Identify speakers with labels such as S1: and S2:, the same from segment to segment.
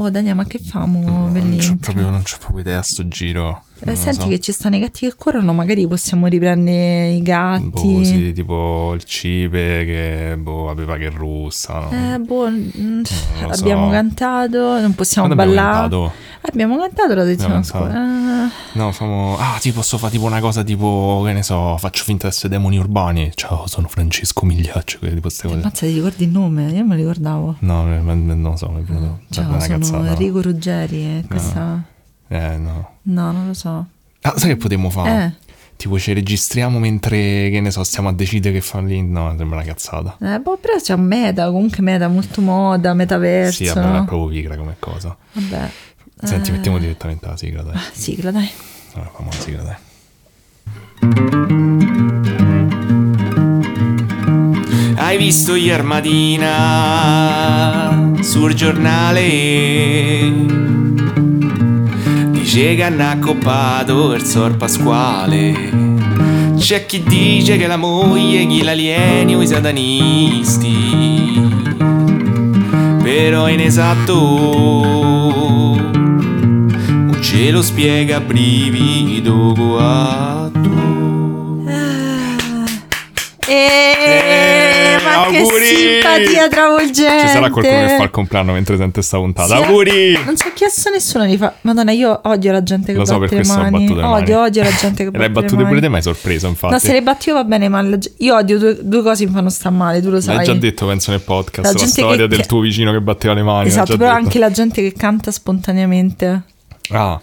S1: Oh Dania, ma che famo,
S2: No, non, c'ho
S1: bellino.
S2: proprio, non c'ho proprio idea a sto giro.
S1: Eh,
S2: Non lo
S1: senti
S2: so.
S1: che ci stanno i gatti che corrono, magari possiamo riprendere i gatti.
S2: Boh, sì, tipo il cipe che boh, aveva che russa. no?
S1: Eh, boh, mm,
S2: lo
S1: abbiamo
S2: so.
S1: cantato, non possiamo
S2: Quando abbiamo
S1: ballare.
S2: cantato?
S1: Abbiamo cantato diciamo la settimana
S2: Abbiamo
S1: scorsa.
S2: No, famo... Ah, ti posso fare tipo una cosa tipo, che ne so, faccio finta di essere demoni urbani. Ciao, sono Francesco Migliaccio, quelle tipo queste
S1: Ah,
S2: cose.
S1: Mazza, ti ricordi il nome? Io me lo ricordavo.
S2: No, eh, ma- non lo so, mi è venuto
S1: Ciao,
S2: una
S1: sono
S2: cazzata. Ah.
S1: Enrico Ruggeri. eh, Questa...
S2: Eh, no.
S1: No, non lo so.
S2: Ah, sai che potremmo fare?
S1: Eh.
S2: Tipo ci registriamo mentre, che ne so, stiamo a decidere che fare lì. No, sembra una cazzata.
S1: Eh, boh, però c'è un meta, comunque meta molto moda, metaverso.
S2: Sì, vabbè, non è
S1: no?
S2: proprio pigra come cosa.
S1: Vabbè.
S2: Senti,
S1: Eh,
S2: mettiamo direttamente la sigla, dai.
S1: Sigla, dai.
S2: Allora, fammi la sigla, dai.
S3: Hai visto ieri mattina sul giornale? Dice che hanno accoppato il sor Pasquale. C'è chi dice che la moglie chi l'alieni o i satanisti. Però esatto è inesatto. Un cielo spiega brivido guatto.
S1: Eeeh,
S2: Eh,
S1: ma
S2: auguri!
S1: che simpatia travolgente.
S2: Ci sarà qualcuno che fa il compleanno mentre sente sta puntata.
S1: Sì, eh,
S2: Auguri!
S1: Non ci ha chiesto nessuno di fa... Madonna, io odio la gente che
S2: Lo so, per
S1: batte le
S2: questo ho
S1: mani.
S2: battuto le mani.
S1: Odio, odio la gente che
S2: E
S1: batte le mani.
S2: l'hai battute pure te, ma hai sorpreso, infatti.
S1: No, se le batti io va bene, ma la- io odio due, due cose che mi fanno sta male, tu lo sai.
S2: L'hai già detto, penso, nel
S1: La
S2: podcast. La,
S1: gente
S2: storia
S1: che-
S2: del tuo vicino che batteva le mani. l'hai
S1: Esatto,
S2: già
S1: però
S2: detto.
S1: anche la gente che canta spontaneamente
S2: Ah,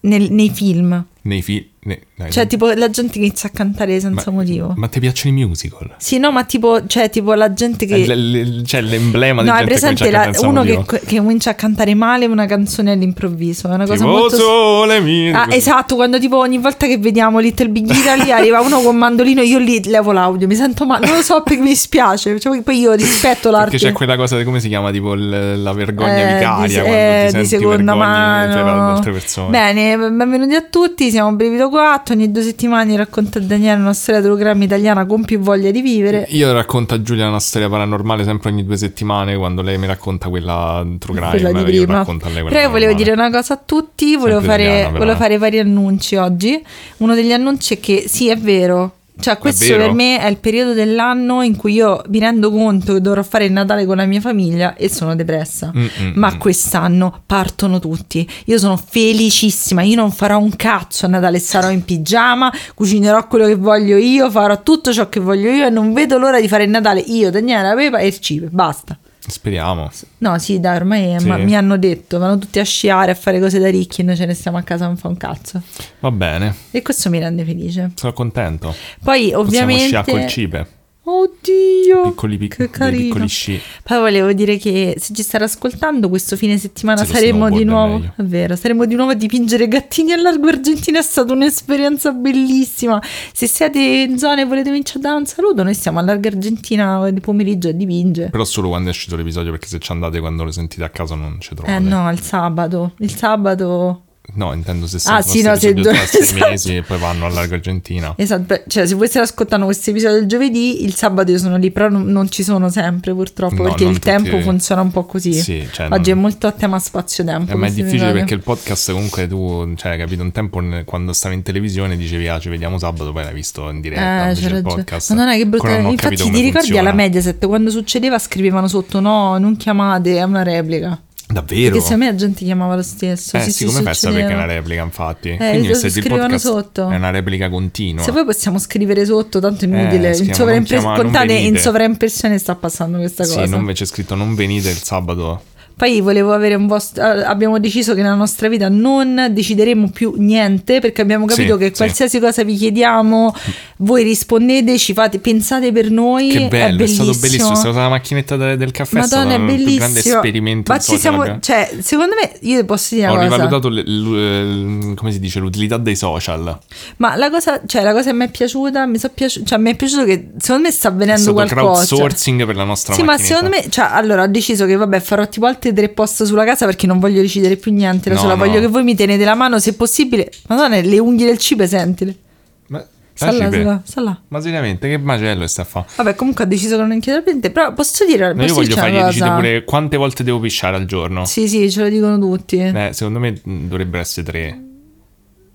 S1: nel- nei film.
S2: nei film. ne- dai,
S1: Cioè,
S2: dai.
S1: tipo, la gente che inizia a cantare senza
S2: Ma-
S1: motivo.
S2: Ma ti piacciono i musical?
S1: Sì, no, ma tipo, cioè, tipo la gente che...
S2: Eh, l- l- cioè, l'emblema
S1: No,
S2: di
S1: hai
S2: gente
S1: presente
S2: che comincia a
S1: la-
S2: cantare senza
S1: uno che,
S2: motivo.
S1: che comincia a cantare male una canzone all'improvviso? È una cosa
S2: Tipo,
S1: molto...
S2: oh, sole mio.
S1: Ah, esatto, quando tipo ogni volta che vediamo Little Big Italy arriva uno con mandolino, io lì levo l'audio, mi sento male, non lo so perché mi dispiace, cioè, poi io rispetto l'arte.
S2: Perché c'è quella cosa, di- come si chiama? Tipo l- la vergogna
S1: eh,
S2: vicaria.
S1: di,
S2: quando
S1: eh,
S2: ti
S1: di
S2: senti
S1: seconda
S2: vergogni per
S1: mano.
S2: altre persone.
S1: Bene, benvenuti a tutti, siamo Brivido 4, ogni due settimane racconta a Daniele una storia di programma italiana con più voglia di vivere.
S2: Io racconto a Giulia una storia paranormale sempre ogni due settimane quando lei mi racconta quella true crime.
S1: quella di
S2: io
S1: prima.
S2: racconto a lei quella
S1: Però io volevo dire
S2: paranormale.
S1: una cosa a tutti, volevo
S2: italiana,
S1: fare,
S2: però,
S1: volevo
S2: eh.
S1: fare vari annunci oggi. Uno degli annunci è che sì, è vero. Cioè, questo
S2: vero?
S1: per me è il periodo dell'anno in cui io mi rendo conto che dovrò fare il Natale con la mia famiglia e sono depressa.
S2: Mm, mm,
S1: Ma
S2: mm.
S1: quest'anno partono tutti. Io sono felicissima. Io non farò un cazzo a Natale, sarò in pigiama, cucinerò quello che voglio io, farò tutto ciò che voglio io e non vedo l'ora di fare il Natale. Io, Daniela, Pepa e il Cipe. Basta.
S2: Speriamo.
S1: No, sì, dai, ormai eh,
S2: Sì.
S1: ma- mi hanno detto, vanno tutti a sciare, a fare cose da ricchi e noi ce ne stiamo a casa, non fa un cazzo.
S2: Va bene,
S1: E questo mi rende felice.
S2: sono contento.
S1: Poi, ovviamente...
S2: Possiamo sciare col cipe.
S1: Oddio,
S2: Piccoli, pic-
S1: che
S2: dei
S1: carino.
S2: piccoli sci.
S1: Poi volevo dire che se ci starà ascoltando questo fine settimana
S2: Se lo
S1: saremo di
S2: snowboard è
S1: nuovo,
S2: meglio.
S1: è vero, saremo di nuovo a dipingere gattini al largo Argentina, è stata un'esperienza bellissima. Se siete in zona e volete venirci a dare un saluto, noi siamo al largo Argentina eh, di pomeriggio a dipingere.
S2: Però solo quando è uscito l'episodio, perché se ci andate quando lo sentite a casa non ci trovate.
S1: Eh no, il sabato, il sabato
S2: No, intendo se
S1: Ah,
S2: sentono
S1: sì, no,
S2: questo
S1: se
S2: episodio
S1: due-
S2: tra sei
S1: esatto.
S2: mesi e poi vanno al largo Argentina.
S1: Esatto, beh, cioè se voi state ascoltando questo episodio del giovedì, il sabato io sono lì, però non, non ci sono sempre purtroppo
S2: No,
S1: perché
S2: non
S1: il
S2: tutti-
S1: tempo funziona un po' così.
S2: Sì, cioè,
S1: Oggi
S2: non-
S1: è molto a tema spazio-tempo.
S2: Eh, ma è
S1: questo
S2: difficile
S1: episodio.
S2: perché il podcast comunque tu, cioè, capito, un tempo ne- quando stavi in televisione dicevi ah ci vediamo sabato, poi l'hai visto in diretta,
S1: Eh,
S2: invece
S1: c'è
S2: il
S1: ragione.
S2: podcast.
S1: Ma non è che
S2: ancora
S1: brutta.
S2: non ho
S1: Infatti,
S2: capito
S1: ti
S2: come
S1: ricordi
S2: funziona.
S1: alla Mediaset quando succedeva scrivevano sotto: no, non chiamate, è una replica.
S2: Davvero?
S1: Perché secondo me la gente chiamava lo stesso.
S2: Eh,
S1: sì, sì,
S2: siccome fai a sapere che è
S1: succedeva. Eh,
S2: una replica, infatti.
S1: lo
S2: Quindi se il
S1: scrivono
S2: podcast
S1: sotto.
S2: è una replica continua.
S1: Se poi possiamo scrivere sotto, tanto è inutile. in
S2: scriviamo, non
S1: sovraimpress-
S2: Eh, chiama- non
S1: contate in
S2: venite.
S1: sovraimpressione sta passando questa
S2: Sì,
S1: cosa.
S2: non c'è scritto non venite il sabato.
S1: Poi volevo avere un vostro. ah, Abbiamo deciso che nella nostra vita non decideremo più niente perché abbiamo capito
S2: Sì,
S1: che
S2: sì.
S1: qualsiasi cosa vi chiediamo, voi rispondete, ci fate, pensate per noi.
S2: Che
S1: è,
S2: bello, è,
S1: bellissimo.
S2: stato bellissimo. È stata la macchinetta de- del caffè,
S1: Madonna,
S2: è
S1: è
S2: stato il più grande
S1: bellissimo.
S2: esperimento.
S1: Ma ci
S2: insomma, che
S1: siamo.
S2: abbiamo-
S1: Cioè, secondo me, io posso dire
S2: Ho
S1: una cosa.
S2: rivalutato le- l- l- come si dice, l'utilità dei social.
S1: Ma la cosa, cioè, la cosa che mi è piaciuta, mi, so piaciu- cioè, mi è piaciuto che secondo me sta
S2: È
S1: avvenendo
S2: stato
S1: qualcosa.
S2: crowdsourcing per la nostra
S1: Sì, ma
S2: macchinetta.
S1: secondo me, cioè, allora ho deciso che vabbè, farò tipo altri tre post sulla casa perché non voglio decidere più niente. Da
S2: No,
S1: sola
S2: no.
S1: voglio che voi mi tenete la mano se possibile. Madonna, le unghie del cibo, sentile.
S2: Ma-
S1: Sta là,
S2: Cipe.
S1: sta là, sta là.
S2: Ma seriamente, che macello sta a fa?
S1: Vabbè, comunque ho deciso che non chiederò niente, però posso dire,
S2: No,
S1: posso
S2: io voglio
S1: dirci
S2: fargli
S1: una
S2: decidere
S1: cosa?
S2: pure quante volte devo pisciare al giorno.
S1: Sì, sì, ce lo dicono tutti.
S2: Eh, secondo me mh, dovrebbero essere tre.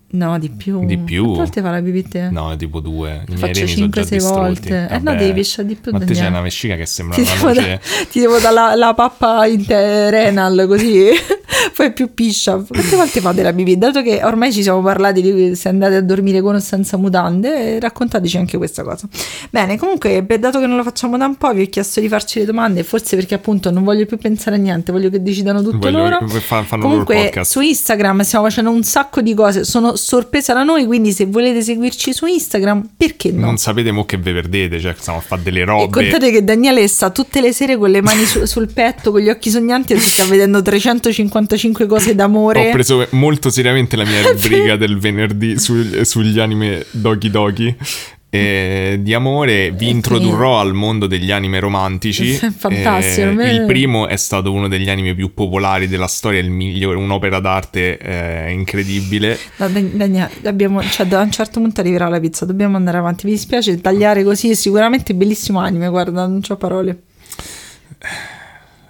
S1: No, di più.
S2: Di più?
S1: Quante volte fa la pipì te?
S2: No, tipo due. I miei
S1: Faccio
S2: reni sono già
S1: 5-6
S2: distrutti.
S1: volte. Eh, no, devi pisciare di più,
S2: Ma te c'è
S1: Daniele.
S2: una vescica che sembra
S1: Ti
S2: una
S1: devo,
S2: luce.
S1: da- ti devo dare la, la pappa interrenal così fai più piscia. Quante volte fate la pipì? Dato che ormai ci siamo parlati di se andate a dormire con o senza mutande, eh, raccontateci anche questa cosa. Bene, comunque, beh, dato che non lo facciamo da un po', vi ho chiesto di farci le domande, forse perché appunto non voglio più pensare a niente, voglio che decidano tutto
S2: Voglio-
S1: loro.
S2: fa- fanno loro il
S1: comunque,
S2: podcast.
S1: su Instagram stiamo facendo un sacco di cose, sono sorpresa da noi, quindi se volete seguirci su Instagram, perché no?
S2: Non sapete mo che ve perdete, cioè stiamo a fare delle robe.
S1: E contate che Daniele sta tutte le sere con le mani su- sul petto, con gli occhi sognanti e si sta vedendo 355 cose d'amore.
S2: Ho preso molto seriamente la mia rubrica del venerdì su- sugli anime Doggy Doggy. E di amore vi introdurrò al mondo degli anime romantici.
S1: Fantastico,
S2: Eh,
S1: a me-
S2: il primo è stato uno degli anime più popolari della storia, il migliore, un'opera d'arte eh, incredibile.
S1: No, Dan- Daniele, abbiamo- cioè, da un certo punto arriverà la pizza, dobbiamo andare avanti. Mi dispiace tagliare così, è sicuramente bellissimo anime, guarda, non ho parole.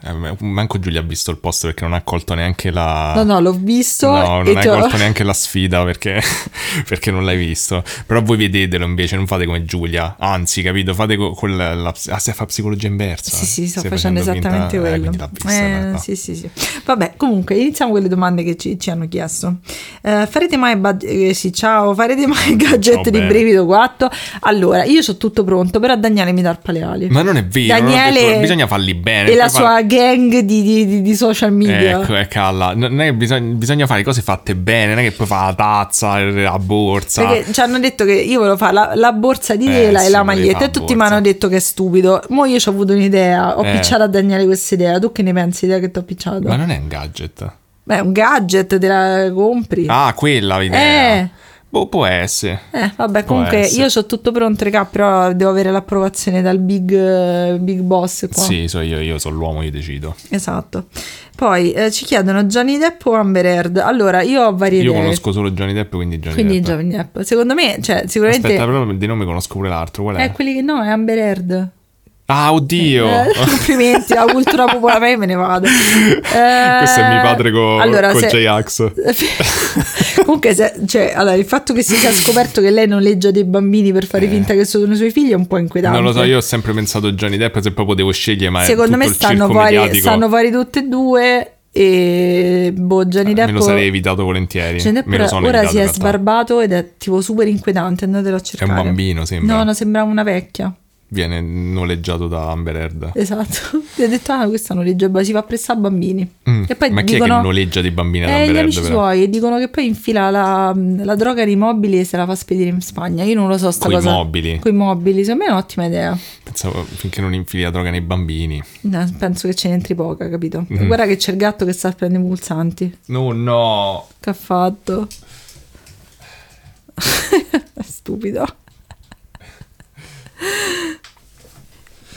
S2: Eh, ma- Manco Giulia ha visto il post perché non ha colto neanche la.
S1: No, no, l'ho visto
S2: Ah. No,
S1: e
S2: non hai
S1: ti ho-
S2: colto neanche la sfida perché, perché non l'hai visto. Però voi vedetelo invece, non fate come Giulia. Anzi, capito? Fate co- con la, la ps- ah, stai a fare psicologia inversa.
S1: Sì, sì, sto
S2: Stai
S1: facendo
S2: finta-
S1: esattamente
S2: eh,
S1: quello.
S2: quindi l'ha vista, in
S1: Eh,
S2: realtà.
S1: sì, sì, sì. Vabbè, comunque, iniziamo con le domande che ci, ci hanno chiesto. Eh, farete mai bad- eh, sì, ciao, farete mai gadget di
S2: bene.
S1: brivido 4? Allora, io so tutto pronto, però Daniele mi tarpa le ali.
S2: Ma non è vero, non ho
S1: Daniele
S2: detto- bisogna farli bene.
S1: E la
S2: poi fa-
S1: sua gang di, di- di- di social media.
S2: Ecco, è calla. Non è che bisogna, bisogna fare cose fatte bene, non è che poi fa la tazza, la borsa.
S1: Perché ci hanno detto che io volevo fare la, la borsa di
S2: Eh,
S1: tela e
S2: sì,
S1: la
S2: volevi
S1: maglietta
S2: fare
S1: e tutti mi
S2: borsa.
S1: hanno detto che è stupido. Mo io ci ho avuto un'idea, ho
S2: Eh.
S1: picciato a Daniele questa idea. Tu che ne pensi idea che ti ho picciato?
S2: Ma non è un gadget.
S1: Beh, un gadget, te la compri.
S2: Ah, quella l'idea.
S1: Eh.
S2: Boh, può essere.
S1: Eh, vabbè,
S2: Può
S1: comunque
S2: essere.
S1: io so tutto pronto, raga, però devo avere l'approvazione dal big, eh, big boss qua.
S2: Sì, so io, io sono l'uomo, io decido.
S1: Esatto. Poi eh, ci chiedono Johnny Depp o Amber Heard. Allora, io ho varie
S2: Io
S1: idee.
S2: conosco solo Johnny Depp, quindi Johnny
S1: Quindi
S2: Depp.
S1: Johnny Depp. Secondo me, cioè, sicuramente
S2: Aspetta, eh. però di nome conosco pure l'altro. Qual è?
S1: è quelli che no, è Amber Heard.
S2: Ah, oddio!
S1: Ecco. Eh, complimenti, la cultura popolare me ne vado.
S2: Questo è mio padre con,
S1: allora,
S2: con
S1: se- Eh,
S2: J-Ax.
S1: Comunque, se- cioè, allora, il fatto che si sia scoperto che lei noleggia dei bambini per fare finta che sono i suoi figli è un po' inquietante.
S2: Eh. Non lo so, io ho sempre pensato Johnny Depp se poi potevo scegliere, ma
S1: Secondo
S2: tutto
S1: me
S2: il
S1: stanno
S2: circo
S1: fuori,
S2: mediatico
S1: stanno fuori tutte e due e boh, Gianni Depp...
S2: me lo sarei evitato volentieri.
S1: Johnny Depp
S2: me lo
S1: ora,
S2: sono
S1: ora
S2: evitato
S1: si
S2: in
S1: è
S2: realtà.
S1: sbarbato ed è tipo super inquietante, andatelo a
S2: È
S1: cercare.
S2: un bambino, sembra.
S1: No, no, sembrava una vecchia.
S2: Viene noleggiato da Amber Heard.
S1: Esatto. Gli ho detto, ah, questa noleggia, si fa prestare a bambini.
S2: Mm,
S1: E poi
S2: ma chi è
S1: dicono...
S2: che noleggia dei bambini ad
S1: Eh,
S2: Amber
S1: gli
S2: Heard?
S1: amici
S2: però?
S1: suoi e dicono che poi infila la, la droga nei mobili e se la fa spedire in Spagna. Io non lo so, sta
S2: Coi
S1: cosa.
S2: mobili?
S1: Coi mobili, secondo me è un'ottima idea.
S2: Pensavo finché non infili la droga nei bambini.
S1: No, penso che ce ne entri poca, capito?
S2: Mhm.
S1: Guarda che c'è il gatto che sta prendendo i pulsanti.
S2: No, no!
S1: Che ha fatto? Stupido.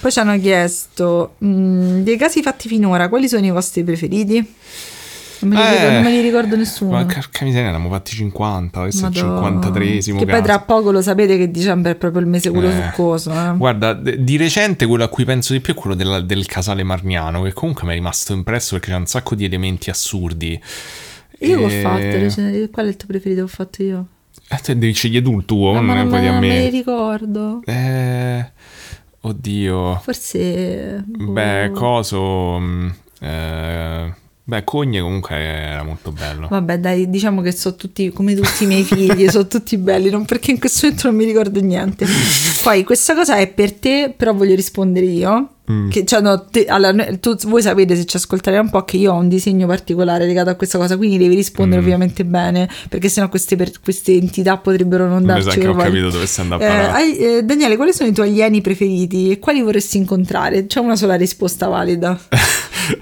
S1: Poi ci hanno chiesto mm, dei casi fatti finora, quali sono i vostri preferiti? Non me li, ricordo- non me li ricordo nessuno.
S2: Eh. Ma porca miseria, ne abbiamo fatti 50, questo
S1: Madò.
S2: è il 53esimo
S1: Che poi
S2: caso.
S1: tra poco lo sapete che dicembre è proprio il mese quello
S2: Eh.
S1: succoso. eh.
S2: Guarda, de- di recente quello a cui penso di più è quello della- del casale Marniano, che comunque mi è rimasto impresso perché c'è un sacco di elementi assurdi.
S1: Io che ho
S2: E-
S1: fatto, recente- qual è il tuo preferito che ho fatto io?
S2: Eh, te devi scegliere tu il tuo,
S1: Ah,
S2: Oh, non
S1: ma
S2: è
S1: non,
S2: poi di a
S1: non me li
S2: me.
S1: ricordo.
S2: Eh, oddio.
S1: Forse... boh.
S2: Beh, coso... mh, eh, beh, Cogne comunque era molto bello.
S1: Vabbè, dai, diciamo che sono tutti come tutti i miei figli, sono tutti belli, non perché in questo momento non mi ricordo niente. Poi questa cosa è per te, però voglio rispondere io.
S2: Mm.
S1: Che, cioè, no, te- allora, noi- tu- voi sapete se ci ascoltate un po' che io ho un disegno particolare legato a questa cosa, quindi devi
S2: Mm.
S1: rispondere ovviamente bene, perché sennò queste, per- queste entità potrebbero non
S2: Mi
S1: darci
S2: sa che ho
S1: proprio-
S2: capito dove stai andando a
S1: Eh,
S2: parare.
S1: hai- eh, Daniele, quali sono i tuoi alieni preferiti e quali vorresti incontrare? C'è una sola risposta valida.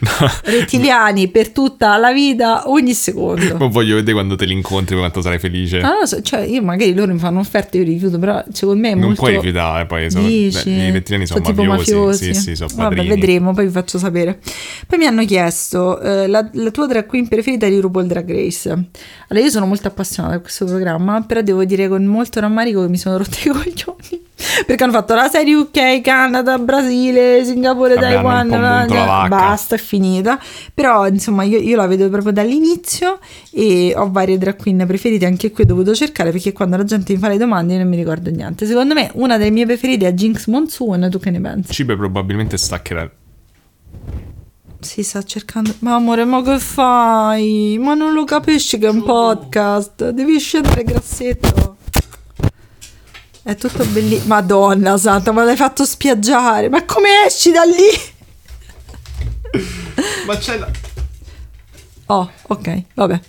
S2: No.
S1: Rettiliani per tutta la vita, ogni secondo.
S2: Ma voglio vedere quando te li incontri quanto sarai felice.
S1: Esatto. Ah, non lo so, cioè io magari loro mi fanno offerte, io rifiuto, però secondo me è
S2: non
S1: molto...
S2: puoi rifiutare, poi sono,
S1: Dici?
S2: beh, i rettiliani sono,
S1: tipo
S2: mafiosi.
S1: mafiosi.
S2: Sì, sì, sono
S1: Vabbè,
S2: padrini.
S1: vedremo, poi vi faccio sapere. Poi mi hanno chiesto eh, la, la tua drag queen preferita di RuPaul Drag Race. Allora, io sono molto appassionata a questo programma, però devo dire con molto rammarico che mi sono rotta i coglioni. Perché hanno fatto la serie UK, Canada, Brasile, Singapore,
S2: Vabbè, hanno
S1: Taiwan,
S2: un po' vinto la vacca.
S1: basta, è finita. Però insomma io, io la vedo proprio dall'inizio e ho varie drag queen preferite, anche qui ho dovuto cercare perché quando la gente mi fa le domande io non mi ricordo niente. Secondo me una delle mie preferite è Jinx Monsoon, tu che ne pensi?
S2: Cibe probabilmente staccherà.
S1: Si sta cercando. Ma amore, ma che fai? Ma non lo capisci che è un podcast? Devi scendere grassetto. È tutto bellissimo. Madonna santa, ma l'hai fatto spiaggiare. Ma come esci da lì?
S2: Ma c'è la...
S1: Oh, ok, vabbè.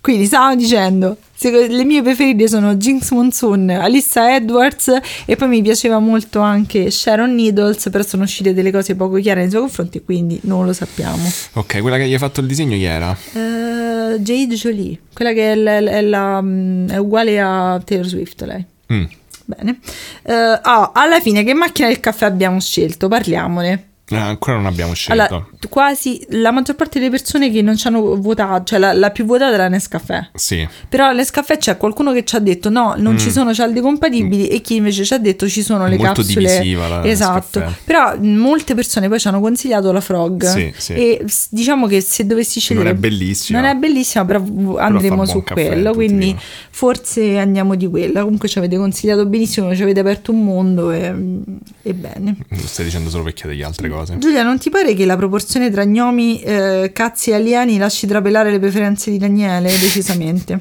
S1: Quindi stavo dicendo, se- le mie preferite sono Jinx Monsoon, Alyssa Edwards e poi mi piaceva molto anche Sharon Needles, però sono uscite delle cose poco chiare nei suoi confronti, quindi non lo sappiamo.
S2: Ok, quella che gli hai fatto il disegno chi era?
S1: Eh, Jade Jolie, quella che è, l- è la- mm, è uguale a Taylor Swift, lei.
S2: Mm.
S1: Bene. Eh, ah, alla fine che macchina del caffè abbiamo scelto? Parliamone.
S2: Ah, ancora non abbiamo scelto.
S1: Allora, t- quasi la maggior parte delle persone che non ci hanno votato, cioè la, la più votata è la Nescafè.
S2: Sì.
S1: Però alla Nescafè c'è qualcuno che ci ha detto no, non ci sono cialde compatibili e chi invece ci ha detto ci sono le
S2: Mm. Molto
S1: capsule.
S2: divisiva la
S1: esatto.
S2: Nescafè.
S1: Però mh, molte persone poi ci hanno consigliato la Frog.
S2: Sì, sì.
S1: E s- diciamo che se dovessi scegliere
S2: Non è bellissima.
S1: Non è bellissima, però v- andremo
S2: buon
S1: su
S2: caffè,
S1: quello,
S2: tutti
S1: quindi
S2: dicono.
S1: forse andiamo di quella. Comunque ci avete consigliato benissimo, ci avete aperto un mondo e, e bene.
S2: Stai dicendo solo perché degli altre cose.
S1: Giulia, non ti pare che la proporzione tra gnomi, eh, cazzi e alieni lasci trapelare le preferenze di Daniele? Decisamente.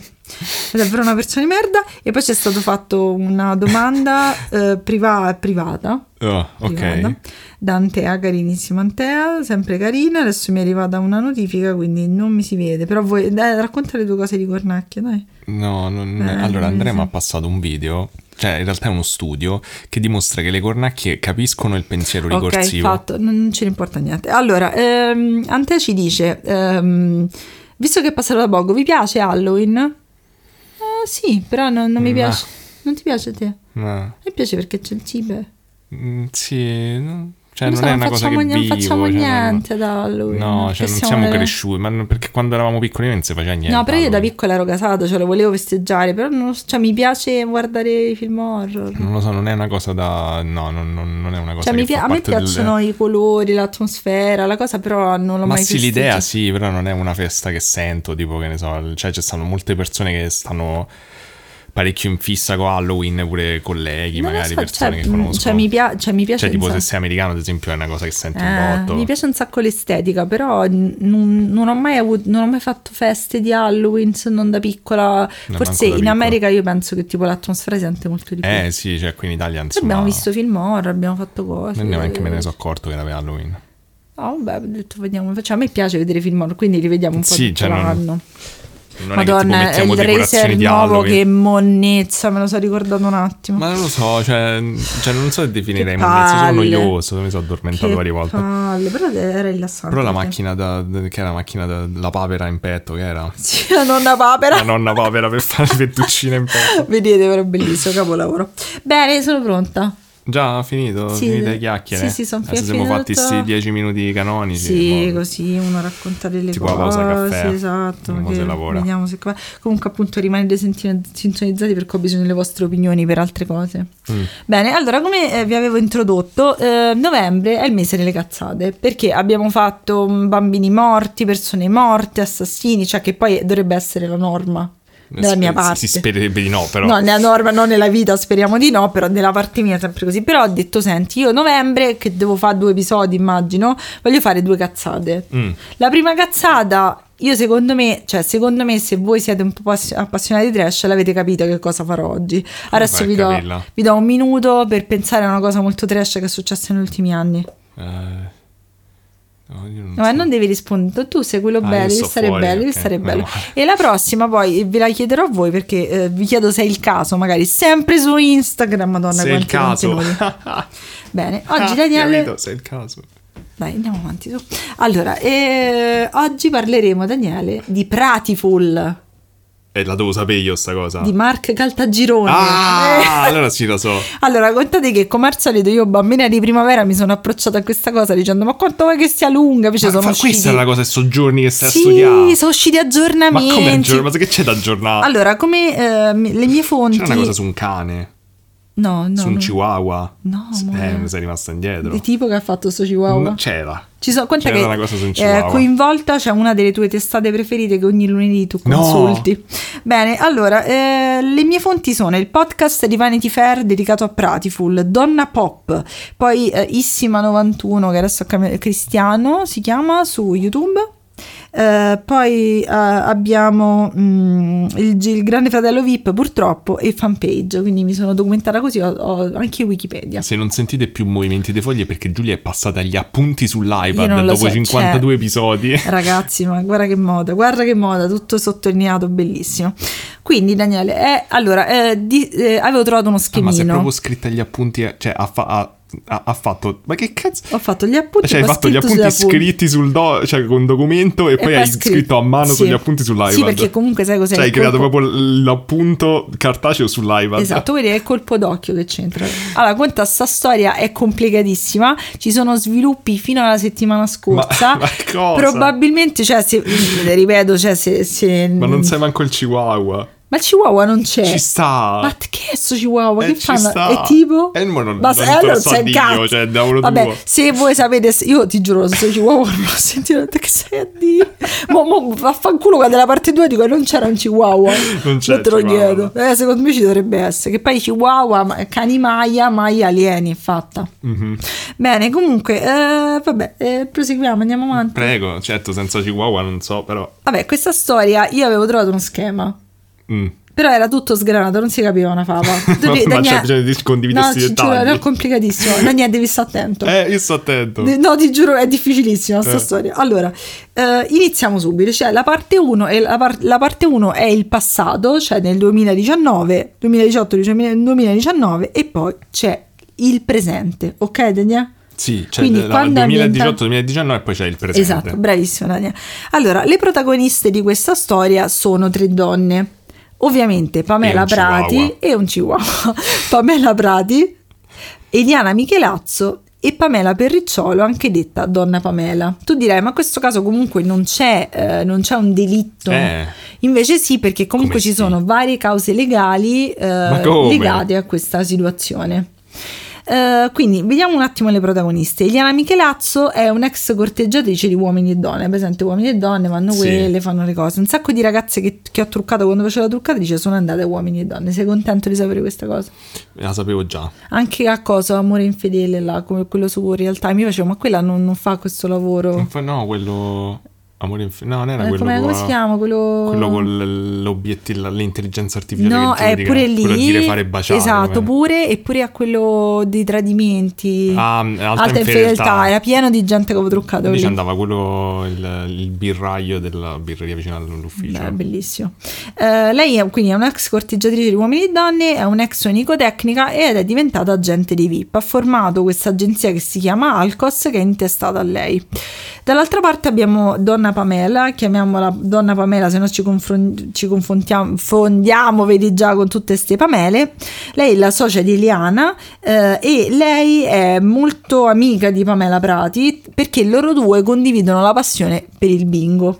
S1: È davvero una persona di merda. E poi c'è stata fatta una domanda eh, priva- privata.
S2: Oh,
S1: privata,
S2: ok.
S1: Da Antea, carinissima Antea, sempre carina. Adesso mi è arrivata una notifica, quindi non mi si vede. Però vuoi dai, racconta le tue cose di cornacchia, dai.
S2: No, non-
S1: Eh,
S2: allora Andrea
S1: sì.
S2: mi ha passato un video, cioè in realtà è uno studio che dimostra che le cornacchie capiscono il pensiero ricorsivo.
S1: Ok, fatto, non, non ce ne importa niente. Allora, ehm, Antea ci dice, ehm, visto che è passato da poco, vi piace Halloween? Eh, sì, però non, non mi
S2: No.
S1: piace. Non ti piace a te? A
S2: No.
S1: me piace perché c'è il cibo.
S2: Mm, sì, no. cioè
S1: Non lo
S2: non,
S1: so,
S2: è
S1: non
S2: una cosa che
S1: facciamo
S2: vivo.
S1: niente- non facciamo
S2: cioè,
S1: niente ad Halloween,
S2: No, cioè
S1: che
S2: non
S1: siamo
S2: siamo
S1: le-
S2: cresciuti, ma non- perché quando eravamo piccoli non si faceva niente.
S1: No, però io da
S2: Halloween.
S1: piccola ero casata, cioè lo volevo festeggiare, però non lo so, cioè, mi piace guardare i film horror.
S2: Non lo so, non è una cosa da... No, non, non- non è una cosa
S1: Cioè,
S2: che
S1: mi
S2: fa
S1: pi- a me
S2: parte del-
S1: piacciono i colori, l'atmosfera, la cosa, però non l'ho
S2: Ma
S1: mai Cioè,
S2: sì,
S1: festeggiata.
S2: l'idea sì, però non è una festa che sento, tipo che ne so, cioè ci stanno molte persone che stanno parecchio in fissa con Halloween, pure colleghi,
S1: Non lo
S2: magari
S1: so,
S2: persone
S1: cioè,
S2: che
S1: mm,
S2: conosco.
S1: Cioè, mi, pia- cioè, mi piace
S2: Cioè, tipo
S1: un
S2: se
S1: sacco.
S2: sei americano, ad esempio, è una cosa che senti
S1: Eh,
S2: un botto.
S1: mi piace un sacco l'estetica, però n- non, non ho mai avuto, non ho mai fatto feste di Halloween se non da piccola.
S2: manco da
S1: Forse in
S2: piccola.
S1: America io penso che tipo l'atmosfera si sente molto di più.
S2: Eh sì, cioè qui in Italia
S1: Poi
S2: insomma...
S1: abbiamo visto film horror, abbiamo fatto cose.
S2: Non neanche me ne sono accorto che era Halloween.
S1: Ah, vabbè, ho detto vediamo. Cioè, a me piace vedere film horror, quindi li vediamo un po'
S2: Sì,
S1: tutto
S2: cioè, non-
S1: l'anno.
S2: Non
S1: Madonna, è,
S2: è che tipo mettiamo
S1: il
S2: decorazioni
S1: racer
S2: di
S1: nuovo
S2: Halloween.
S1: che monnezza, me lo so ricordato un attimo.
S2: Ma non lo so, cioè, cioè non so se definirei
S1: Che
S2: monnezza, sono
S1: palle.
S2: noioso, mi sono addormentato
S1: Che
S2: varie volte.
S1: palle, però era rilassante.
S2: Però la
S1: perché-
S2: macchina da... che era la macchina da... la papera in petto, che era?
S1: Sì, la nonna papera.
S2: La nonna papera per fare le fettuccine in petto.
S1: Vedete, però è bellissimo, capolavoro. Bene, sono pronta.
S2: Già finito,
S1: Sì,
S2: finite le chiacchiere.
S1: sì, sì, son
S2: Adesso
S1: fi-
S2: siamo
S1: finito
S2: fatti
S1: tutto.
S2: questi 10 minuti canonici.
S1: Sì,
S2: mo-
S1: così uno a raccontare le
S2: Tipo la
S1: cose.
S2: pausa caffè.
S1: Esatto.
S2: Mo
S1: che
S2: si lavora.
S1: Vediamo se qua- Comunque, appunto, rimanete senti- sintonizzati perché ho bisogno delle vostre opinioni per altre cose.
S2: Mm.
S1: Bene, allora, come eh, vi avevo introdotto, eh, novembre è il mese delle cazzate perché abbiamo fatto mm, bambini morti, persone morte, assassini, cioè che poi dovrebbe essere la norma. Dalla
S2: Eh, si-
S1: mia
S2: si-
S1: parte
S2: Si, spererebbe di no, però.
S1: No, nella norma, non nella vita, speriamo di no, però nella parte mia è sempre così. Però ho detto, senti, io novembre, che devo fare due episodi, immagino, voglio fare due cazzate.
S2: Mm.
S1: La prima cazzata, io secondo me, cioè secondo me se voi siete un po' passi- appassionati di trash, l'avete capito che cosa farò oggi. Adesso
S2: fai a
S1: vi do,
S2: capirla?
S1: vi do un minuto per pensare a una cosa molto trash che è successa negli ultimi anni.
S2: Eh, no, io non
S1: No, ma
S2: so.
S1: non devi rispondere, tu sei quello
S2: Ah, io
S1: bello, devi
S2: sto
S1: stare
S2: fuori,
S1: bello, devi
S2: ok,
S1: stare
S2: meno
S1: bello.
S2: male.
S1: E la prossima poi ve la chiederò a voi perché eh, vi chiedo se è il caso, magari sempre su Instagram, madonna,
S2: Se è il
S1: quanti
S2: caso.
S1: contenuti. Bene, oggi
S2: Ah,
S1: Daniele
S2: capito, se è il caso.
S1: Dai, andiamo avanti. su. Allora, eh, oggi parleremo, Daniele, di Pratiful
S2: Ah. E Eh, la devo sapere io sta cosa.
S1: di Mark Caltagirone.
S2: Ah,
S1: Eh.
S2: allora sì, lo so.
S1: Allora, contate che come al solito io bambina di primavera mi sono approcciata a questa cosa dicendo ma quanto vuoi che sia lunga? Invece
S2: Ma
S1: sono
S2: fa-
S1: usciti...
S2: questa è la cosa, i soggiorni che stai
S1: sì,
S2: a studiare.
S1: sono usciti
S2: Ma come
S1: aggiornamenti.
S2: aggiorn- Ma che c'è da aggiornare?
S1: Allora, come eh, mi- le mie fonti...
S2: Ah. C'era una cosa su un cane,
S1: No, no.
S2: su un
S1: no.
S2: chihuahua.
S1: No,
S2: S- Eh,
S1: amore.
S2: mi sei rimasta indietro.
S1: Di tipo che ha fatto sto chihuahua.
S2: No, C'era.
S1: Ci sono, conta
S2: C'era
S1: che
S2: una cosa su un
S1: eh,
S2: chihuahua.
S1: coinvolta c'è una delle tue testate preferite che ogni lunedì tu
S2: No.
S1: consulti. Bene, allora, eh, le mie fonti sono il podcast di Vanity Fair dedicato a Pratiful, Donna Pop, poi eh, Issima91 che adesso è cam- Cristiano si chiama su YouTube. eh, poi eh, abbiamo mm, il, G- il grande fratello VIP purtroppo e fanpage quindi mi sono documentata così ho, ho anche Wikipedia
S2: Se non sentite più movimenti dei fogli è perché Giulia è passata agli appunti
S1: Io
S2: sull'iPad
S1: non lo
S2: dopo
S1: so,
S2: 52
S1: cioè,
S2: episodi.
S1: Ragazzi, ma guarda che moda, guarda che moda, tutto sottolineato, bellissimo. Quindi, Daniele, eh, allora, eh, di- eh, avevo trovato uno
S2: Ah, ma si è
S1: schemino.
S2: proprio scritta agli appunti, eh, cioè ha, fa- ha- ha- ha fatto... Ma che cazzo?
S1: Ho fatto gli appunti.
S2: Cioè hai
S1: poi ho
S2: fatto gli
S1: scritto
S2: appunti
S1: sugli appunti.
S2: scritti sul do- cioè con documento e,
S1: E
S2: poi hai
S1: scri-
S2: scritto, a mano
S1: sì.
S2: sugli appunti sull'iPad.
S1: Sì, perché comunque sai cos'è?
S2: Cioè hai
S1: il
S2: creato
S1: colpo-
S2: proprio l- l'appunto cartaceo sull'iPad.
S1: Esatto, vedi è il colpo d'occhio che c'entra. Allora, conta sta storia è complicatissima, ci sono sviluppi fino alla settimana scorsa.
S2: Ma- ma cosa?
S1: Probabilmente, cioè, se, ripeto, cioè, se, se-
S2: Ma non sai manco il chihuahua.
S1: Ma il Chihuahua non c'è.
S2: Ci sta.
S1: Eh. Ma t- che è sto Chihuahua?
S2: Ah. Eh,
S1: che
S2: ci
S1: fanno?
S2: sta.
S1: È tipo?
S2: Eh, ma non-
S1: Ma
S2: non
S1: se-
S2: te lo
S1: allora
S2: so
S1: sei
S2: dire
S1: cazzo.
S2: io, cioè, davvero
S1: Vabbè,
S2: tuo.
S1: se voi sapete, se- io ti giuro, sto Chihuahua non l'ho sentito. ho detto, Che sei a dire? Mo, mo vaffanculo quando la parte 2 dico "Eh, non c'era un Chihuahua.
S2: Non c'è
S1: Io te lo
S2: Chihuahua.
S1: chiedo. Eh, secondo me ci dovrebbe essere. Che poi Chihuahua, ma- cani Maya, Maya alieni, è fatta.
S2: Mhm.
S1: Bene, comunque, eh, vabbè, eh, proseguiamo, andiamo avanti.
S2: Prego, certo, senza chihuahua non so, però...
S1: Vabbè, questa storia, io avevo trovato uno schema.
S2: mm.
S1: Però era tutto sgranato, non si capiva una fava.
S2: Ma-
S1: devi-
S2: ma c'è bisogno di condividere
S1: no,
S2: sti
S1: ci giuro,
S2: dettagli.
S1: è complicatissimo. Daniele, devi stare attento.
S2: Eh, io sto attento.
S1: Di- No, ti giuro, è difficilissima questa
S2: Eh.
S1: storia. Allora, eh, iniziamo subito. Cioè, la parte 1 è, la par- la parte 1 è il passato, cioè nel 2019, 2018, 2019, e poi c'è il presente, ok, Daniele?
S2: Sì, cioè
S1: Quindi
S2: la-
S1: quando è ambientato-
S2: 2018-2019 e poi c'è il presente.
S1: Esatto, bravissima Dania. Allora, le protagoniste di questa storia sono tre donne. Ovviamente
S2: E
S1: Pamela
S2: un
S1: Prati
S2: chihuahua.
S1: e un chihuahua. Pamela Prati, Eliana Michelazzo e Pamela Perricciolo, anche detta Donna Pamela. Tu direi, ma in questo caso comunque non c'è, eh, non c'è un delitto.
S2: Eh,
S1: Invece sì, perché comunque
S2: Come
S1: ci
S2: sì?
S1: sono varie cause legali eh,
S2: come?
S1: legate a questa situazione. Eh, quindi vediamo un attimo le protagoniste. Eliana Michelazzo è un'ex corteggiatrice di uomini e donne. È presente uomini e donne vanno
S2: Sì.
S1: quelle, fanno le cose. Un sacco di ragazze che, che ho truccato quando facevo la truccatrice sono andate a uomini e donne. Sei contento di sapere questa cosa?
S2: la sapevo già.
S1: Anche a cosa? Amore infedele, là, come quello su Real Time. Io facevo, ma quella non, non fa questo lavoro.
S2: Non fa- No, quello... Amore inf- No, non era
S1: Eh,
S2: quello
S1: come, come
S2: con-
S1: si chiama? Quello,
S2: Quello con l- l'obiettivo, la- l'intelligenza artificiale
S1: No,
S2: che
S1: è
S2: giudica,
S1: pure lì.
S2: quello di dire fare baciare.
S1: Esatto,
S2: come-
S1: pure, e pure a quello dei tradimenti.
S2: Ah, alta,
S1: infedeltà,
S2: infedeltà.
S1: era pieno di gente che avevo truccato
S2: Lì
S1: lì.
S2: ci andava quello, il, il birraio della birreria vicino all'ufficio.
S1: Beh, bellissimo. Eh, lei è, quindi è un'ex corteggiatrice di uomini e donne, è un'ex onicotecnica ed è diventata agente dei VIP. Ha formato questa agenzia che si chiama Alcos che è intestata a lei. Dall'altra parte abbiamo Donna Pamela, chiamiamola Donna Pamela, se no ci, confron- ci confondiamo, fondiamo, vedi già, con tutte ste Pamele. Lei è la socia di Eliana eh, e lei è molto amica di Pamela Prati perché loro due condividono la passione per il bingo.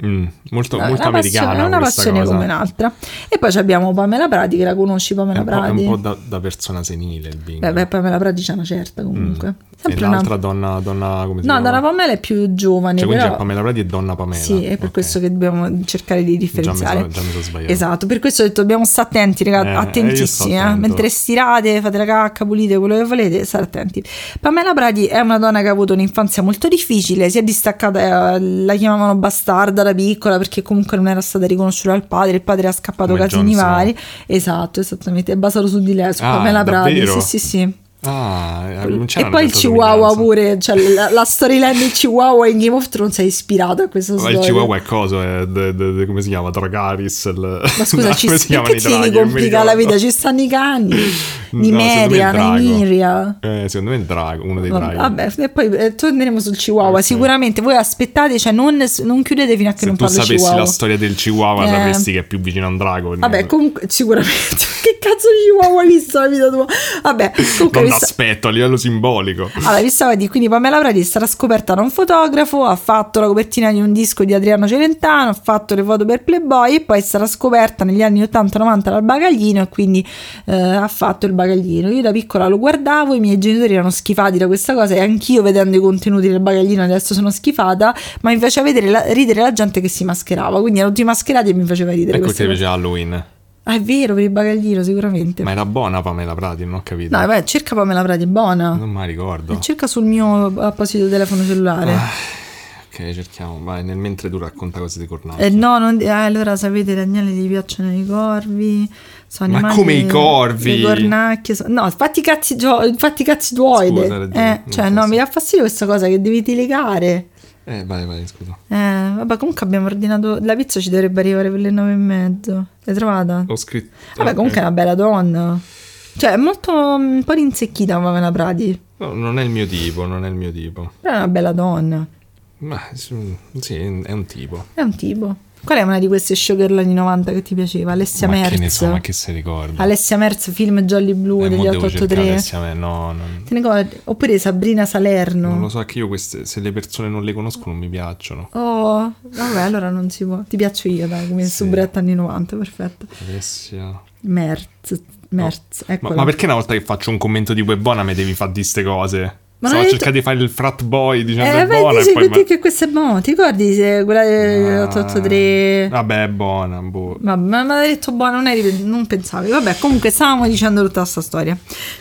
S2: Mm, molto
S1: È
S2: molto
S1: una
S2: americana
S1: passione- è una
S2: questa
S1: passione
S2: cosa.
S1: come un'altra. E poi ci abbiamo Pamela Prati, che la conosci
S2: È
S1: Pamela
S2: un po', è
S1: Prati?
S2: un po' da, da persona senile il bingo.
S1: Beh, beh, Pamela Prati c'è una
S2: Mm,
S1: certa comunque.
S2: e
S1: Sempre una...
S2: l'altra donna, donna come si
S1: No,
S2: chiama?
S1: dalla Pamela è più giovane,
S2: diciamo. Cioè, quindi
S1: però...
S2: c'è Pamela Prati e donna Pamela.
S1: Sì, è per
S2: Ok.
S1: questo che dobbiamo cercare di differenziare.
S2: Già mi sono- già mi sono sbagliato.
S1: Esatto, per questo ho detto dobbiamo stare attenti, raga,
S2: Eh,
S1: attentissimi.
S2: eh, io sto
S1: eh.
S2: attento.
S1: Mentre stirate, fate la cacca, pulite quello che volete, stare attenti. Pamela Prati è una donna che ha avuto un'infanzia molto difficile, si è distaccata, eh, la chiamavano bastarda da piccola perché comunque non era stata riconosciuta dal padre, il padre era scappato
S2: Come
S1: casini
S2: Johnson.
S1: vari. Esatto, esattamente, è basato su di lei, su
S2: Ah,
S1: Pamela Prati.
S2: davvero?
S1: Sì, sì, sì.
S2: Ah, non
S1: e poi il
S2: c'erano realtà
S1: Chihuahua
S2: statunitense.
S1: pure, cioè la, la storyline del Chihuahua in Game of Thrones è ispirata a questa
S2: Ma
S1: storia.
S2: il Chihuahua è coso, è de- de- de- come si chiama? Dragaris. il-
S1: Ma scusa,
S2: no,
S1: ci,
S2: come si chiamano
S1: perché
S2: i
S1: ci
S2: draghi?
S1: li
S2: Non mi
S1: complica la
S2: ricordo.
S1: vita? Ci stanno i cani,
S2: No, secondo me è il
S1: Nimeria,
S2: drago.
S1: Nemiria.
S2: Eh, secondo me è il drago, uno dei draghi.
S1: Vabbè, e poi eh, torneremo sul Chihuahua.
S2: Ok.
S1: Sicuramente voi aspettate, cioè non, non chiudete fino a che
S2: Se
S1: non
S2: tu
S1: parlo
S2: sapessi
S1: Chihuahua.
S2: la storia del Chihuahua,
S1: Eh.
S2: sapresti che è più vicino a un drago.
S1: Vabbè, comunque, sicuramente. che cazzo di Chihuahua hai visto la vita tua? Vabbè, comunque,
S2: non
S1: vi sta-
S2: l'aspetto a livello simbolico.
S1: Allora, vi stavo a dire, quindi Pamela Prati è stata scoperta da un fotografo, ha fatto la copertina di un disco di Adriano Celentano, ha fatto le foto per Playboy e poi è stata scoperta negli anni 80-90 dal bagaglino e quindi eh, ha fatto il bagaglino. Io da piccola lo guardavo, i miei genitori erano schifati da questa cosa e anch'io vedendo i contenuti del bagaglino adesso sono schifata, ma mi faceva vedere la- ridere la gente che si mascherava, quindi erano tutti mascherati e mi faceva ridere
S2: Ecco
S1: questa
S2: che
S1: cosa.
S2: piace Halloween.
S1: Ah, è vero, per il bagaglino sicuramente.
S2: Ma era buona Pamela Prati, non ho capito.
S1: No, Eh, beh, cerca Pamela Prati, è buona.
S2: Non mi ricordo.
S1: Cerca sul mio apposito telefono cellulare.
S2: Ok, cerchiamo. Vai, nel mentre tu racconta cose di Cornacchia.
S1: certo. Eh, no, non- eh, allora sapete, Daniele gli piacciono i corvi. Sono
S2: Ma
S1: animali-
S2: come i corvi?
S1: Le cornacchie. so- no, fatti i cazzi, gio- fatti i cazzi tuoi.
S2: Scusa,
S1: eh.
S2: ragione,
S1: Eh,
S2: non
S1: cioè,
S2: posso.
S1: no, mi dà fastidio questa cosa che devi delegare.
S2: Eh, vai, vai, scusa.
S1: Eh, vabbè, comunque abbiamo ordinato. La pizza ci dovrebbe arrivare per le nove e mezzo. L'hai trovata?
S2: Ho scritto. eh,
S1: Vabbè,
S2: Oh, ok.
S1: comunque è una bella donna. Cioè, è molto mm, un po' rinsecchita Pamela Prati.
S2: No, non è il mio tipo, non è il mio tipo.
S1: Però è una bella donna.
S2: Ma sì, è un tipo.
S1: È un tipo. Qual è una di queste showgirl anni 90 che ti piaceva? Alessia
S2: ma
S1: Merz.
S2: che ne so, ma che se ricorda?
S1: Alessia Merz, film Jolly Blue
S2: Eh, mo
S1: degli
S2: devo cercare
S1: 883.
S2: assieme- No, non,
S1: Te ne ricordi? Oppure Sabrina Salerno.
S2: non lo so, anche io queste, se le persone non le conoscono non mi piacciono.
S1: Oh, vabbè, allora non si può. Ti piaccio io, dai, come
S2: Sì.
S1: subretta anni 90, perfetto.
S2: Alessia...
S1: Merz, Merz,
S2: Ma,
S1: eccola.
S2: ma perché una volta che faccio un commento tipo è buona mi devi fare di ste cose?
S1: Ma non
S2: Stavo
S1: hai detto-
S2: cercando di fare il frat boy dicendo
S1: Eh,
S2: è
S1: beh,
S2: buona
S1: dice
S2: e poi...
S1: che, ti- che questa è buona. Ti ricordi se quella
S2: Ah,
S1: del 883?
S2: Vabbè, è buona, boh.
S1: Ma, ma, ma l'hai detto buono, non, eri- non pensavi. Vabbè, comunque stavamo dicendo tutta questa storia.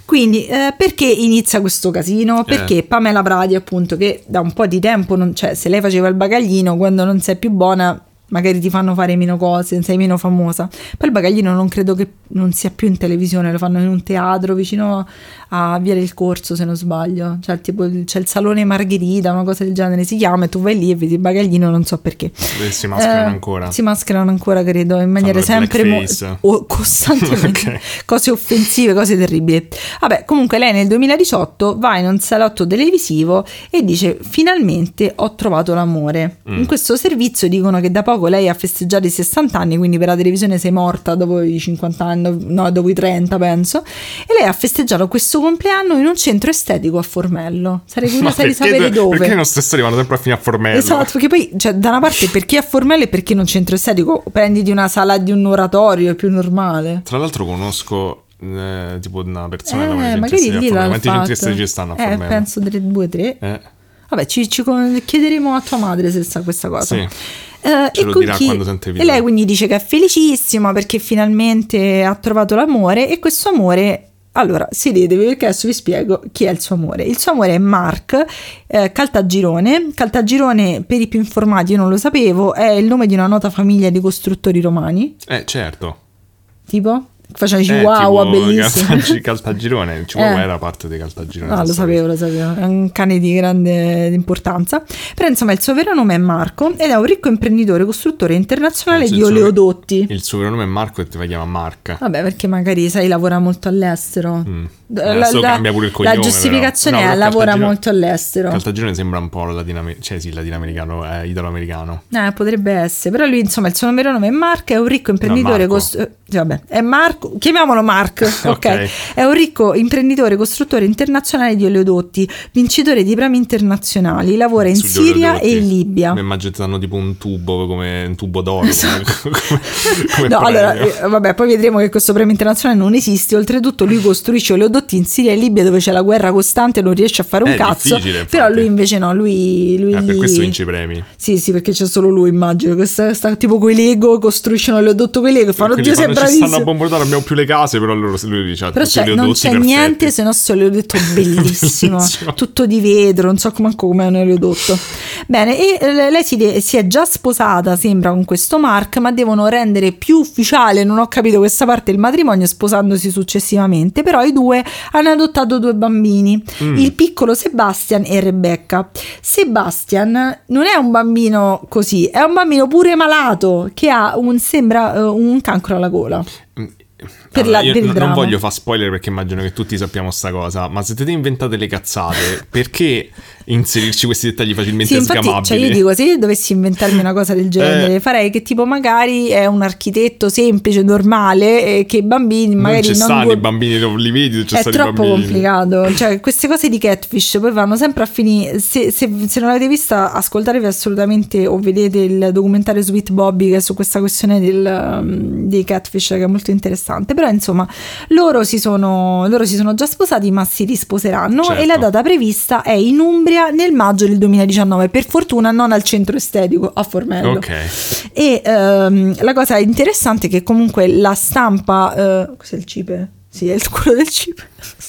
S1: Quindi, eh, perché inizia questo casino? Perché Pamela Prati, appunto, che da un po' di tempo, non- cioè, se lei faceva il bagaglino, quando non sei più buona, magari ti fanno fare meno cose, sei meno famosa. Poi il bagaglino non credo che non sia più in televisione, lo fanno in un teatro vicino a Via del Corso, se non sbaglio. Cioè, tipo, il- c'è il Salone Margherita, una cosa del genere si chiama, e tu vai lì e vedi il bagaglino, non so perché.
S2: E si mascherano
S1: Eh,
S2: ancora.
S1: Si mascherano ancora, credo, in maniera
S2: il
S1: sempre
S2: blackface.
S1: o- costantemente cose offensive, cose terribili. Vabbè, comunque lei nel 2018 va in un salotto televisivo e dice "Finalmente ho trovato l'amore".
S2: Mm.
S1: In questo servizio dicono che da poco lei ha festeggiato i 60 anni, quindi per la televisione sei morta dopo i 50 anni, no, dopo i 30, penso. E lei ha festeggiato questo compleanno in un centro estetico a Formello. Sarei
S2: Ma
S1: curiosa di
S2: perché,
S1: sapere dove.
S2: perché i nostri storie vanno sempre a fine a formello?
S1: Esatto, perché poi cioè, da una parte per chi è a Formello e per chi non centro estetico, prenditi una sala di un oratorio, è più normale.
S2: Tra l'altro conosco eh, tipo una persona che
S1: Eh,
S2: lavora nei centri
S1: magari
S2: estetici
S1: lì
S2: a
S1: l'ha
S2: Formello. Quanti centri
S1: fatto.
S2: estetici stanno a
S1: Eh,
S2: Formello?
S1: penso 3, 2, 3.
S2: Eh,
S1: Vabbè, ci, ci con- chiederemo a tua madre se sa questa cosa.
S2: Sì.
S1: Eh,
S2: Ce lo
S1: con
S2: dirà quando sente il
S1: e
S2: video.
S1: lei quindi dice che è felicissima perché finalmente ha trovato l'amore e questo amore, allora, si ridevi perché adesso vi spiego chi è il suo amore. Il suo amore è Mark eh, Caltagirone. Caltagirone, per i più informati, io non lo sapevo, è il nome di una nota famiglia di costruttori romani,
S2: eh, certo.
S1: tipo, facciano i
S2: Eh,
S1: chihuahua,
S2: tipo
S1: ah, bellissimo.
S2: Caltag- Caltagirone, il Chihuahua
S1: Eh.
S2: era parte dei Caltagirone.
S1: No, Ah, lo sapevo, lo sapevo, è un cane di grande importanza. Però insomma il suo vero nome è Marco ed è un ricco imprenditore, costruttore internazionale
S2: Nel
S1: di
S2: senso che-
S1: oleodotti.
S2: Il suo vero nome è Marco e ti chiama Marca.
S1: Vabbè, perché magari sai, lavora molto all'estero. D-
S2: Mm. Eh, Adesso cambia pure il cognome,
S1: La
S2: però.
S1: giustificazione
S2: No,
S1: è
S2: però
S1: lavora
S2: Caltagirone-
S1: molto all'estero.
S2: Caltagirone sembra un po' latinoamericano, cioè sì, latinoamericano, eh, italoamericano.
S1: Eh, potrebbe essere, però lui insomma il suo vero nome è Mark, è un ricco imprenditore
S2: Marco.
S1: costru- eh, sì, vabbè, è Marco, chiamiamolo Mark, ok.
S2: Ok.
S1: È un ricco imprenditore costruttore internazionale di oleodotti, vincitore di premi internazionali, lavora in
S2: Sugli
S1: Siria e
S2: oleodotti.
S1: in Libia.
S2: Mi immagino che danno tipo un tubo, come un tubo d'oro. come- come- come
S1: Esatto. No,
S2: premio.
S1: allora, eh, vabbè, poi vedremo che questo premio internazionale non esiste. Oltretutto, lui costruisce oleodotti in Siria e Libia dove c'è la guerra costante, non riesce a fare un
S2: È
S1: cazzo.
S2: Eh, difficile, infatti.
S1: Però lui invece no, lui. lui
S2: Eh, per
S1: gli-
S2: questo vince i premi.
S1: Sì, sì, perché c'è solo lui, immagino. Questa, sta tipo coi Lego, costruiscono l'odotto coi Lego e fanno
S2: Quindi
S1: Dio, sei
S2: quando ci stanno a
S1: bravissimo.
S2: bombardare abbiamo più le case, però loro, lui dice: "Ah,
S1: Però
S2: tutti
S1: c'è-
S2: gli
S1: non
S2: odotti
S1: c'è
S2: perfetti".
S1: niente se no se l'oleodotto è bellissimo,
S2: Bellissimo.
S1: tutto di vetro, non so come manco com'è un oleodotto. Bene, e eh, lei si, de- si è già sposata, sembra, con questo Mark, ma devono rendere più ufficiale, non ho capito questa parte, il matrimonio sposandosi successivamente, però i due hanno adottato due bambini,
S2: Mm.
S1: il piccolo Sebastian e Rebecca. Sebastian non è un bambino così, è un bambino pure malato che ha un, sembra, eh, un cancro alla gola. per
S2: Allora,
S1: la-
S2: io
S1: per il
S2: non
S1: dramma.
S2: voglio fare spoiler perché immagino che tutti sappiamo sta cosa, ma se te ne inventate le cazzate, perché inserirci questi dettagli facilmente
S1: Sì, infatti,
S2: sgamabili?
S1: cioè io dico, se io dovessi inventarmi una cosa del genere,
S2: Eh.
S1: farei che tipo magari è un architetto semplice, normale, eh, che i bambini
S2: non
S1: magari
S2: ci
S1: non
S2: stanno
S1: gu-
S2: i bambini, non li vedi, ci
S1: è
S2: stanno i
S1: troppo
S2: bambini.
S1: complicato, cioè queste cose di catfish poi vanno sempre a finire, se, se- se non l'avete vista ascoltatevi assolutamente o vedete il documentario Sweet Bobby che è su questa questione del, um, dei catfish che è molto interessante, però insomma loro si sono, loro si sono già sposati ma si risposeranno
S2: Certo.
S1: e la data prevista è in Umbria nel maggio del 2019, per fortuna non al centro estetico a Formello.
S2: Ok,
S1: E ehm, la cosa interessante è che comunque la stampa. eh, cos'è il cipe? Sì, è il culo del cipe.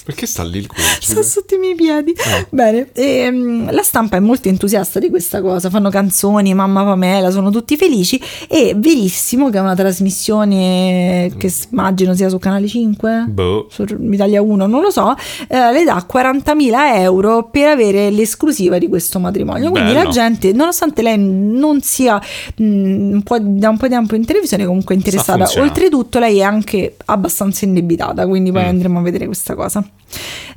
S2: perché sta lì il Ah. culo?
S1: Sta sotto i miei piedi. Bene, ehm, la stampa è molto entusiasta di questa cosa. Fanno canzoni, mamma Pamela, sono tutti felici. E verissimo che è una trasmissione che s- immagino sia su Canale 5.
S2: Boh.
S1: Su Italia 1, non lo so, eh, le dà 40.000 euro per avere l'esclusiva di questo matrimonio. Quindi
S2: Bello.
S1: la gente, nonostante lei non sia mh, un po' da un po' di tempo in televisione, è comunque interessata.
S2: funzionando.
S1: Oltretutto, lei è anche abbastanza indebitata, quindi poi
S2: Mm.
S1: andremo a vedere questa cosa.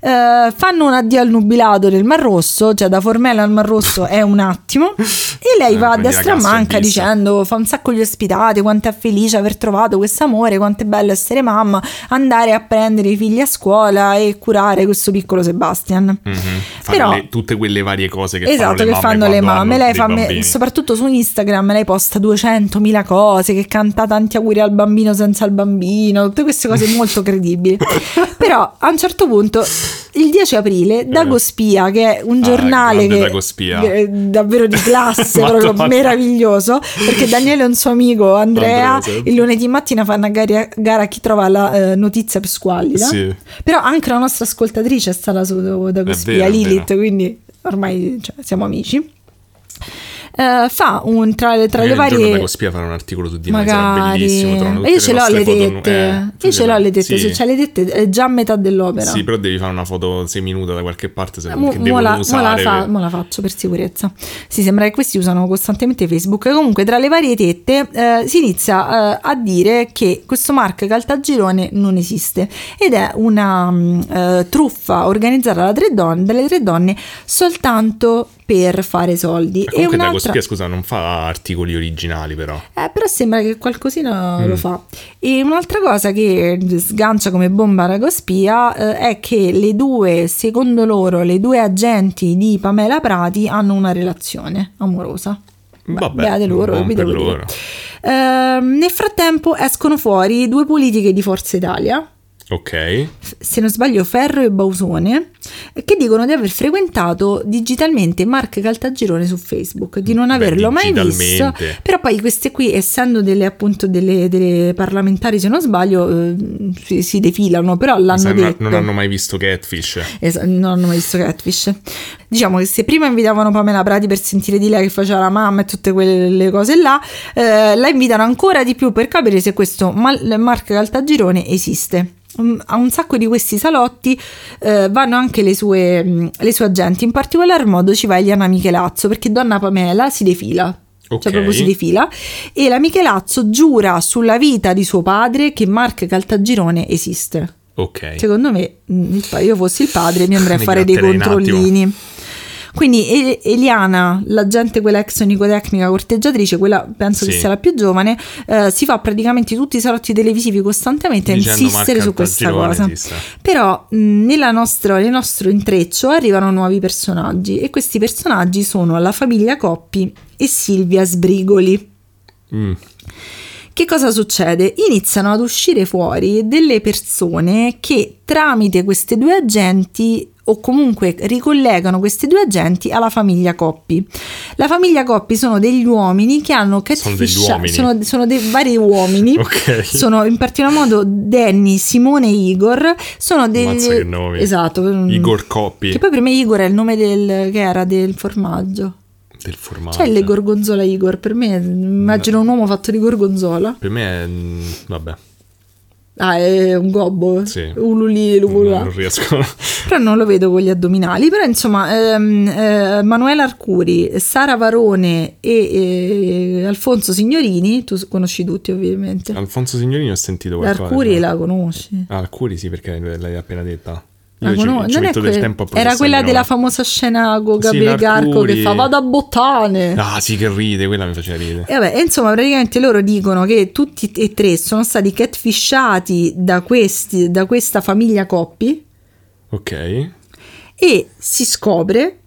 S1: Eh, fanno un addio al nubilato del Mar Rosso, cioè da Formella al Mar Rosso è un attimo, e lei
S2: Eh,
S1: va a
S2: quindi
S1: destra e
S2: ragazzo è
S1: manca
S2: bis.
S1: dicendo: Fa un sacco gli ospitati, quanto è felice aver trovato questo amore, quanto è bello essere mamma, andare a prendere i figli a scuola e curare questo piccolo Sebastian.
S2: Mhm. Fanno
S1: Mm-hmm. Però-
S2: le- tutte quelle varie cose che
S1: esatto, che fanno
S2: fanno
S1: le
S2: le mamme quando
S1: mamme.
S2: hanno
S1: Lei
S2: dei
S1: fa me-
S2: bambini.
S1: soprattutto su Instagram, lei posta 200.000 cose, che canta tanti auguri al bambino senza il bambino, tutte queste cose molto credibili. Però a un certo punto, il 10 aprile, Dagospia, che è un
S2: Eh. Ah,
S1: giornale
S2: grande
S1: che
S2: Dagospia.
S1: eh, davvero di classe, proprio
S2: Madonna.
S1: meraviglioso, perché Daniele e un suo amico Andrea,
S2: Andrea, sì.
S1: il lunedì mattina fanno a gara, gara a chi trova la eh, notizia più squallida.
S2: Sì.
S1: Però anche la nostra ascoltatrice è stata su Dagospia,
S2: vero, è
S1: Lilith,
S2: vero.
S1: quindi ormai cioè, siamo amici. Eh, fa un tra le, tra le
S2: Magari un Eh, giorno da
S1: varie
S2: Cospia fare un articolo su di noi sarà
S1: magari
S2: bellissimo. trovano
S1: Ma
S2: tutte
S1: io ce l'ho
S2: nostre
S1: le
S2: foto nu-
S1: tette
S2: eh, tu
S1: io ce l'ho le tette
S2: sì.
S1: se c'è le tette è già a metà dell'opera
S2: Sì, però devi fare una foto 6 minuta da qualche parte se
S1: Eh, Mo,
S2: che
S1: mo
S2: devono
S1: la, mo la
S2: usare.
S1: fa-
S2: per-
S1: mo la faccio per sicurezza. Sì, sembra che questi usano costantemente Facebook. Comunque, tra le varie tette eh, si inizia eh, a dire che questo Mark Caltagirone non esiste ed è una mm, eh, truffa organizzata da tre donne, dalle tre donne soltanto per fare soldi.
S2: Ma comunque da
S1: un'altra-
S2: Cospia, scusa, non fa articoli originali però.
S1: eh, però sembra che qualcosina
S2: Mm.
S1: lo fa. E un'altra cosa che sgancia come bomba Ragospia eh, è che le due, secondo loro, le due agenti di Pamela Prati hanno una relazione amorosa. Beh,
S2: Vabbè,
S1: beate loro,
S2: buon
S1: vi
S2: per
S1: devo dire.
S2: loro.
S1: Ehm, nel frattempo escono fuori due politiche di Forza Italia
S2: Ok.
S1: se non sbaglio Ferro e Bausone, che dicono di aver frequentato digitalmente Mark Caltagirone su Facebook, di non
S2: Beh,
S1: averlo mai visto.
S2: digitalmente.
S1: Però poi queste qui, essendo delle appunto delle, delle parlamentari, se non sbaglio, eh, si, si defilano, però l'hanno
S2: Sai, non-
S1: detto.
S2: non hanno mai visto Catfish.
S1: Esa- non hanno mai visto Catfish. Diciamo che se prima invitavano Pamela Prati per sentire di lei che faceva la mamma e tutte quelle cose là, eh, la invitano ancora di più per capire se questo mal- Mark Caltagirone esiste. Mm, A un sacco di questi salotti eh, vanno anche le sue, mm, le sue agenti, in particolar modo ci va Eliana Michelazzo perché Donna Pamela si defila.
S2: Ok.
S1: Cioè, proprio si defila. E la Michelazzo giura sulla vita di suo padre che Mark Caltagirone esiste.
S2: Ok.
S1: Secondo me, mh, il pa- io fossi il padre, mi andrei a
S2: Mi
S1: fare dei
S2: gratterei un
S1: controllini. Quindi E- Eliana, l'agente, quella ex onicotecnica corteggiatrice, quella penso che
S2: Sì.
S1: sia la più giovane, eh, si fa praticamente tutti i salotti televisivi costantemente a
S2: Dicendo
S1: insistere
S2: Marco
S1: su questa
S2: Caltagirone
S1: cosa.
S2: esiste.
S1: Però mh, nella nostra- nel nostro intreccio arrivano nuovi personaggi e questi personaggi sono la famiglia Coppi e Silvia Sbrigoli.
S2: Mm.
S1: Che cosa succede? Iniziano ad uscire fuori delle persone che tramite queste due agenti o comunque ricollegano questi due agenti alla famiglia Coppi. La famiglia Coppi sono degli uomini che hanno
S2: Sono degli
S1: catfishato,
S2: uomini.
S1: sono, sono dei vari uomini,
S2: Ok.
S1: sono in particolar modo Danny, Simone e Igor, sono degli...
S2: Mazza che nomi.
S1: Esatto. mm.
S2: Igor Coppi
S1: Che poi per me Igor è il nome del, che era del formaggio.
S2: del formaggio.
S1: C'è il gorgonzola Igor, per me immagino un uomo fatto di gorgonzola.
S2: Per me è... mm, vabbè,
S1: Ah, è un gobbo.
S2: Sì.
S1: Ululi, lulula.
S2: non riesco.
S1: Però non lo vedo con gli addominali. Però insomma, ehm, eh, Manuela Arcuri, Sara Varone e eh, Alfonso Signorini, tu conosci tutti ovviamente.
S2: Alfonso Signorini ho sentito qualcosa.
S1: L'Arcuri
S2: no?
S1: la conosci.
S2: Ah, Arcuri sì, perché l'hai appena detta.
S1: La
S2: Io ci,
S1: conos-
S2: ci
S1: Ah, non è
S2: metto del
S1: que-
S2: tempo a
S1: Era
S2: processare
S1: quella
S2: di
S1: della
S2: nuovo.
S1: famosa scena con
S2: Sì,
S1: Gabriele Garco che
S2: l'Arcuri.
S1: fa vado a bottane.
S2: Ah, sì, che ride, quella mi faceva ridere.
S1: E vabbè, e insomma, praticamente loro dicono che tutti e tre sono stati catfishati da, questi, da questa famiglia Coppi
S2: Ok.
S1: e si scopre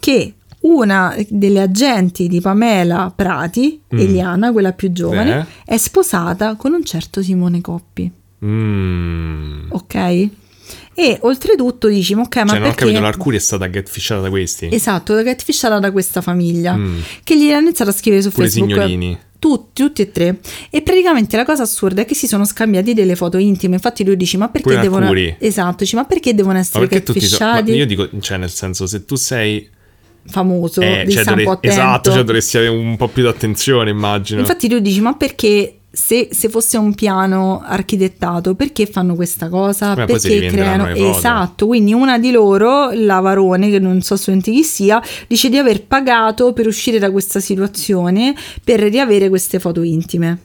S1: che una delle agenti di Pamela Prati,
S2: Mm.
S1: Eliana, quella più giovane, è sposata con un certo Simone Coppi,
S2: Mm.
S1: ok? E oltretutto dici, ma ok, ma
S2: Cioè, non ho
S1: perché...
S2: capito, l'Arcuri è stata catfishata da questi.
S1: Esatto, catfishata da questa famiglia,
S2: Mm.
S1: che gli hanno iniziato a scrivere su
S2: Pure
S1: Facebook.
S2: Signorini.
S1: Tutti, tutti e tre. E praticamente la cosa assurda è che si sono scambiati delle foto intime. Infatti lui dice: Ma perché
S2: Pure
S1: devono.
S2: Arcuri.
S1: Esatto, dice, ma perché devono
S2: Ma
S1: essere
S2: perché tutti so- ma
S1: catfishati?
S2: Io dico, cioè, nel senso, se tu sei.
S1: Famoso
S2: eh,
S1: di
S2: cioè,
S1: San
S2: dovre-
S1: po' attento.
S2: esatto, cioè, dovresti avere un po' più di attenzione, immagino.
S1: Infatti lui dice: Ma perché se, se fosse un piano architettato, perché fanno questa cosa?
S2: Beh, poi si
S1: perché
S2: rivenderanno
S1: creano.
S2: le foto.
S1: Esatto. Quindi una di loro, la Varone, che non so assolutamente chi sia, dice di aver pagato per uscire da questa situazione per riavere queste foto intime.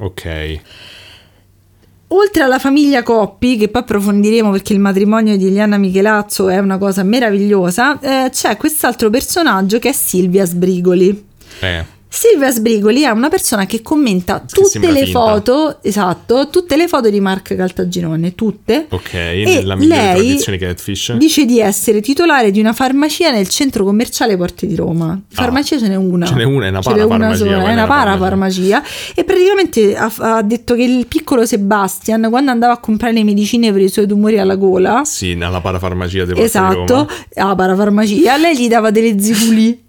S2: Ok.
S1: Oltre alla famiglia Coppi, che poi approfondiremo perché il matrimonio di Eliana Michelazzo è una cosa meravigliosa, eh, c'è quest'altro personaggio che è Silvia Sbrigoli.
S2: Eh,
S1: Silvia Sbrigoli è una persona che commenta tutte
S2: sembra
S1: le
S2: finta.
S1: foto, esatto, tutte le foto di Mark Caltagirone, tutte.
S2: ok.
S1: E
S2: nella migliore
S1: lei
S2: tradizione catfish.
S1: Dice di essere titolare di una farmacia nel centro commerciale Porte di Roma. Farmacia ce n'è una.
S2: Ah, Ce n'è una, è una
S1: Ce n'è
S2: parafarmacia,
S1: sola,
S2: quella
S1: è
S2: è
S1: una
S2: una
S1: parafarmacia. E praticamente ha, ha detto che il piccolo Sebastian, quando andava a comprare le medicine per i suoi tumori alla gola,
S2: Sì, alla parafarmacia di Porta di
S1: esatto,
S2: Roma.
S1: alla parafarmacia, lei gli dava delle ziguli.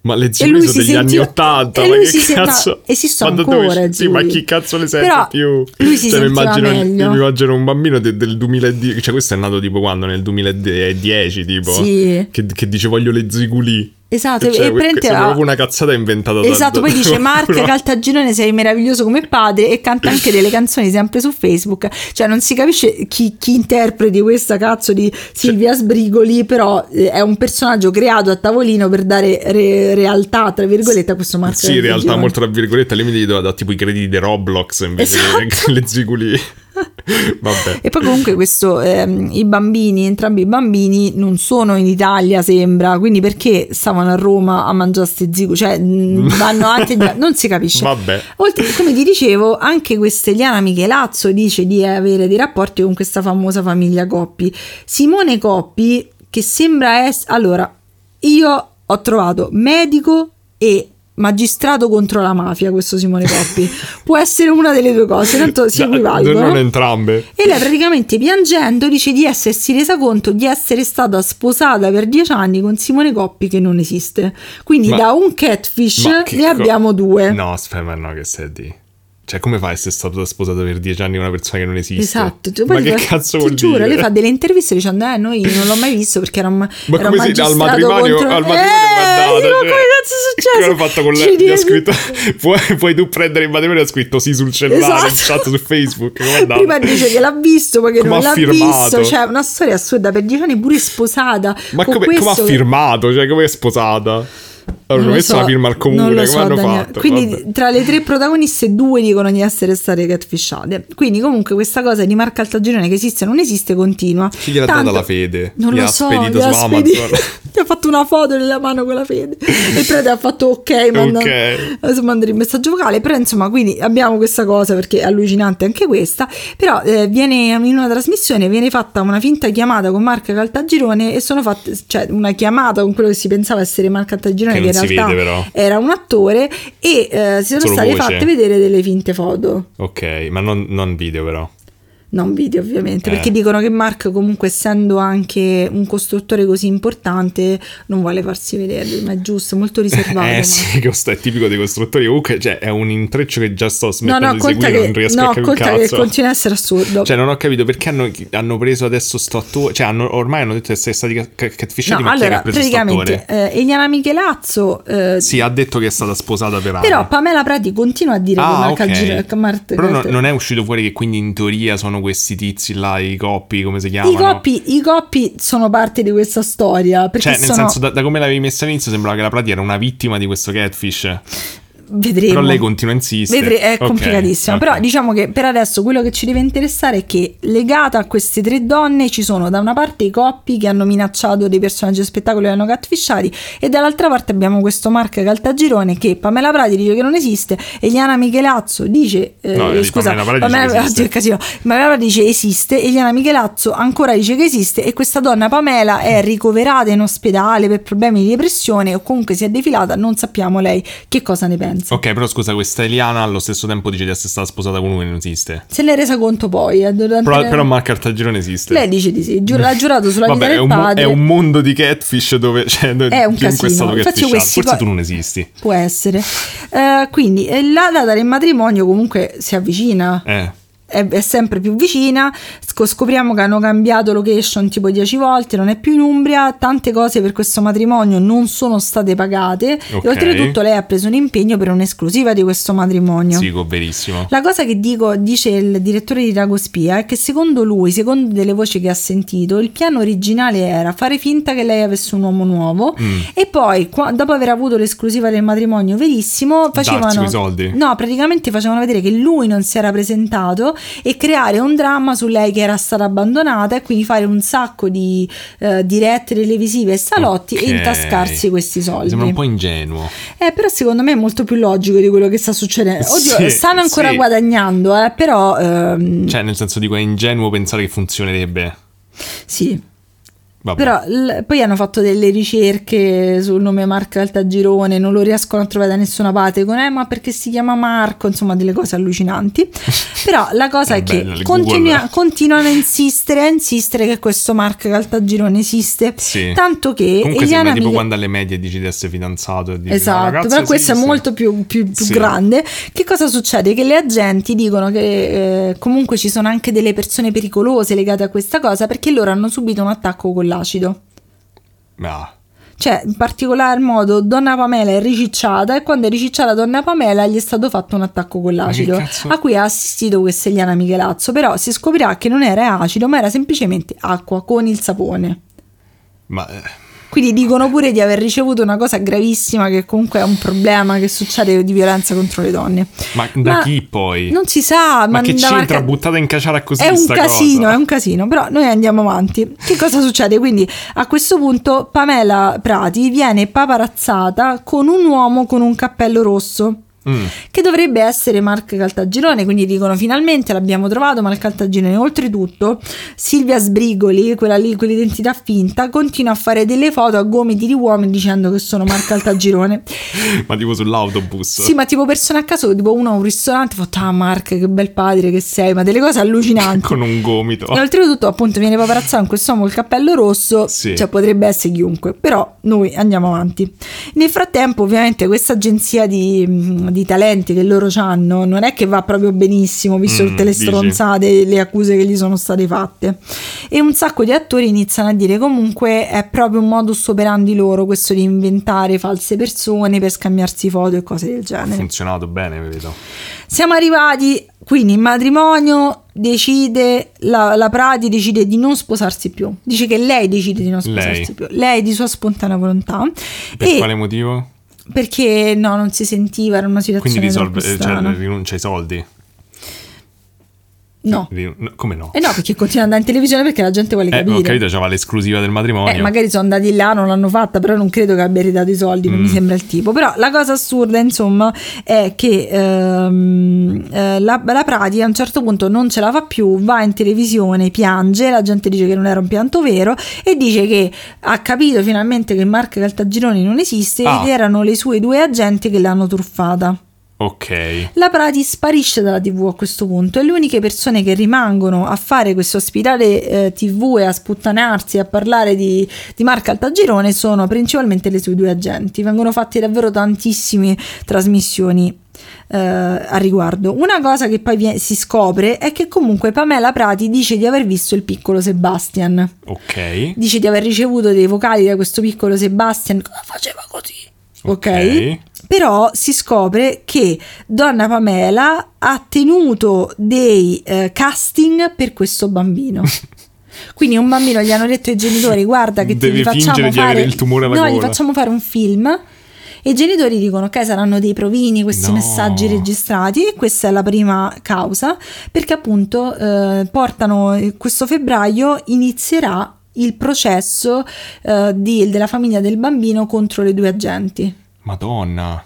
S2: Ma le
S1: E
S2: ziguli
S1: lui
S2: sono
S1: si
S2: degli
S1: sentiva-
S2: anni Ottanta.
S1: e
S2: Ma
S1: lui
S2: che
S1: si sentiva-
S2: cazzo?
S1: esistono
S2: Ma da dove-
S1: ancora,
S2: Sì, ma
S1: ziguli.
S2: chi cazzo le sente
S1: Però
S2: più? Cioè,
S1: lui si
S2: mi
S1: sentiva
S2: immagino,
S1: meglio.
S2: io mi immagino un bambino de- del 2010. Cioè, questo è nato tipo quando? Nel 2010, tipo.
S1: Sì.
S2: Che, che dice voglio le ziguli.
S1: Esatto,
S2: Cioè,
S1: e
S2: que-
S1: prende-
S2: sembra
S1: ah.
S2: proprio una cazzata inventata da-
S1: Esatto,
S2: da
S1: poi dice Mark
S2: qualcuno.
S1: Caltagirone sei meraviglioso come padre e canta anche delle canzoni sempre su Facebook, cioè non si capisce chi, chi interpreti questa cazzo di Silvia
S2: Cioè
S1: Sbrigoli, però eh, è un personaggio creato a tavolino per dare re- realtà, tra virgolette, a questo Mark
S2: Sì, in realtà,
S1: Caltagirone.
S2: molto tra virgolette, lei mi deve dare tipo i crediti di Roblox invece
S1: Esatto.
S2: che le ziguli. Vabbè.
S1: E poi comunque questo, ehm, i bambini, entrambi i bambini non sono in Italia sembra, quindi perché stavano a Roma a mangiare ste zigo? Cioè mh, vanno anche, non si capisce.
S2: Vabbè.
S1: Oltre, come ti dicevo, anche questa Eliana Michelazzo dice di avere dei rapporti con questa famosa famiglia Coppi. Simone Coppi, che sembra essere... Allora, io ho trovato medico e magistrato contro la mafia, questo Simone Coppi. Può essere una delle due cose, tanto si
S2: Da-
S1: equivalgono.
S2: Non entrambe.
S1: E lei praticamente piangendo dice di essersi resa conto di essere stata sposata per dieci anni con Simone Coppi che non esiste. Quindi
S2: Ma-
S1: da un catfish
S2: Ma
S1: ne
S2: che co-
S1: abbiamo due.
S2: No, aspetta, ma no, che sei di. Cioè, come fai se è stata sposata per dieci anni con una persona che non esiste?
S1: Esatto, Cioè,
S2: ma
S1: poi
S2: che
S1: ti- ti
S2: cazzo vuol
S1: giuro,
S2: dire?
S1: lei fa delle interviste dicendo "Eh, noi non l'ho mai visto perché era un
S2: Ma
S1: era un
S2: come si al
S1: magistrato
S2: matrimonio
S1: contro-
S2: al matrimonio
S1: eh,
S2: guardate,
S1: dico,
S2: cioè,
S1: come cazzo è successo?
S2: come l'ho fatto con
S1: Ci
S2: lei gli ha
S1: dici-
S2: scritto puoi, puoi tu prendere il matrimonio ha scritto sì sul cellulare in
S1: Esatto.
S2: chat su Facebook come andava?
S1: Prima dice che l'ha visto, poi che
S2: Come
S1: non
S2: ha
S1: l'ha
S2: firmato?
S1: visto. Cioè, una storia assurda per dieci anni pure sposata.
S2: ma
S1: con
S2: come, come
S1: questo
S2: ha
S1: che-
S2: firmato cioè come è
S1: Non
S2: sposata hanno
S1: lo
S2: messo
S1: so,
S2: la firma al
S1: non
S2: comune
S1: lo
S2: come
S1: so,
S2: hanno
S1: Daniele.
S2: fatto
S1: Quindi
S2: Vabbè.
S1: tra le tre protagoniste due dicono di essere state catfishate. Quindi comunque questa cosa di Marca Altagirone che esiste o non esiste continua.
S2: chi gliel'ha
S1: Tanto-
S2: data la fede
S1: Non
S2: Gli
S1: lo
S2: ha
S1: so,
S2: spedito
S1: gli ha
S2: su
S1: spedi-
S2: Amazon
S1: gli ha fatto una foto nella mano con la fede. E il prete ha fatto ok, manda,
S2: Ok.
S1: adesso mandare il messaggio vocale. Però insomma, quindi abbiamo questa cosa perché è allucinante anche questa. Però eh, viene in una trasmissione viene fatta una finta chiamata con Marca Caltagirone e sono fatte, cioè una chiamata con quello che si pensava essere Marca Caltagirone,
S2: Che
S1: che,
S2: non
S1: Eh, in
S2: si
S1: realtà
S2: vede, però.
S1: era un attore, e eh, si sono
S2: Solo
S1: state
S2: voce.
S1: fatte vedere delle finte foto.
S2: ok ma non, non video però
S1: non video ovviamente,
S2: Eh.
S1: perché dicono che Mark comunque essendo anche un costruttore così importante non vuole farsi vedere, ma è giusto, è molto riservato.
S2: Eh
S1: Mark.
S2: sì, questo è tipico dei costruttori. Comunque, cioè, è un intreccio che già sto
S1: No,
S2: smettendo
S1: no,
S2: di
S1: conta
S2: seguire,
S1: che,
S2: non riesco
S1: no,
S2: a capire un
S1: conta che
S2: cazzo.
S1: continua a essere assurdo.
S2: Cioè, non ho capito perché hanno, hanno preso adesso sto attore. Cioè, hanno- ormai hanno detto che sei stati ca- ca- catfisciati,
S1: no,
S2: ma chi è che
S1: allora,
S2: ha preso sto
S1: praticamente
S2: attore?
S1: eh, Eliana Michelazzo, eh,
S2: Sì, ha detto che è stata sposata per anni.
S1: però Pamela Prati continua a dire
S2: Ah,
S1: che Mark Gir-
S2: ok.
S1: che Mark-
S2: Però no- non è uscito fuori che quindi in teoria sono questi tizi là, i coppi, come si chiamano?
S1: I coppi, i coppi sono parte di questa storia perché
S2: Cioè, nel
S1: sono...
S2: senso, da, da come l'avevi messa all'inizio sembrava che la Prati era una vittima di questo catfish.
S1: vedremo.
S2: Però lei continua a insistere.
S1: Vedre- è
S2: Ok,
S1: complicatissima.
S2: ok.
S1: Però diciamo che per adesso quello che ci deve interessare è che legata a queste tre donne ci sono da una parte i coppi che hanno minacciato dei personaggi del spettacolo e li hanno catfisciati e dall'altra parte abbiamo questo Mark Caltagirone che Pamela Prati dice che non esiste, Eliana Michelazzo dice eh,
S2: No, di
S1: scusa,
S2: Pamela Prati dice che esiste.
S1: oddio, è casino. Pamela Prati dice esiste, Eliana Michelazzo ancora dice che esiste e questa donna Pamela
S2: Mm.
S1: è ricoverata in ospedale per problemi di depressione o comunque si è defilata, non sappiamo lei che cosa ne pensa.
S2: Ok, però scusa, questa Eliana allo stesso tempo dice di essere stata sposata con uno che non esiste.
S1: Se l'è resa conto poi, eh, durante
S2: Però,
S1: la-
S2: però Mark Cartagirone esiste.
S1: lei dice di sì, giu- l'ha giurato sulla
S2: Vabbè,
S1: vita
S2: è
S1: del
S2: un, mo-
S1: padre.
S2: è un mondo di catfish dove cioè, dove
S1: È un casino.
S2: chiunque è stato
S1: Infatti
S2: catfishato.
S1: questi
S2: Forse
S1: poi-
S2: tu non esisti.
S1: Può essere. Eh, quindi eh, la data del matrimonio comunque si avvicina.
S2: Eh.
S1: È, è sempre più vicina, sco- scopriamo che hanno cambiato location tipo 10 volte, non è più in Umbria, tante cose per questo matrimonio non sono state pagate
S2: Ok.
S1: e oltretutto lei ha preso un impegno per un'esclusiva di questo matrimonio.
S2: Sì, verissimo.
S1: La cosa che dico, dice il direttore di Ragospia è che secondo lui, secondo delle voci che ha sentito, il piano originale era fare finta che lei avesse un uomo nuovo
S2: Mm.
S1: e poi, qua- dopo aver avuto l'esclusiva del matrimonio verissimo,
S2: Darsi quei
S1: facevano...
S2: soldi.
S1: No, praticamente facevano vedere che lui non si era presentato e creare un dramma su lei che era stata abbandonata e quindi fare un sacco di eh, dirette televisive e salotti
S2: Ok.
S1: e intascarsi questi
S2: Mi
S1: soldi.
S2: sembra un po' ingenuo.
S1: Eh, però secondo me è molto più logico di quello che sta succedendo. Oddio,
S2: Eh, Sì,
S1: stanno ancora
S2: sì.
S1: guadagnando, eh, però ehm,
S2: Cioè, nel senso dico, è ingenuo pensare che funzionerebbe.
S1: sì.
S2: Vabbè.
S1: Però l- poi hanno fatto delle ricerche sul nome Marco Altagirone, non lo riescono a trovare da nessuna parte, con eh, ma perché si chiama Marco, insomma delle cose allucinanti. Però la cosa è
S2: Eh,
S1: che
S2: beh, il
S1: continua-
S2: Google.
S1: continuano a insistere, a insistere che questo Marco Altagirone esiste.
S2: Sì.
S1: Tanto che
S2: Comunque
S1: eh, Eliana
S2: sembra tipo
S1: Miche-
S2: quando alle medie dici di essere fidanzato e dici, "No,
S1: Esatto,
S2: ragazzi,
S1: però questo
S2: esiste".
S1: è molto più, più- più
S2: Sì.
S1: grande. Che cosa succede? Che le agenti dicono che eh, comunque ci sono anche delle persone pericolose legate a questa cosa perché loro hanno subito un attacco con l'acido.
S2: Ah.
S1: Cioè, in particolar modo, Donna Pamela è ricicciata e quando è ricicciata Donna Pamela gli è stato fatto un attacco con l'acido,
S2: che cazzo?
S1: a cui ha assistito questa Eliana Michelazzo, però si scoprirà che non era acido, ma era semplicemente acqua con il sapone.
S2: Ma eh,
S1: Quindi dicono pure di aver ricevuto una cosa gravissima che comunque è un problema che succede di violenza contro le donne.
S2: Ma da chi poi?
S1: Non si sa,
S2: Ma che
S1: da
S2: c'entra
S1: Marca-
S2: buttata in caciara così
S1: È un
S2: sta
S1: casino,
S2: cosa?
S1: è un casino, però noi andiamo avanti. Che cosa succede? Quindi a questo punto Pamela Prati viene paparazzata con un uomo con un cappello rosso
S2: mm,
S1: che dovrebbe essere Mark Caltagirone, quindi dicono finalmente l'abbiamo trovato Mark Caltagirone. Oltretutto, Silvia Sbrigoli, quella lì, quell'identità finta, continua a fare delle foto a gomiti di uomini dicendo che sono Mark Caltagirone.
S2: ma tipo sull'autobus.
S1: sì, ma tipo persone a caso, tipo uno a un ristorante, fa ah Mark, che bel padre che sei, ma delle cose allucinanti.
S2: Con un gomito.
S1: E oltretutto, appunto, viene paparazzato in quest'uomo col cappello rosso,
S2: Sì.
S1: cioè potrebbe essere chiunque, però noi andiamo avanti. Nel frattempo, ovviamente, questa agenzia di, mh, di talenti che loro hanno non è che va proprio benissimo, visto
S2: Mm,
S1: tutte le
S2: dici?
S1: stronzate e le accuse che gli sono state fatte. E un sacco di attori iniziano a dire comunque è proprio un modus operandi loro questo di inventare false persone per scambiarsi foto e cose del
S2: Ha
S1: genere.
S2: funzionato bene, vedo.
S1: Siamo arrivati, quindi in matrimonio decide, la, la Prati decide di non sposarsi più. Dice che lei decide di non sposarsi
S2: Lei.
S1: più. Lei di sua spontanea volontà.
S2: Per
S1: e
S2: quale motivo?
S1: Perché no, non si sentiva, era una situazione
S2: Quindi risolve,
S1: troppo
S2: eh, cioè,
S1: strana.
S2: rinuncia ai soldi.
S1: No.
S2: Ri- no, come no?
S1: E no, perché continua ad andare in televisione perché la gente vuole
S2: Eh,
S1: capire.
S2: ho capito, c'era l'esclusiva del matrimonio.
S1: Eh, magari sono andati là, non l'hanno fatta, però non credo che abbia ridato i soldi, non mi sembra il tipo. Però la cosa assurda, insomma, è che ehm, eh, la, la Prati a un certo punto non ce la fa più, va in televisione, piange, la gente dice che non era un pianto vero e dice che ha capito finalmente che Marco Caltagironi non esiste
S2: Ah.
S1: ed erano le sue due agenti che l'hanno truffata.
S2: Ok.
S1: La Prati sparisce dalla TV a questo punto e le uniche persone che rimangono a fare questo ospitale eh, TV e a sputtanarsi e a parlare di, di Marca Altagirone sono principalmente le sue due agenti. Vengono fatte davvero tantissime trasmissioni eh, a riguardo. Una cosa che poi vie- si scopre è che comunque Pamela Prati dice di aver visto il piccolo Sebastian.
S2: Ok.
S1: Dice di aver ricevuto dei vocali da questo piccolo Sebastian. Cosa faceva così? ok? Però si scopre che Donna Pamela ha tenuto dei eh, casting per questo bambino. Quindi un bambino gli hanno detto ai genitori: Guarda, che ti
S2: Devi
S1: gli facciamo
S2: fingere di
S1: fare.
S2: avere il tumore alla
S1: no, gli
S2: gola."
S1: facciamo fare un film. E i genitori dicono: Ok, saranno dei provini questi
S2: No.
S1: messaggi registrati. E questa è la prima causa. Perché appunto eh, portano questo febbraio inizierà il processo eh, di- della famiglia del bambino contro le due agenti.
S2: Madonna.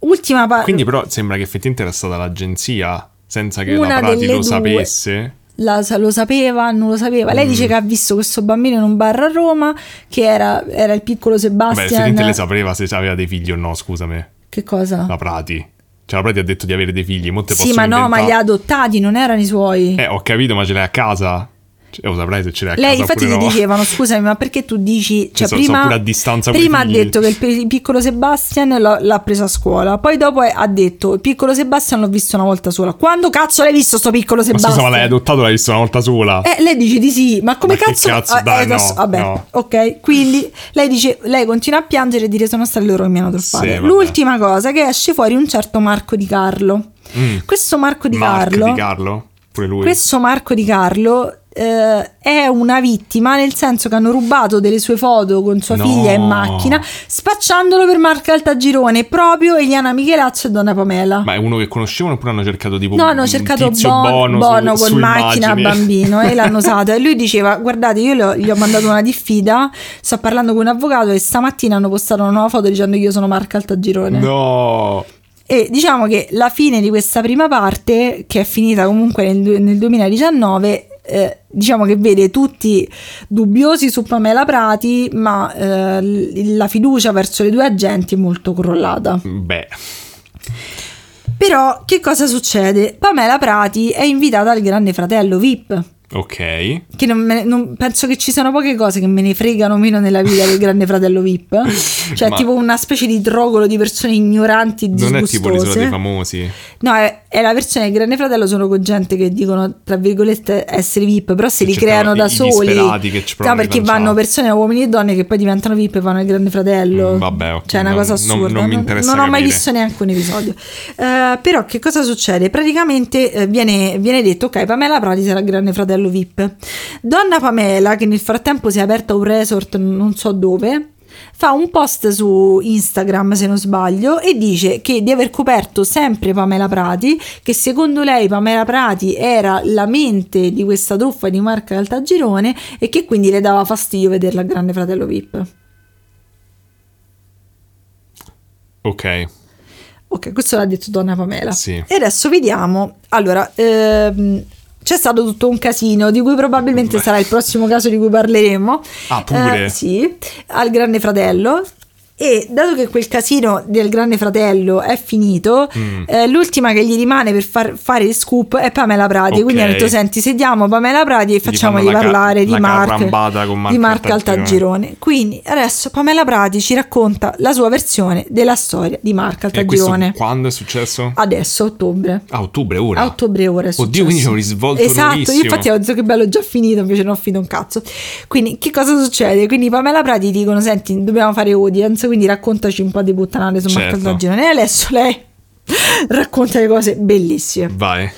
S1: Ultima parte.
S2: Quindi però sembra che effettivamente era stata l'agenzia, senza che
S1: Una
S2: la Prati
S1: delle
S2: lo
S1: due.
S2: sapesse.
S1: La- sa- lo sapeva, non lo sapeva. Lei
S2: Mm.
S1: dice che ha visto questo bambino in un bar a Roma, che era, era il piccolo
S2: Vabbè,
S1: Sebastian.
S2: effettivamente le sapeva se aveva dei figli o no, scusami.
S1: che cosa?
S2: La Prati. Cioè la Prati ha detto di avere dei figli, molte
S1: sì, ma no, ma li ha adottati, non erano i suoi.
S2: Eh, ho capito, ma ce l'hai a casa? Cioè, lo saprai se ce l'hai a
S1: Lei
S2: casa
S1: infatti
S2: oppure
S1: gli
S2: no.
S1: dicevano scusami ma perché tu dici cioè,
S2: sono- sono
S1: prima,
S2: pure a distanza coi
S1: prima ha
S2: figli."
S1: detto che il, pe- il piccolo Sebastian l'ha, l'ha preso a scuola poi dopo è- ha detto il piccolo Sebastian l'ho visto una volta sola quando cazzo l'hai visto sto piccolo
S2: Ma
S1: Sebastian
S2: scusa, ma l'hai adottato, l'hai visto una volta sola.
S1: Eh, lei dice di sì, ma come
S2: Ma che
S1: cazzo?
S2: cazzo?
S1: Ah,
S2: Dai,
S1: eh, adesso-
S2: no,
S1: vabbè,
S2: no.
S1: ok. Quindi lei dice, lei continua a piangere e dire sono stati loro che mi hanno truffato.
S2: Sì, vabbè.
S1: L'ultima cosa che esce fuori è un certo Marco Di Carlo.
S2: Mm.
S1: Questo Marco Di
S2: Mark
S1: Carlo,
S2: Di Carlo? Pure lui.
S1: questo Marco Di Carlo eh, è una vittima nel senso che hanno rubato delle sue foto con sua
S2: No.
S1: figlia in macchina, spacciandolo per Marco Altagirone, proprio Eliana Michelazzo e Donna Pamela.
S2: Ma è uno che conoscevano oppure hanno cercato tipo
S1: No, hanno
S2: Boh, un
S1: cercato
S2: tizio
S1: Bon-
S2: Bono,
S1: Bono,
S2: su-
S1: con
S2: su
S1: macchina a
S2: immagini.
S1: bambino e l'hanno usato. E lui diceva: Guardate, io le ho- gli ho mandato una diffida. Sto parlando con un avvocato e stamattina hanno postato una nuova foto dicendo io sono Marca Altagirone.
S2: No.
S1: E diciamo che la fine di questa prima parte, che è finita comunque nel, du- nel 2019. eh, diciamo che vede tutti dubbiosi su Pamela Prati, ma eh, l- la fiducia verso le due agenti è molto crollata.
S2: Beh,
S1: Però che cosa succede? Pamela Prati è invitata al Grande Fratello VIP.
S2: ok.
S1: Che non me- non- penso che ci siano poche cose che me ne fregano meno nella vita del Grande Fratello VIP. Cioè,
S2: Ma-
S1: tipo una specie di drogolo di persone ignoranti e
S2: Non è tipo l'isola dei
S1: disgustose.
S2: famosi.
S1: No, è, è la versione del Grande Fratello solo con gente che dicono, tra virgolette, essere VIP, però se
S2: Che
S1: li
S2: cercano
S1: creano da
S2: i- i
S1: soli.
S2: disperati che ci
S1: no,
S2: provano a
S1: perché
S2: rilanciare.
S1: vanno persone, uomini e donne, che poi diventano VIP e vanno al Grande Fratello.
S2: Mm, vabbè, ok,
S1: Cioè, è una
S2: non-
S1: cosa
S2: non-
S1: assurda.
S2: non mi interessa
S1: non ho mai
S2: capire.
S1: visto neanche un episodio. Eh, però, che cosa succede? Praticamente eh, viene, viene detto, ok, Pamela Prati sarà il Grande Fratello VIP. Donna Pamela, che nel frattempo si è aperta un resort non so dove, fa un post su Instagram se non sbaglio e dice che di aver coperto sempre Pamela Prati, che secondo lei Pamela Prati era la mente di questa truffa di Marca Altagirone e che quindi le dava fastidio vederla al Grande Fratello VIP.
S2: Ok.
S1: Ok, questo l'ha detto Donna Pamela.
S2: Sì.
S1: E adesso vediamo. Allora, ehm, c'è stato tutto un casino di cui probabilmente
S2: Beh.
S1: sarà il prossimo caso di cui parleremo.
S2: Ah, pure?
S1: Eh, sì, al Grande Fratello. E dato che quel casino del Grande Fratello è finito,
S2: Mm.
S1: eh, l'ultima che gli rimane per far- fare il scoop è Pamela Prati.
S2: Ok.
S1: Quindi ha detto: Senti, sediamo Pamela Prati e
S2: fanno
S1: facciamogli
S2: la ca-
S1: parlare di
S2: la
S1: Mark,
S2: carrambata con Marco
S1: di Mark
S2: Altagirone."
S1: Altagirone. Quindi adesso Pamela Prati ci racconta la sua versione della storia di Mark
S2: E Eh, questo
S1: Altagirone.
S2: quando è successo?
S1: Adesso a ottobre.
S2: A ottobre, ora.
S1: A ottobre ora è successo.
S2: Oddio, quindi c'è un risvolto
S1: Esatto, io
S2: nuovissimo.
S1: infatti ho detto che bello, ho già finito, invece non ho finito un cazzo. Quindi che cosa succede? Quindi Pamela Prati dicono, senti, dobbiamo fare audience, quindi raccontaci un po' di puttanate su Marco
S2: Certo.
S1: Altagirone. E adesso lei racconta le cose bellissime.
S2: Vai.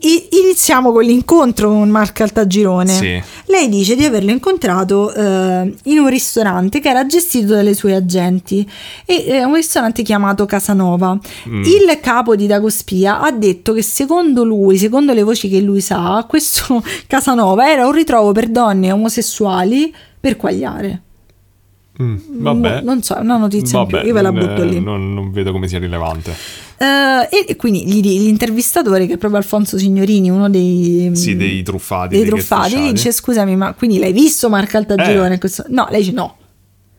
S1: I- iniziamo con l'incontro con Marco Altagirone.
S2: Sì.
S1: Lei dice di averlo incontrato eh, in un ristorante che era gestito dalle sue agenti, e, eh, un ristorante chiamato Casanova.
S2: Mm.
S1: Il capo di Dagospia ha detto che secondo lui, secondo le voci che lui sa, questo Casanova era un ritrovo per donne omosessuali per quagliare.
S2: Mm, vabbè.
S1: Mo- non so, è una notizia in più,
S2: Vabbè, eh,
S1: io ve la
S2: non-
S1: butto lì.
S2: Non, non vedo come sia rilevante.
S1: Eh, e, e quindi gli di- l'intervistatore, che è proprio Alfonso Signorini, uno dei,
S2: Sì, dei truffati.
S1: Mm. dei
S2: dei
S1: truffati
S2: ghettusciati.
S1: dice scusami ma quindi l'hai visto Marco Altagirone
S2: Eh.
S1: questo? no lei dice no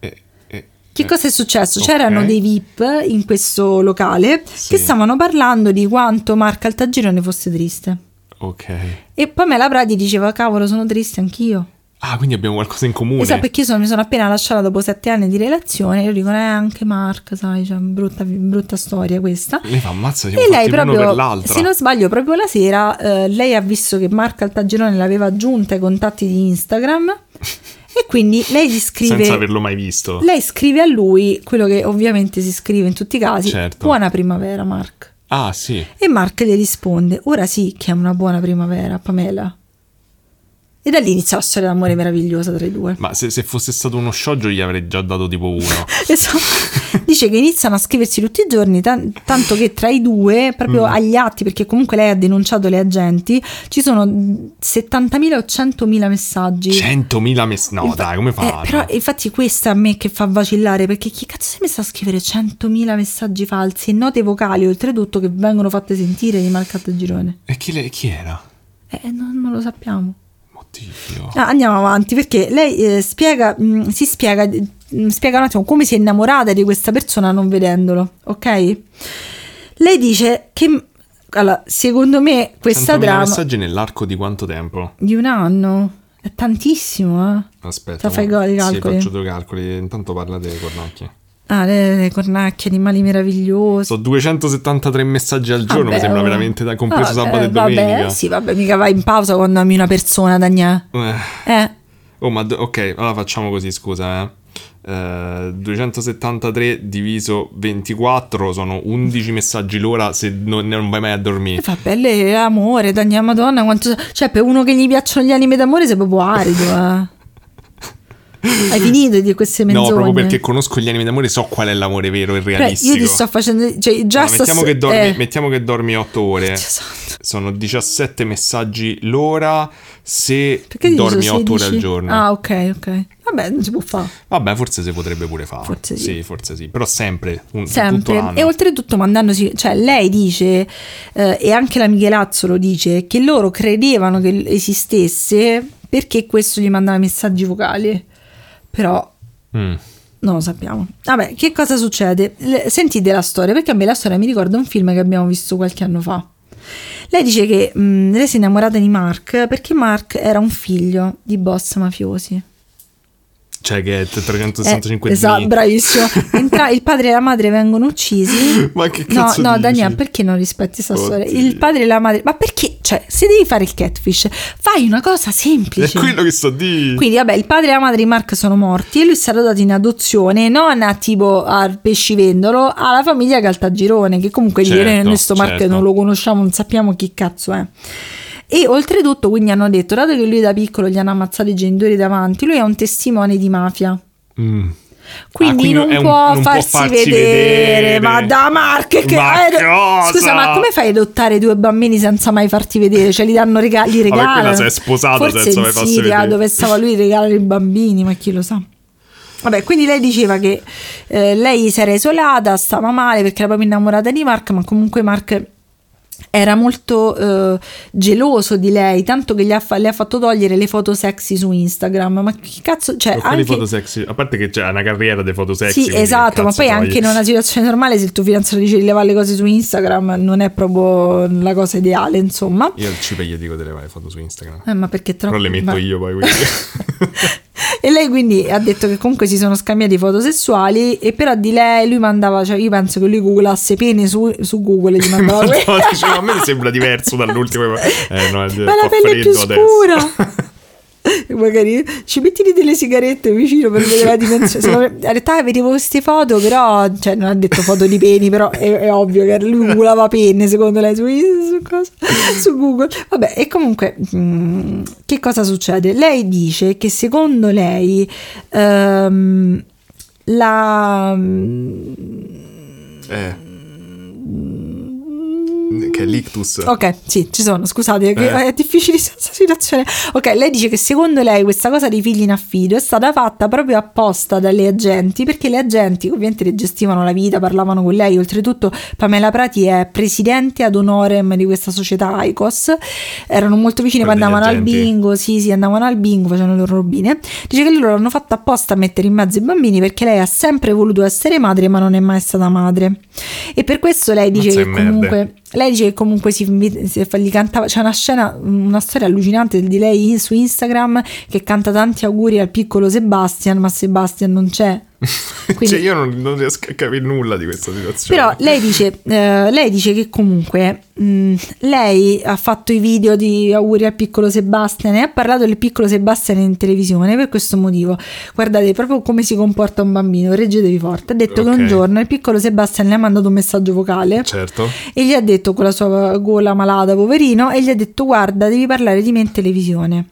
S2: Eh, eh,
S1: Che cosa è successo?
S2: Ok.
S1: C'erano dei VIP in questo locale
S2: Sì.
S1: che stavano parlando di quanto Marca Altagirone fosse triste.
S2: Ok.
S1: E Pamela Prati diceva: Cavolo, sono triste anch'io.
S2: Ah, quindi abbiamo qualcosa in comune.
S1: Esatto, perché io sono- mi sono appena lasciata dopo sette anni di relazione. E io dico: Eh, anche Marca, sai, c'è brutta, brutta storia questa.
S2: Lei fa ammazza, siamo
S1: E lei
S2: fatti l'uno per
S1: proprio,
S2: l'altra.
S1: se non sbaglio, proprio la sera eh, lei ha visto che Marca Altagirone l'aveva aggiunta ai contatti di Instagram e quindi lei gli scrive...
S2: Senza averlo mai visto.
S1: Lei scrive a lui quello che ovviamente si scrive in tutti i casi,
S2: Certo.
S1: buona primavera Mark.
S2: Ah, sì.
S1: E Mark le risponde, ora sì che è una buona primavera Pamela. E da lì inizia la storia d'amore meravigliosa tra i due.
S2: Ma se, se fosse stato uno scioggio gli avrei già dato tipo uno.
S1: Esatto. Dice che iniziano a scriversi tutti i giorni, tan- tanto che tra i due, proprio agli atti, perché comunque lei ha denunciato le agenti, ci sono 70.000 o 100.000 messaggi.
S2: Cioè, 100.000 mess... No,
S1: Infa-
S2: dai, come fa?
S1: Eh, però infatti questa a me che fa vacillare perché chi cazzo si è messo a scrivere 100.000 messaggi falsi e note vocali oltretutto che vengono fatte sentire di Marcato Girone?
S2: E chi, le- chi era?
S1: Eh, non, non lo sappiamo.
S2: Oddio.
S1: Ah, andiamo avanti perché lei eh, spiega, mh, si spiega, mh, spiega un attimo come si è innamorata di questa persona non vedendolo, ok? Lei dice che, mm, allora, secondo me questa
S2: 100.000
S1: trama
S2: messaggi nell'arco di quanto tempo?
S1: di un anno è tantissimo, eh?
S2: Aspetta.
S1: Te fai
S2: mo-
S1: go- i calcoli?
S2: Sì, faccio due calcoli. Intanto parlate delle cornacchie.
S1: Ah, le, le cornacchie, animali meravigliosi.
S2: So 273 messaggi al giorno,
S1: Vabbè,
S2: mi sembra
S1: oh.
S2: veramente da compreso
S1: Vabbè,
S2: sabato e
S1: vabbè,
S2: domenica.
S1: sì, vabbè, mica vai in pausa quando ami una persona, Daniele.
S2: Eh,
S1: Eh,
S2: Oh, ma do- ok, allora facciamo così, scusa, eh. Eh, 273 diviso 24 sono 11 messaggi l'ora se non, non vai mai a
S1: e
S2: dormire.
S1: vabbè, lei è amore, Daniele, madonna, quanto... Cioè, per uno che gli piacciono gli anime d'amore sei proprio arido, eh. Hai finito di queste
S2: No,
S1: menzogne?
S2: proprio perché conosco gli anime d'amore, so qual è l'amore vero e
S1: Cioè,
S2: realistico.
S1: io ti sto facendo... Cioè, già
S2: Allora,
S1: sto-
S2: mettiamo, che dormi,
S1: eh.
S2: mettiamo che dormi 8 ore.
S1: Dio santo.
S2: Sono 17 messaggi l'ora se
S1: Perché
S2: dormi 8
S1: 8
S2: ore al giorno.
S1: Ah, ok, ok. Vabbè, non si può fare.
S2: Vabbè, forse si potrebbe pure fare.
S1: Forse sì.
S2: forse sì. Però sempre, un, tutto
S1: Sempre.
S2: l'anno.
S1: E oltretutto mandandosi, cioè lei dice, eh, e anche la Michelazzo lo dice, che loro credevano che esistesse perché questo gli mandava messaggi vocali. Però
S2: Mm.
S1: non lo sappiamo. Vabbè, che cosa succede? Le- sentite la storia, perché a me la storia mi ricorda un film che abbiamo visto qualche anno fa. Lei dice che mh, lei si è innamorata di Mark perché Mark era un figlio di boss mafiosi.
S2: Cioè che è t-
S1: Eh,
S2: 365
S1: esatto,
S2: giorni.
S1: bravissimo. Entra- il padre e la madre vengono uccisi.
S2: Ma che
S1: No,
S2: cazzo
S1: no,
S2: dici?
S1: Daniele, perché non rispetti sta
S2: Oddio.
S1: storia? Il padre e la madre. Ma perché? Cioè, se devi fare il catfish, fai una cosa
S2: È
S1: semplice.
S2: quello che sto di.
S1: Quindi, vabbè, il padre e la madre di Mark sono morti e lui è stato dato in adozione non a tipo al pescivendolo, alla famiglia Caltagirone, che comunque
S2: Certo,
S1: dire questo Mark
S2: certo.
S1: non lo conosciamo, non sappiamo chi cazzo è. E oltretutto, quindi hanno detto, dato che lui da piccolo gli hanno ammazzato i genitori davanti, lui è un testimone di mafia. Eh,
S2: Mm.
S1: Ah, Quindi,
S2: quindi
S1: non,
S2: è un-
S1: può
S2: non può
S1: farsi,
S2: farsi
S1: vedere.
S2: vedere.
S1: ma da Mark che
S2: Ma
S1: eh,
S2: cosa?
S1: scusa, ma come fai ad adottare due bambini senza mai farti vedere? Cioè, li danno regali, li
S2: Vabbè, quella
S1: regalano.
S2: si è sposata
S1: Forse
S2: senza
S1: in
S2: mai farsi
S1: Siria,
S2: vedere.
S1: dove stava lui, regalare i bambini, ma chi lo sa. Vabbè, quindi lei diceva che eh, lei si era isolata, stava male perché era proprio innamorata di Mark, ma comunque Mark era molto eh, geloso di lei, tanto che gli ha fa- le ha fatto togliere le foto sexy su Instagram. Ma che cazzo, cioè,
S2: Ho quelli
S1: anche
S2: foto sexy. A parte che c'è una carriera di foto sexy.
S1: sì, esatto, ma poi anche in una situazione normale, se il tuo fidanzato dice di levare le cose su Instagram, non è proprio la cosa ideale, insomma.
S2: Io al cipe gli dico delle varie foto su Instagram.
S1: Eh, ma perché troppo.
S2: Però le metto
S1: ma-
S2: io poi. quindi.
S1: E lei quindi ha detto che comunque si sono scambiati foto sessuali e però di lei lui mandava, cioè io penso che lui googlasse pene su, su Google e gli mandava
S2: Ma no,
S1: quello.
S2: dicevo, a me sembra diverso dall'ultimo. Eh, no, è un
S1: ma la
S2: po'
S1: pelle è più
S2: freddo adesso.
S1: scura. E Magari ci metti lì delle sigarette vicino per vedere la dimensione. Secondo me- In realtà vedevo queste foto, però cioè, non ha detto foto di peni, però è, è ovvio che lui googolava penne secondo lei su, su cosa- su Google. Vabbè, e comunque mm, che cosa succede? Lei dice che secondo lei ehm, mm, la...
S2: Eh. che è l'ictus.
S1: Ok, sì, ci sono, scusate, che
S2: Eh.
S1: è difficile senza situazione. Ok, lei dice che secondo lei questa cosa dei figli in affido è stata fatta proprio apposta dalle agenti, perché le agenti ovviamente le gestivano la vita, parlavano con lei, oltretutto Pamela Prati è presidente ad honorem di questa società ICOS, erano molto vicine, poi
S2: Quella degli
S1: andavano al
S2: agenti.
S1: bingo, sì, sì, andavano al bingo, facevano le loro robine. Dice che loro l'hanno fatta apposta a mettere in mezzo i bambini perché lei ha sempre voluto essere madre, ma non è mai stata madre. E per questo lei dice che
S2: Mazza e merde.
S1: comunque lei dice che comunque si, si- gli cantava c'è una scena una storia allucinante di lei in- su Instagram che canta tanti auguri al piccolo Sebastian ma Sebastian non c'è Quindi-
S2: cioè io non, non riesco a capire nulla di questa situazione.
S1: però lei dice, eh, lei dice che comunque mh, lei ha fatto i video di auguri al piccolo Sebastian e ha parlato del piccolo Sebastian in televisione per questo motivo. Guardate proprio come si comporta un bambino, reggetevi forte. Ha detto che
S2: Ok.
S1: un giorno il piccolo Sebastian le ha mandato un messaggio vocale
S2: Certo.
S1: e gli ha detto con la sua gola malata, poverino, e gli ha detto guarda, devi parlare di me in televisione.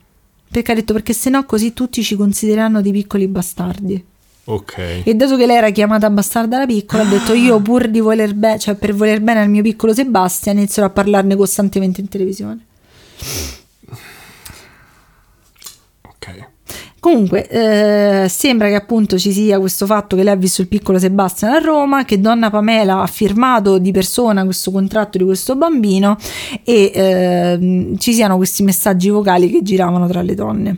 S1: Perché ha detto perché sennò così tutti ci considereranno dei piccoli bastardi.
S2: Ok.
S1: E dato che lei era chiamata bastarda la piccola, ha detto io pur di voler bene, cioè per voler bene al mio piccolo Sebastian, inizierò a parlarne costantemente in televisione.
S2: Ok.
S1: Comunque, eh, sembra che appunto ci sia questo fatto che lei ha visto il piccolo Sebastian a Roma, che donna Pamela ha firmato di persona questo contratto di questo bambino e ehm, ci siano questi messaggi vocali che giravano tra le donne.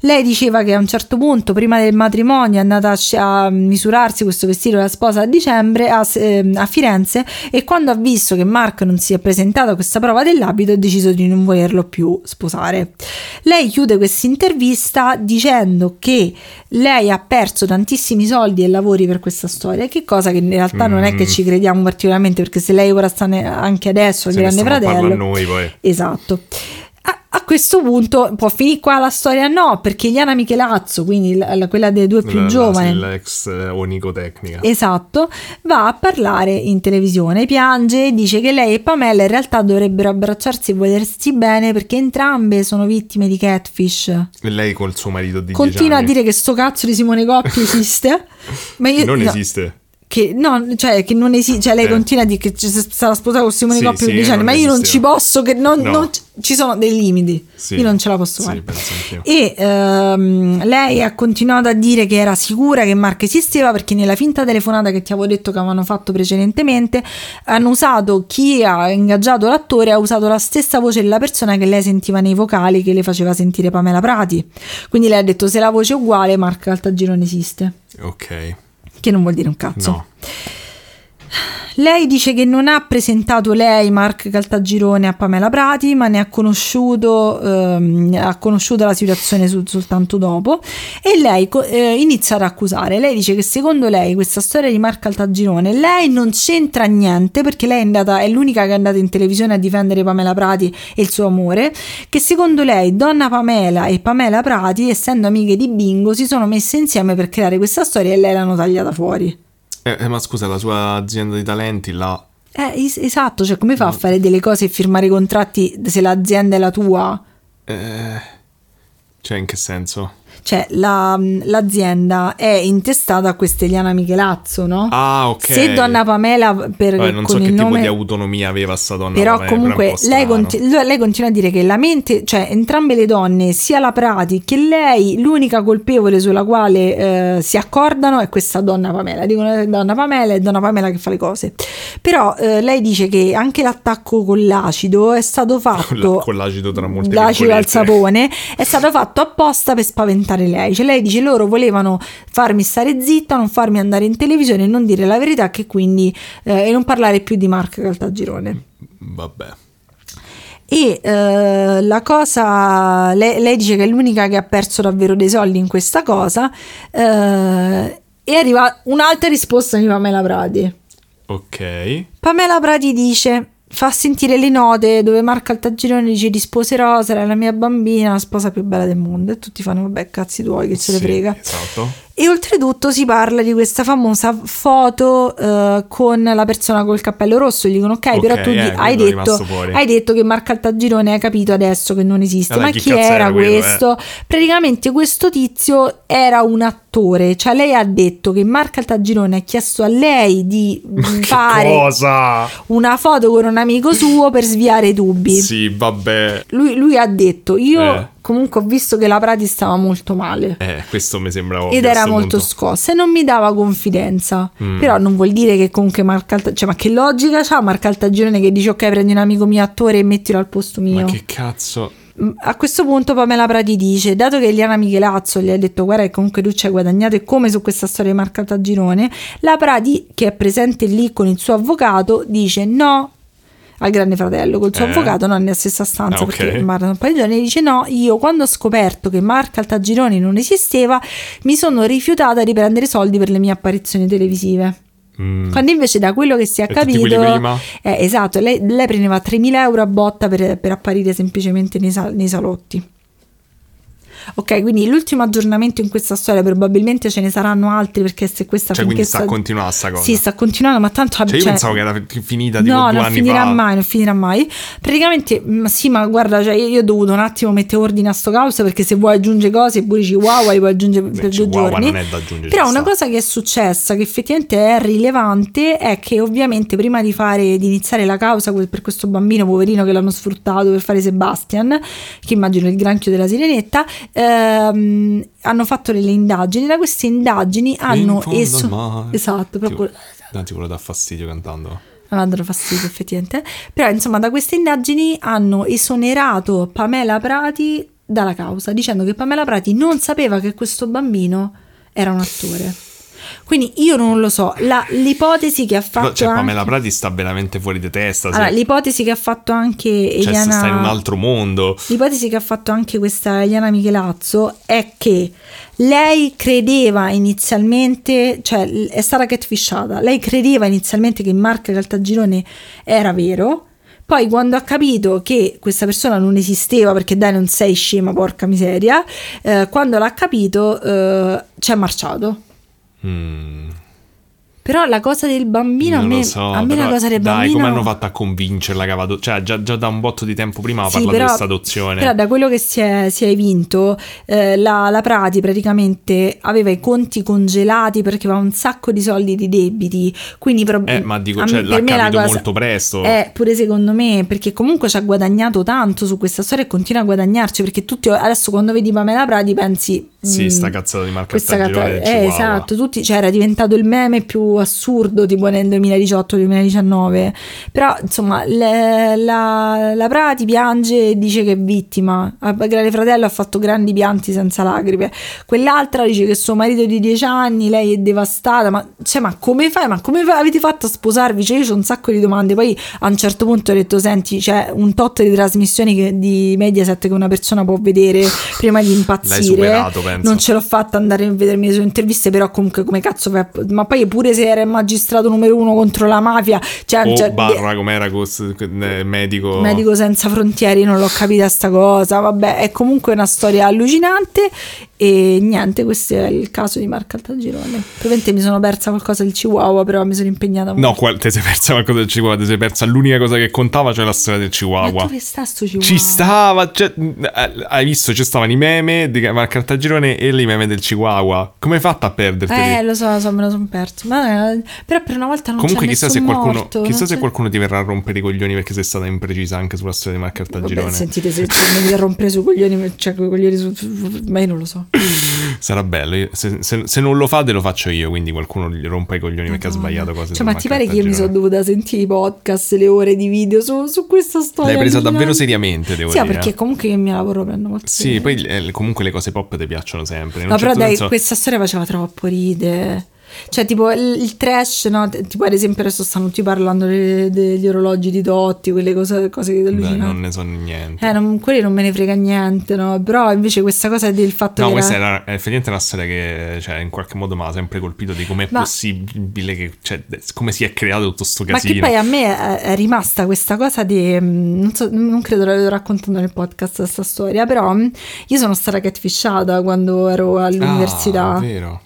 S1: Lei diceva che a un certo punto, prima del matrimonio, è andata a, sci- a misurarsi questo vestito della sposa a dicembre a, ehm, a Firenze e quando ha visto che Mark non si è presentato a questa prova dell'abito ha deciso di non volerlo più sposare. Lei chiude questa intervista dicendo che lei ha perso tantissimi soldi e lavori per questa storia, che cosa che in realtà non è che
S2: Mm.
S1: ci crediamo particolarmente perché se lei ora sta ne- anche adesso al
S2: Se ne
S1: Esatto, grande
S2: stiamo parlando
S1: fratello...
S2: noi poi.
S1: Esatto. A, a questo punto può finire qua la storia? No, perché Iana Michelazzo, quindi la- la- quella dei due più
S2: La- la-
S1: giovani.
S2: L'ex eh, onicotecnica.
S1: Esatto, va a parlare in televisione, piange e dice che lei e Pamela in realtà dovrebbero abbracciarsi e volersi bene perché entrambe sono vittime di catfish.
S2: E Lei col suo marito di 10
S1: Continua a
S2: anni.
S1: dire che sto cazzo di Simone Coppi esiste, ma io
S2: Non
S1: no,
S2: esiste.
S1: Che no, cioè che non esiste, cioè lei
S2: Eh.
S1: continua a dire che ci- sarà sposata con Simone
S2: Sì,
S1: Coppi per
S2: sì,
S1: 10 anni,
S2: non
S1: ma io non ci
S2: esisteva.
S1: posso, che non,
S2: No.
S1: non ci- ci sono dei limiti,
S2: Sì.
S1: io non ce la posso
S2: Sì,
S1: fare.
S2: penso anch'io.
S1: E ehm, lei ha continuato a dire che era sicura che Mark esisteva perché nella finta telefonata che ti avevo detto che avevano fatto precedentemente hanno usato chi ha ingaggiato l'attore ha usato la stessa voce della persona che lei sentiva nei vocali che le faceva sentire Pamela Prati. Quindi lei ha detto se la voce è uguale Mark Altagiro non esiste,
S2: Ok.
S1: che non vuol dire un cazzo.
S2: No.
S1: Lei dice che non ha presentato lei Mark Caltagirone a Pamela Prati, ma ne ha conosciuto, ehm, ha conosciuto la situazione sul- soltanto dopo e lei co- eh, inizia ad accusare. Lei dice che secondo lei questa storia di Mark Caltagirone lei non c'entra niente perché lei è, andata, è l'unica che è andata in televisione a difendere Pamela Prati e il suo amore, che secondo lei Donna Pamela e Pamela Prati, essendo amiche di Bingo, si sono messe insieme per creare questa storia e lei l'hanno tagliata fuori.
S2: Eh, eh, ma scusa, la sua azienda di talenti là.
S1: Eh, es- esatto, cioè come fa a fare delle cose e firmare contratti se l'azienda è la tua?
S2: eh, Cioè, in che senso?
S1: Cioè la- l'azienda è intestata a questa Eliana Michelazzo, no?
S2: Ah, ok.
S1: Se Donna Pamela per,
S2: Vabbè, non
S1: con
S2: so
S1: il
S2: che tipo
S1: nome...
S2: di autonomia aveva sta donna.
S1: però
S2: vabbè, è un
S1: comunque
S2: po'
S1: lei,
S2: strano.
S1: conti- lui- lei continua a dire che la mente, cioè entrambe le donne, sia la Prati che lei, l'unica colpevole sulla quale eh, si accordano è questa donna Pamela. Dicono eh, donna Pamela è donna Pamela che fa le cose. Però eh, lei dice che anche l'attacco con l'acido è stato
S2: Con la-
S1: fatto
S2: con l'acido tra molte
S1: l'acido al
S2: virgolette.
S1: sapone è stato fatto apposta per spaventare lei. Cioè, lei dice: loro volevano farmi stare zitta, non farmi andare in televisione, non dire la verità, che quindi eh, e non parlare più di Mark Caltagirone.
S2: Vabbè.
S1: E eh, la cosa, le- lei, dice che è l'unica che ha perso davvero dei soldi in questa cosa. eh, e arriva un'altra risposta di Pamela Prati.
S2: Ok.
S1: Pamela Prati dice: Fa sentire le note dove Marco Altagirone dice: Ti sposerò, sarà la mia bambina, la sposa più bella del mondo. E tutti fanno: Vabbè, cazzi tuoi, che se ne
S2: Sì,
S1: frega.
S2: Esatto.
S1: E oltretutto si parla di questa famosa foto eh, con la persona col cappello rosso. Gli dicono: Ok,
S2: Ok,
S1: però tu
S2: eh,
S1: gli-
S2: quello
S1: hai,
S2: è rimasto
S1: detto,
S2: fuori.
S1: hai detto che Marco Altagione hai capito adesso che non esiste.
S2: Allora,
S1: Ma
S2: chi
S1: chi
S2: cazzo
S1: era
S2: era quello, eh?
S1: questo? Praticamente questo tizio era un attore. Cioè, lei ha detto che Marco Altagione ha chiesto a lei di mm, fare
S2: Cosa?
S1: una foto con un amico suo per sviare i dubbi.
S2: Sì, vabbè.
S1: Lui, lui ha detto: Io
S2: Eh.
S1: comunque ho visto che la Prati stava molto male.
S2: Eh, questo mi sembra ovvio.
S1: Ed
S2: a
S1: era
S2: sto
S1: molto
S2: punto.
S1: scossa e non mi dava confidenza.
S2: Mm.
S1: Però non vuol dire che comunque Marc Alta- cioè, ma che logica c'ha Marc Altagione che dice ok prendi un amico mio attore e mettilo al posto
S2: Ma
S1: mio.
S2: che cazzo?
S1: Mm, A questo punto Pamela Prati dice, dato che Eliana Michelazzo gli ha detto guarda che comunque tu ci hai guadagnato e come su questa storia di Marc Altagione, la Prati che è presente lì con il suo avvocato dice no al grande fratello col suo
S2: Eh?
S1: avvocato non nella stessa stanza
S2: Ah, ok.
S1: perché Marco Paglione dice no io quando ho scoperto che Marco Altagirone non esisteva mi sono rifiutata di prendere soldi per le mie apparizioni televisive
S2: Mm.
S1: quando invece da quello che si è
S2: E tutti quelli
S1: capito
S2: prima?
S1: eh, esatto lei, lei prendeva 3.000 euro a botta per, per apparire semplicemente nei, sal- nei salotti ok quindi l'ultimo aggiornamento in questa storia probabilmente ce ne saranno altri perché se questa
S2: Cioè, quindi
S1: finché
S2: sta continuando sta cosa.
S1: sì sta continuando ma tanto
S2: Cioè, io
S1: cioè-
S2: pensavo che era fi- finita tipo
S1: No,
S2: due
S1: non
S2: anni
S1: finirà
S2: fa.
S1: mai, non finirà mai. Praticamente, ma sì, ma guarda, cioè, io ho dovuto un attimo mettere ordine a sto caos perché se vuoi aggiungere cose, pure Chihuahua li puoi aggiungere per
S2: Beh,
S1: due
S2: Chihuahua
S1: giorni.
S2: non è da aggiungere.
S1: Però
S2: ci
S1: una
S2: sta.
S1: cosa che è successa, che effettivamente è rilevante, è che ovviamente prima di, fare, di iniziare la causa que- per questo bambino poverino che l'hanno sfruttato per fare Sebastian, che immagino è il granchio della sirenetta, ehm, hanno fatto delle indagini. Da queste indagini
S2: In
S1: hanno...
S2: fondo al
S1: esso-
S2: mare.
S1: esatto, proprio...
S2: Tipo- No, tipo, lo dà fastidio cantando.
S1: Non andranno fastidio effettivamente. Però insomma da queste indagini hanno esonerato Pamela Prati dalla causa, dicendo che Pamela Prati non sapeva che questo bambino era un attore. Quindi io non lo so, La- l'ipotesi che ha
S2: Però,
S1: fatto...
S2: cioè,
S1: anche-
S2: Pamela Prati sta veramente fuori di testa. se-
S1: Allora, l'ipotesi che ha fatto anche
S2: cioè,
S1: Eliana...
S2: sta in un altro mondo.
S1: L'ipotesi che ha fatto anche questa Eliana Michelazzo è che lei credeva inizialmente, cioè l- è stata catfishata, lei credeva inizialmente che Marca Caltagirone era vero, poi quando ha capito che questa persona non esisteva perché dai non sei scema, porca miseria, eh, quando l'ha capito eh, ci è marciato.
S2: Mm,
S1: Però la cosa del bambino
S2: non
S1: a me,
S2: lo so.
S1: a me la
S2: però,
S1: cosa del
S2: dai,
S1: bambino...
S2: come hanno fatto a convincerla che aveva ado- Cioè, già, già da un botto di tempo prima
S1: Sì,
S2: parlato
S1: però-
S2: di questa adozione.
S1: Però da quello che si è, si è vinto, eh, la, la Prati praticamente aveva i conti congelati perché aveva un sacco di soldi di debiti. Quindi prob-
S2: Eh, ma dico,
S1: a
S2: cioè,
S1: me-
S2: l'ha
S1: per me la
S2: capito
S1: cosa-
S2: molto presto.
S1: Eh, pure secondo me, perché comunque ci ha guadagnato tanto su questa storia e continua a guadagnarci. Perché tutti adesso quando vedi Pamela Prati pensi.
S2: Sì,
S1: "Mm,
S2: sta cazzata di Marco
S1: questa
S2: Caltagirone
S1: catta-
S2: del
S1: eh,
S2: Chihuahua.
S1: esatto, tutti, cioè, era diventato il meme più assurdo tipo nel 2018-2019 però insomma le- la, la Prati piange e dice che è vittima a Grande Fratello ha fatto grandi pianti senza lacrime quell'altra dice che suo marito è di 10 anni lei è devastata ma, cioè, ma come fai ma come fa- avete fatto a sposarvi cioè io ho un sacco di domande poi a un certo punto ho detto senti c'è un tot di trasmissioni che- di Mediaset che una persona può vedere prima di impazzire
S2: L'hai superato, penso.
S1: non ce l'ho fatta andare a vedermi le sue interviste, però comunque come cazzo fai a- Ma poi pure se era il magistrato numero uno contro la mafia, cioè...
S2: o
S1: cioè,
S2: Oh, barra com'era questo eh, medico.
S1: Medico senza frontieri, non l'ho capita sta cosa. Vabbè, è comunque una storia allucinante. E niente, questo è il caso di Marco Altagirone. Probabilmente mi sono persa qualcosa del Chihuahua, però mi sono impegnata molto.
S2: No, qual- te sei persa qualcosa del Chihuahua, te sei persa l'unica cosa che contava, cioè la storia del
S1: Ma
S2: Chihuahua.
S1: dove sta sto Chihuahua?
S2: Ci stava, cioè, mh, eh, hai visto, ci stavano i meme di Cartagirone e i meme del Chihuahua. Come hai fatto a perderti?
S1: Eh, lo so, lo so, me lo sono perso. Ma, eh, però per una volta non
S2: Comunque
S1: c'è
S2: chissà
S1: nessun
S2: se, qualcuno,
S1: morto,
S2: chissà
S1: non
S2: se
S1: c'è-
S2: qualcuno ti verrà a rompere i coglioni perché sei stata imprecisa anche sulla storia di Marco
S1: Vabbè,
S2: Caltagirone.
S1: sentite se se mi viene a rompere sui coglioni, cioè coi coglioni su, ma io non lo so.
S2: Sarà bello, io- se, se- se non lo fate lo faccio io, quindi qualcuno gli rompa i coglioni perché ha
S1: Madonna.
S2: sbagliato cose. su
S1: Cioè, ma ti
S2: Marco
S1: pare che io mi sono
S2: Caltagirone.
S1: dovuta sentire i podcast, le ore di video su, su questa storia?
S2: L'hai presa davvero
S1: allucinante?
S2: seriamente, devo
S1: Sì, ah,
S2: dire. eh.
S1: perché comunque io il mio lavoro prendo molto.
S2: Sì,
S1: seriamente.
S2: poi eh, comunque le cose pop ti piacciono sempre. in un
S1: No, però
S2: certo
S1: dai,
S2: senso-
S1: questa storia faceva troppo ride. Cioè, tipo il, il trash, no? T- Tipo, ad esempio, adesso stanno tutti parlando de- degli orologi di Dotti, quelle cose, cose
S2: Beh,
S1: allucinanti.
S2: non ne so niente.
S1: Eh, non, quelli non me ne frega niente, no? Però invece questa cosa del fatto
S2: No,
S1: che.
S2: questa
S1: era-
S2: era è effettivamente una storia che cioè, in qualche modo mi ha sempre colpito di come è
S1: Ma-
S2: possibile che cioè, de- come si è creato tutto sto
S1: Ma che
S2: casino.
S1: poi a me è- è rimasta questa cosa di. mh, Non, so, non credo l'avevo raccontato nel podcast mm, questa storia, però mh, io sono stata catfishata quando ero
S2: Ah,
S1: all'università.
S2: vero.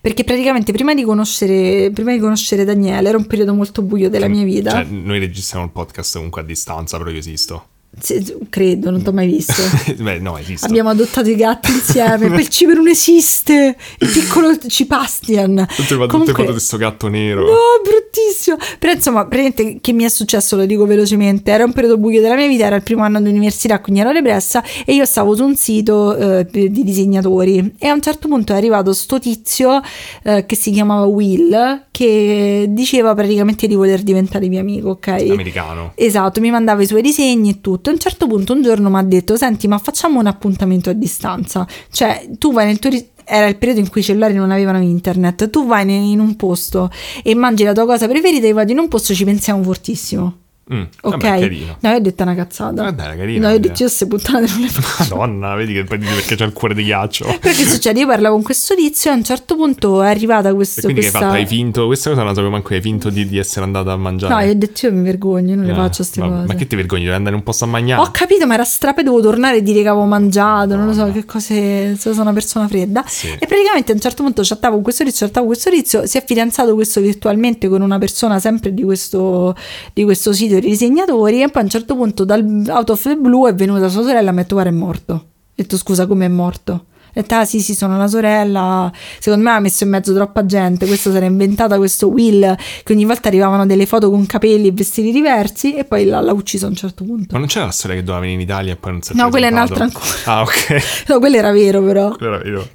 S1: Perché praticamente prima di conoscere, prima di conoscere Daniele era un periodo molto buio della mia vita.
S2: Cioè, noi registriamo il podcast comunque a distanza, però io esisto.
S1: Se- credo, non ti ho mai visto.
S2: Beh, no, esisto.
S1: Abbiamo adottato i gatti insieme. Quel cibo non esiste. Il piccolo Cipastian.
S2: Tutte, tutte
S1: Comunque-
S2: foto di sto gatto nero.
S1: No, bruttissimo. Però insomma, praticamente che mi è successo, lo dico velocemente, era un periodo buio della mia vita, era il primo anno di università, quindi ero depressa e io stavo su un sito eh, di disegnatori e a un certo punto è arrivato sto tizio eh, che si chiamava Will che diceva praticamente di voler diventare mio amico, ok?
S2: Americano.
S1: Esatto, mi mandava i suoi disegni e tutto. A un certo punto un giorno mi ha detto: Senti, ma facciamo un appuntamento a distanza. Cioè, tu vai nel tuo. ris- Era il periodo in cui i cellulari non avevano internet. Tu vai ne- in un posto e mangi la tua cosa preferita. E vado in un posto ci pensiamo fortissimo.
S2: Mm,
S1: Ok?
S2: Vabbè, carino.
S1: No, io ho detto una cazzata.
S2: Ah, dai, era carino.
S1: no, io ho detto io se puttane non le faccio.
S2: Madonna, vedi che poi dici perché c'è il cuore di ghiaccio. E
S1: Però che succede? Io parlo con questo tizio e a un certo punto è arrivata questo,
S2: quindi che hai fatto?
S1: questa...
S2: Hai finto? Questa cosa non la sapevo manco, hai finto di, di essere andata a mangiare.
S1: No, io ho detto io mi vergogno, non le
S2: Eh,
S1: faccio queste
S2: ma,
S1: cose.
S2: Ma che ti vergogni? Devi andare in un posto a mangiare?
S1: Ho capito, ma era strape, dovevo tornare e dire che avevo mangiato, non lo so che cose, se sono una persona fredda.
S2: Sì.
S1: E praticamente a un certo punto chattavo con questo tizio, chattavo con questo tizio, si è fidanzato questo virtualmente con una persona sempre di questo, di questo sito di disegnatori e poi a un certo punto dal out of the blue è venuta sua sorella e mi ha detto guarda è morto. Ho detto scusa come è morto? Ha detto ah sì sì sono una sorella, secondo me ha messo in mezzo troppa gente, questo si era inventata questo Will che ogni volta arrivavano delle foto con capelli e vestiti diversi e poi l'ha l'ha ucciso a un certo punto.
S2: Ma non c'era la storia che doveva venire in Italia e poi non si è
S1: No, quella è
S2: presentato?
S1: un'altra ancora.
S2: Ah, ok.
S1: No, quello era vero però.
S2: Quello era io.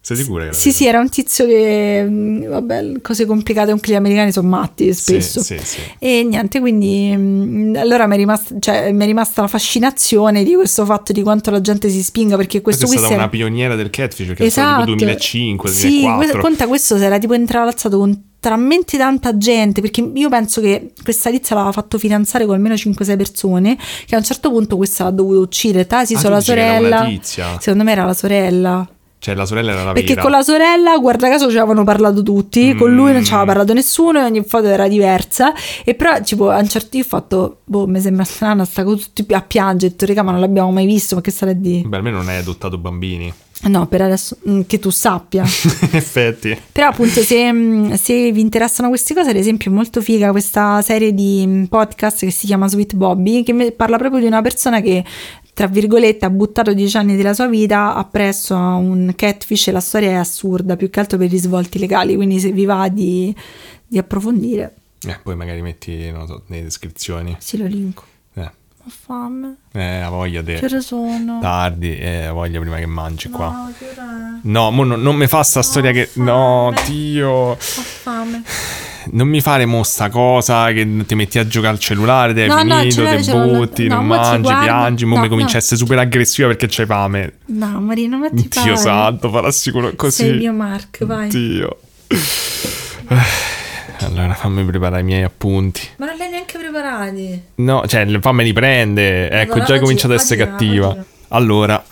S2: Sei sicura? che era
S1: Sì, sì, era un tizio che, mh, vabbè, cose complicate, anche gli americani sono matti
S2: vero?
S1: spesso.
S2: Sì, sì, sì.
S1: E niente, quindi mh, allora mi è, rimasta, cioè, mi è rimasta la fascinazione di questo fatto di quanto la gente si spinga perché questo
S2: Questa
S1: qui
S2: è stata
S1: si era-
S2: una pioniera del catfish, perché
S1: Esatto.
S2: è stato tipo 2005-2004.
S1: Sì, que- conta questo si era tipo intralazzato con talmente tanta gente perché io penso che questa tizia l'aveva fatto fidanzare con almeno 5-6 persone che a un certo punto questa l'ha dovuto uccidere Tasi,
S2: Ah,
S1: sono la
S2: tu dici che era una
S1: sorella
S2: tizia.
S1: secondo me era la sorella
S2: Cioè, la sorella era la
S1: perché
S2: vera.
S1: con la sorella, guarda caso, ci avevano parlato tutti, con lui non ci aveva parlato nessuno e ogni foto era diversa. E però, tipo, a un certo io ho fatto, boh, mi sembra strana, sta con tutti a piangere, ho detto, raga, ma non l'abbiamo mai visto, ma che sarà di...
S2: Beh, almeno non hai adottato bambini.
S1: No, per adesso, mm, che tu sappia.
S2: In effetti.
S1: Però appunto se, mh, se vi interessano queste cose, ad esempio è molto figa questa serie di mh, podcast che si chiama Sweet Bobby, che me- parla proprio di una persona che tra virgolette ha buttato dieci anni della sua vita appresso a un catfish e la storia è assurda, più che altro per gli svolti legali, quindi se vi va di, di approfondire,
S2: Eh, poi magari metti, non lo so, nelle descrizioni.
S1: sì lo linko.
S2: Eh,
S1: Ho fame,
S2: eh ha voglia di...
S1: che ore sono?
S2: Tardi, eh, ha voglia prima che mangi qua.
S1: No, che ora è?
S2: No, mo non, non mi fa sta storia che... No, Dio...
S1: Ho fame.
S2: Non mi fare mo sta cosa che ti metti a giocare al cellulare, te hai
S1: No, no, il
S2: finito,
S1: cellulare
S2: ti
S1: ce l'ho là-
S2: butti,
S1: no,
S2: non
S1: mo ci
S2: mangi,
S1: guardo.
S2: piangi, mo
S1: No,
S2: mi
S1: no.
S2: cominci a essere super aggressiva perché c'hai fame.
S1: No, Marino, ma ti
S2: Dio santo, farà sicuro così.
S1: Sei il mio Mark, vai.
S2: Dio. Allora fammi preparare i miei appunti.
S1: Ma non l'hai neanche preparati.
S2: No, cioè, le- fammi riprende. Ecco,
S1: Madonna,
S2: già hai
S1: oggi-
S2: cominciato ad essere
S1: oggi no,
S2: cattiva.
S1: oggi no.
S2: Allora,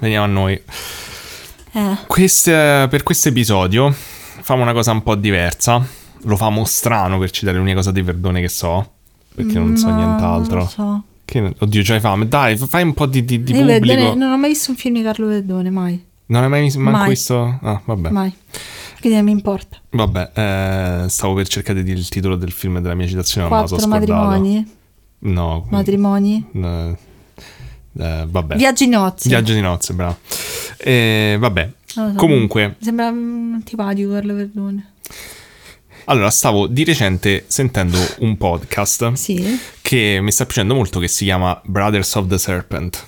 S2: veniamo a noi.
S1: Eh.
S2: Quest- per questo episodio famo una cosa un po' diversa. Lo famo strano per citare l'unica cosa di Verdone che so. Perché non so
S1: No,
S2: nient'altro.
S1: non lo so.
S2: Che- oddio, già hai fame. Dai, fai un po' di, di- di
S1: Io
S2: pubblico.
S1: Verdone- non ho mai visto un film di Carlo Verdone, mai.
S2: Non hai mai visto manco
S1: Mai.
S2: questo? Ah, vabbè.
S1: Mai. Quindi non mi importa.
S2: Vabbè, eh, stavo per cercare di dire il titolo del film della mia citazione, ma me lo so
S1: Quattro
S2: scordato. Mm.
S1: matrimoni.
S2: No.
S1: Matrimoni.
S2: eh, eh, vabbè.
S1: Viaggi nozze.
S2: Viaggio di nozze, bravo. Eh, vabbè.
S1: Non lo so.
S2: Comunque,
S1: Mi Sembra mm, antipatico Carlo Verdone.
S2: allora stavo di recente sentendo un podcast
S1: Sì.
S2: che mi sta piacendo molto che si chiama Brothers of the Serpent.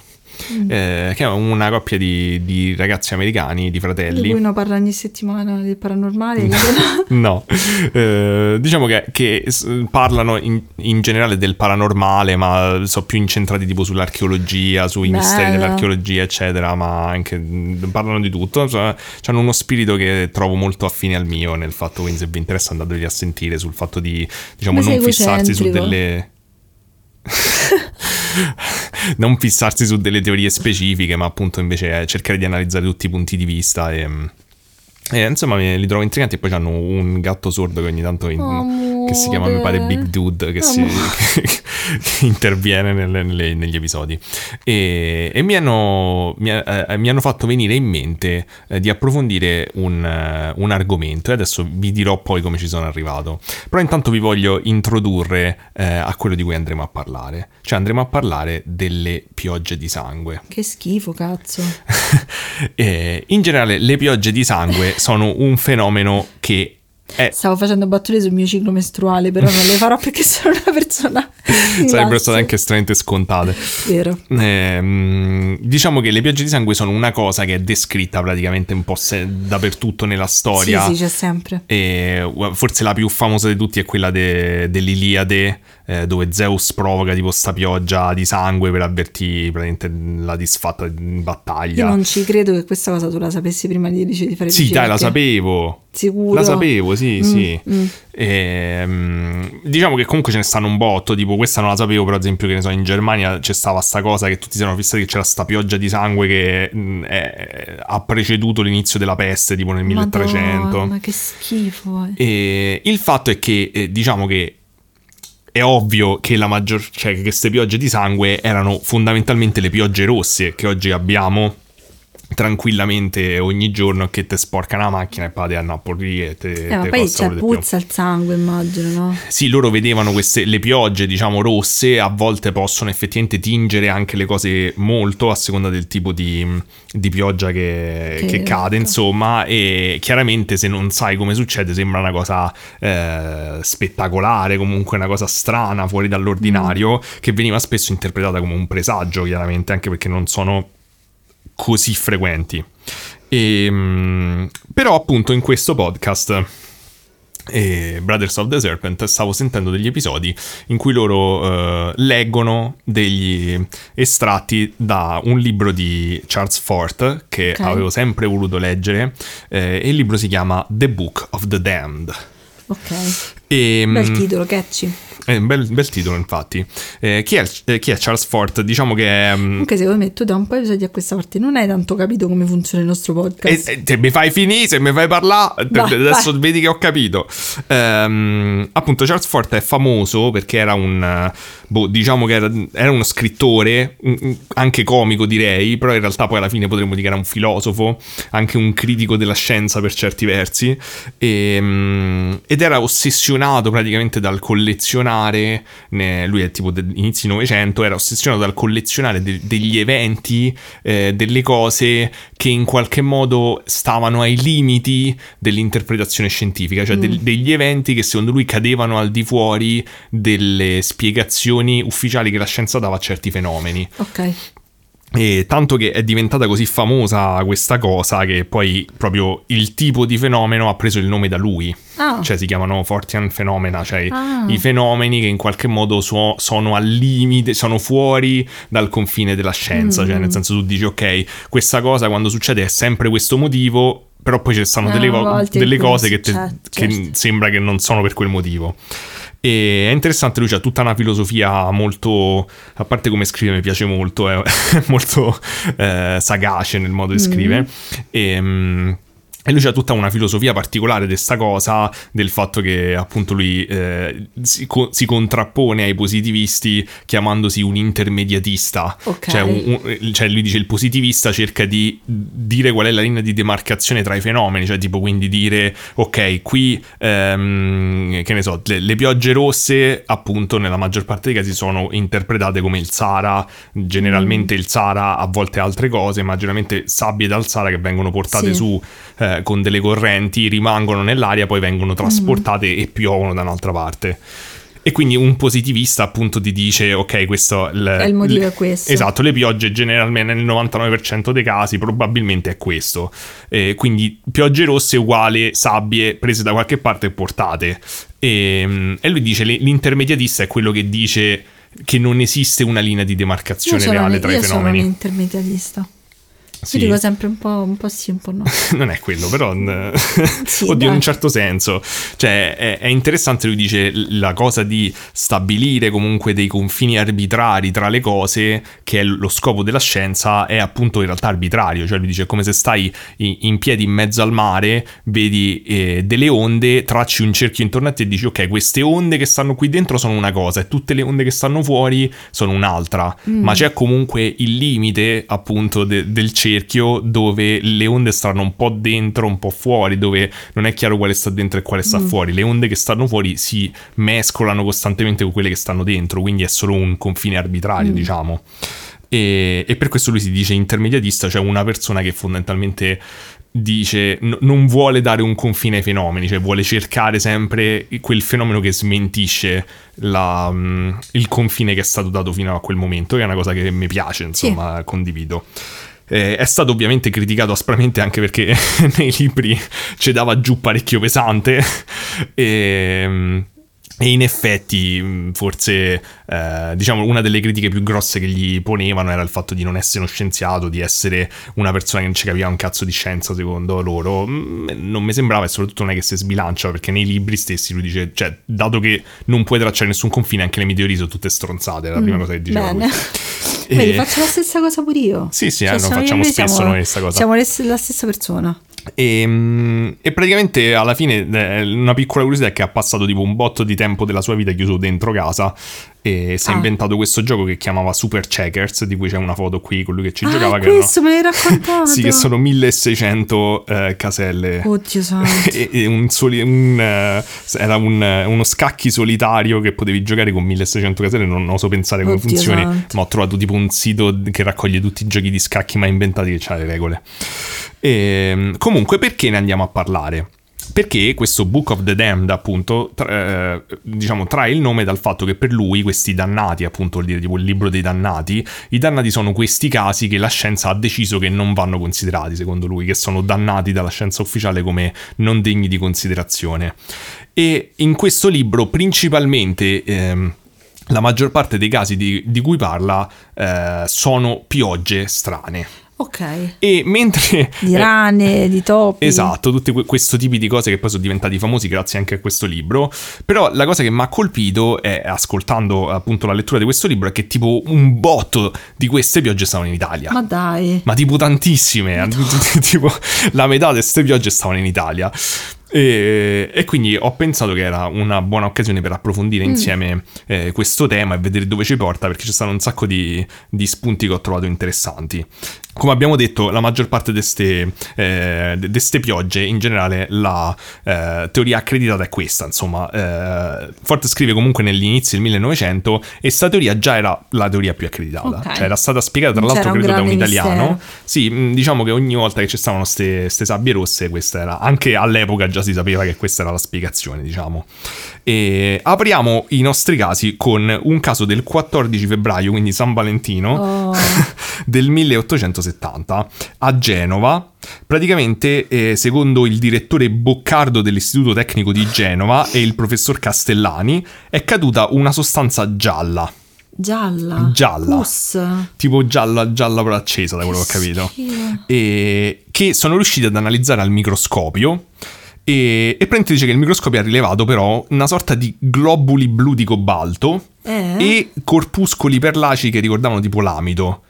S2: eh, che è una coppia di, di ragazzi americani, di
S1: Di
S2: fratelli.
S1: cui uno parla ogni settimana del paranormale.
S2: No, Eh, diciamo che, che s- parlano in, in generale del paranormale, ma sono più incentrati tipo sull'archeologia, sui
S1: Bello.
S2: misteri dell'archeologia, eccetera, ma anche mh, parlano di tutto. Cioè, hanno uno spirito che trovo molto affine al mio nel fatto, quindi se vi interessa andateli a sentire sul fatto di, diciamo,
S1: Ma sei
S2: non fissarsi su
S1: egocentrico?
S2: delle... non fissarsi su delle teorie specifiche, ma appunto invece eh, cercare di analizzare tutti i punti di vista e... mh, e, insomma me- li trovo intriganti e poi hanno un gatto sordo che ogni tanto in-
S1: Amore.
S2: che si chiama mi pare Big Dude che, si, che, interviene nelle- nelle- negli episodi. E, e mi, hanno, mi ha- eh, mi hanno fatto venire in mente eh, di approfondire un, eh, un argomento e adesso vi dirò poi come ci sono arrivato. Però intanto vi voglio introdurre eh, a quello di cui andremo a parlare. Cioè andremo a parlare delle piogge di sangue.
S1: Che schifo, cazzo.
S2: Eh, in generale le piogge di sangue sono un fenomeno che è
S1: Stavo facendo battute sul mio ciclo mestruale, però non le farò perché sono una persona.
S2: sarebbero
S1: Grazie.
S2: state anche estremamente scontate.
S1: Vero.
S2: Ehm, diciamo che le piogge di sangue sono una cosa che è descritta praticamente un po' se- dappertutto nella storia.
S1: Sì, sì, c'è sempre.
S2: E forse la più famosa di tutti è quella de- dell'Iliade, eh, dove Zeus provoca tipo sta pioggia di sangue per avvertire praticamente la disfatta in battaglia.
S1: Io non ci credo che questa cosa tu la sapessi prima di, di fare
S2: Sì,
S1: ricerche.
S2: dai, la sapevo.
S1: Sicuro?
S2: La sapevo, sì,
S1: Mm,
S2: sì.
S1: mm.
S2: Ehm, diciamo che comunque ce ne stanno un botto, tipo questa non la sapevo, per esempio che ne so, in Germania c'è stava sta cosa che tutti si erano fissati che c'era sta pioggia di sangue che mh, è- ha preceduto l'inizio della peste, tipo nel 1300.
S1: Madonna, che schifo. eh.
S2: E il fatto è che, eh, diciamo che è ovvio che la maggior, cioè che queste piogge di sangue erano fondamentalmente le piogge rosse che oggi abbiamo tranquillamente ogni giorno che te sporcano la macchina e pade a Napoli e te,
S1: Eh, ma
S2: te
S1: poi
S2: costa
S1: c'è
S2: pure di più.
S1: puzza il sangue, immagino, no?
S2: Sì, loro vedevano queste, le piogge, diciamo, rosse, a volte possono effettivamente tingere anche le cose molto a seconda del tipo di, di pioggia che,
S1: Che-
S2: che cade, insomma, e chiaramente se non sai come succede sembra una cosa eh, spettacolare, comunque una cosa strana, fuori dall'ordinario, che veniva spesso interpretata come un presagio, chiaramente, anche perché non sono così frequenti. E, mm, però appunto in questo podcast eh, Brothers of the Serpent stavo sentendo degli episodi in cui loro eh, leggono degli estratti da un libro di Charles Fort che
S1: Ok.
S2: avevo sempre voluto leggere eh, e il libro si chiama The Book of the Damned.
S1: Ok.
S2: E,
S1: Bel
S2: mm,
S1: titolo, catchy.
S2: è un eh, bel, bel titolo infatti. Eh, chi, è, eh, chi è Charles Fort? Diciamo che... è, mm,
S1: Comunque, secondo me, tu da un po' di episodi a questa parte non hai tanto capito come funziona il nostro
S2: E,
S1: podcast.
S2: e se mi fai finire, se mi fai parlare,
S1: Vai,
S2: adesso
S1: vai.
S2: vedi che ho capito. Ehm, appunto, Charles Fort è famoso perché era un, eh, boh, diciamo che era, era uno scrittore, un- un- anche comico direi, però in realtà poi alla fine potremmo dire che era un filosofo, anche un critico della scienza per certi versi, Ehm, ed era ossessionato praticamente dal collezionare, ne- lui è tipo degli inizi Novecento, era ossessionato dal collezionare de- degli eventi, eh, delle cose che in qualche modo stavano ai limiti dell'interpretazione scientifica, cioè del- degli eventi che secondo lui cadevano al di fuori delle spiegazioni ufficiali che la scienza dava a certi fenomeni.
S1: Ok.
S2: E tanto che è diventata così famosa questa cosa che poi proprio il tipo di fenomeno ha preso il nome da lui.
S1: Ah.
S2: Cioè si chiamano Fortian Phenomena, cioè
S1: Ah.
S2: i fenomeni che in qualche modo so- sono al limite, sono fuori dal confine della scienza. Cioè
S1: Mm.
S2: nel senso tu dici ok, questa cosa quando succede è sempre questo motivo, però poi ci sono
S1: Ah,
S2: delle, vo-
S1: a volte in
S2: delle
S1: cui non
S2: cose che, te-
S1: succede,
S2: che
S1: certo.
S2: sembra che non sono per quel motivo. E è interessante, lui c'ha tutta una filosofia molto, a parte come scrive mi piace molto, è molto eh, sagace nel modo di scrivere. E, mm, e lui c'ha tutta una filosofia particolare di sta cosa, del fatto che appunto lui eh, si, co- si contrappone ai positivisti chiamandosi un intermediatista.
S1: Ok.
S2: Cioè, un- un- cioè, lui dice il positivista cerca di dire qual è la linea di demarcazione tra i fenomeni, cioè tipo quindi dire ok qui ehm, che ne so le, le piogge rosse appunto nella maggior parte dei casi sono interpretate come il Sara, generalmente
S1: Mm.
S2: il Sara a volte altre cose, ma generalmente sabbie dal Sara che vengono portate
S1: Sì.
S2: su eh, con delle correnti, rimangono nell'aria, poi
S1: Mm.
S2: vengono trasportate e piovono da un'altra parte. E quindi un positivista appunto ti dice, ok, questo
S1: È il motivo è questo.
S2: Esatto, le piogge generalmente nel 99% dei casi probabilmente è questo. Eh, quindi piogge rosse uguale sabbie prese da qualche parte e portate. E, e lui dice, le- l'intermediatista è quello che dice che non esiste una linea di
S1: Io
S2: demarcazione
S1: sono,
S2: reale
S1: un-
S2: tra i
S1: io sono un
S2: fenomeni.
S1: intermedialista.
S2: Sì.
S4: Io dico sempre un po', un po' sì, un po' no.
S2: non è quello, però. n-
S1: Sì,
S2: Oddio, in
S1: dai.
S2: un certo senso. Cioè, è, è interessante, lui dice l- la cosa di stabilire comunque dei confini arbitrari tra le cose, che è lo scopo della scienza, è appunto in realtà arbitrario. Cioè, lui dice è come se stai i- in piedi in mezzo al mare, vedi eh, delle onde, tracci un cerchio intorno a te e dici, ok, queste onde che stanno qui dentro sono una cosa e tutte le onde che stanno fuori sono un'altra.
S1: Mm.
S2: Ma c'è comunque il limite appunto de- del cerchio dove le onde stanno un po' dentro, un po' fuori, dove non è chiaro quale sta dentro e quale sta fuori. Le onde che stanno fuori si mescolano costantemente con quelle che stanno dentro, quindi è solo un confine arbitrario, diciamo. E, e per questo lui si dice intermediatista, cioè una persona che fondamentalmente dice n- non vuole dare un confine ai fenomeni, cioè vuole cercare sempre quel fenomeno che smentisce la, mm, il confine che è stato dato fino a quel momento, che è una cosa che mi piace, insomma, condivido. Eh, è stato ovviamente criticato aspramente anche perché nei libri ci dava giù parecchio pesante e, mm, e in effetti mm, forse eh, diciamo una delle critiche più grosse che gli ponevano era il fatto di non essere uno scienziato, di essere una persona che non ci capiva un cazzo di scienza secondo loro. Mm, Non mi sembrava e soprattutto non è che si sbilancia perché nei libri stessi lui dice, cioè dato che non puoi tracciare nessun confine anche le meteoriti sono tutte stronzate, è la prima cosa che diceva
S4: Mm, Bene.
S2: lui.
S4: Vedi,
S2: E-
S4: faccio la stessa cosa pure io.
S2: Sì, sì, eh, non
S4: Cioè, siamo-
S2: facciamo spesso
S4: siamo,
S2: noi sta cosa.
S4: Siamo le- la stessa persona.
S2: E, mm, e praticamente alla fine eh, una piccola curiosità è che ha passato tipo un botto di tempo della sua vita chiuso dentro casa e si è
S4: Ah.
S2: inventato questo gioco che chiamava Super Checkers, di cui c'è una foto qui con lui che ci
S4: Ah,
S2: giocava.
S4: è
S2: che erano-
S4: questo, me l'hai raccontato.
S2: sì, che sono 1600 eh, caselle.
S4: Oddio santo.
S2: E- e un soli- un, eh, era un, eh, uno scacchi solitario che potevi giocare con 1600 caselle. Non oso pensare come
S4: Oddio
S2: funzioni,
S4: santo.
S2: ma ho trovato tipo un sito che raccoglie tutti i giochi di scacchi mai inventati che ha le regole. Ehm, comunque, perché ne andiamo a parlare? Perché questo Book of the Damned, appunto, tra- eh, diciamo, trae il nome dal fatto che per lui questi dannati, appunto, vuol dire tipo il libro dei dannati, i dannati sono questi casi che la scienza ha deciso che non vanno considerati, secondo lui, che sono dannati dalla scienza ufficiale come non degni di considerazione. E in questo libro principalmente... ehm, la maggior parte dei casi di, di cui parla eh, sono piogge strane.
S4: Ok.
S2: E mentre
S1: Di
S2: eh,
S1: rane, di topi.
S2: Esatto, tutti que- questo tipo di cose che poi sono diventati famosi grazie anche a questo libro. Però la cosa che mi ha colpito, è, ascoltando appunto la lettura di questo libro, è che tipo un botto di queste piogge stavano in Italia.
S4: Ma dai.
S2: Ma tipo tantissime, eh. tipo la metà di queste piogge stavano in Italia. E, e quindi ho pensato che era una buona occasione per approfondire insieme eh, questo tema e vedere dove ci porta, perché ci stanno un sacco di, di spunti che ho trovato interessanti. Come abbiamo detto, la maggior parte di eh, queste piogge, in generale, la eh, teoria accreditata è questa. Insomma, eh, Forte scrive comunque nell'inizio del 1900 e sta teoria già era la teoria più accreditata.
S4: Ok.
S2: Cioè, era stata spiegata tra
S4: C'era
S2: l'altro
S4: un
S2: credo da un
S4: grande
S2: italiano.
S4: mistero.
S2: Sì, mh, diciamo che ogni volta che ci stavano ste, ste sabbie rosse, questa era. Anche all'epoca già si sapeva che questa era la spiegazione, diciamo. E apriamo i nostri casi con un caso del 14 febbraio, quindi San Valentino,
S4: Oh.
S2: del 1870 a Genova. Praticamente, eh, secondo il direttore Boccardo dell'Istituto Tecnico di Genova e il professor Castellani, è caduta una sostanza gialla,
S4: Gialla.
S2: Gialla.
S4: Pus.
S2: tipo gialla, gialla però accesa, da quello che ho capito
S4: Schifo.
S2: e che sono riusciti ad analizzare al microscopio. E, e praticamente dice che il microscopio ha rilevato però una sorta di globuli blu di cobalto
S4: Eh?
S2: e corpuscoli perlaci che ricordavano tipo l'amido.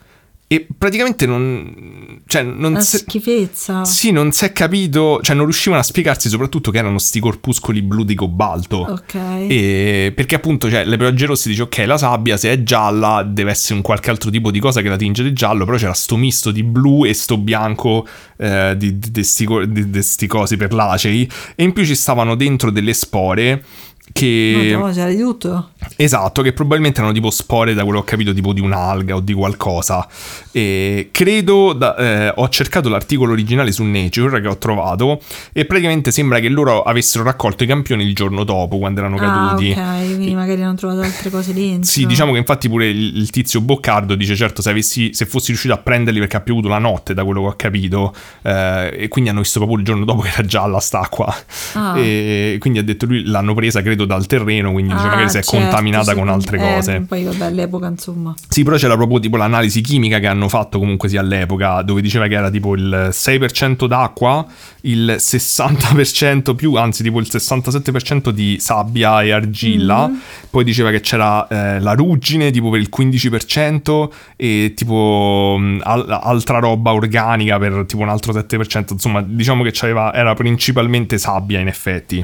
S2: E praticamente non. cioè, non
S1: Ah,
S4: Una
S2: si-
S4: schifezza.
S2: sì, non si è capito, cioè non riuscivano a spiegarsi soprattutto che erano sti corpuscoli blu di cobalto.
S1: Oh.
S4: Ok.
S2: E perché appunto cioè, le piogge rosse dice ok la sabbia se è gialla deve essere un qualche altro tipo di cosa che la tinge di giallo però c'era sto misto di blu e sto bianco eh, di questi cosi perlacei e in più ci stavano dentro delle spore che
S4: Madonna, c'era di tutto.
S2: esatto che probabilmente erano tipo spore da quello che ho capito tipo di un'alga o di qualcosa e credo da- eh, ho cercato l'articolo originale su Nature che ho trovato e praticamente sembra che loro avessero raccolto i campioni il giorno dopo quando erano
S4: Ah,
S2: caduti
S4: ok. Quindi magari hanno trovato altre cose dentro.
S2: sì, diciamo che infatti pure il, il tizio Boccardo dice: Certo, se, avessi, se fossi riuscito a prenderli perché ha piovuto la notte, da quello che ho capito, eh, e quindi hanno visto proprio il giorno dopo che era già alla stacqua.
S4: Ah.
S2: E quindi ha detto lui l'hanno presa, credo credo dal terreno, quindi dice,
S1: Ah,
S2: magari si è
S1: certo,
S2: contaminata
S1: sì.
S2: con altre
S1: Eh,
S2: cose.
S1: Poi vabbè, all'epoca insomma.
S2: Sì, però c'era proprio tipo l'analisi chimica che hanno fatto comunque sì all'epoca, dove diceva che era tipo il 6% d'acqua, il 60% più, anzi tipo il 67% di sabbia e argilla, poi diceva che c'era eh, la ruggine tipo per il 15% e tipo mh, al- altra roba organica per tipo un altro 7%, insomma diciamo che c'aveva, era principalmente sabbia in effetti.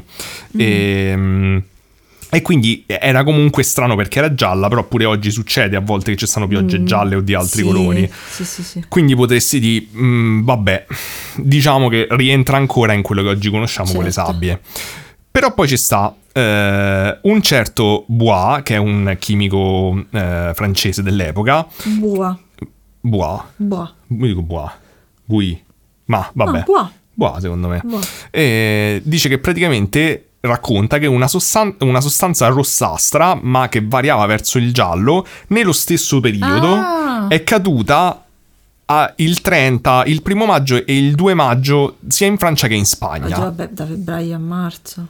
S1: Mm.
S2: E, mh, Ehm, e quindi era comunque strano perché era gialla, però pure oggi succede a volte che ci stanno piogge
S1: Mm.
S2: gialle o di altri
S1: Sì,
S2: colori.
S1: Sì, sì, sì.
S2: Quindi potresti dire, "Mm, vabbè, diciamo che rientra ancora in quello che oggi conosciamo con le
S1: Certo.
S2: sabbie. Però poi ci sta eh, un certo Bois, che è un chimico eh, francese dell'epoca.
S1: Buah,
S2: Bois,
S1: buah.
S2: io dico Bois, Bui, ma vabbè.
S1: Boh. No, boh, buah,
S2: Bois secondo me
S1: buah.
S2: e dice che praticamente racconta che una, sossan- una sostanza rossastra, ma che variava verso il giallo, nello stesso periodo
S1: Ah.
S2: è caduta a- il 30, il primo maggio e il 2 maggio sia in Francia che in
S1: Oggi,
S2: Spagna.
S1: vabbè, da febbraio a marzo.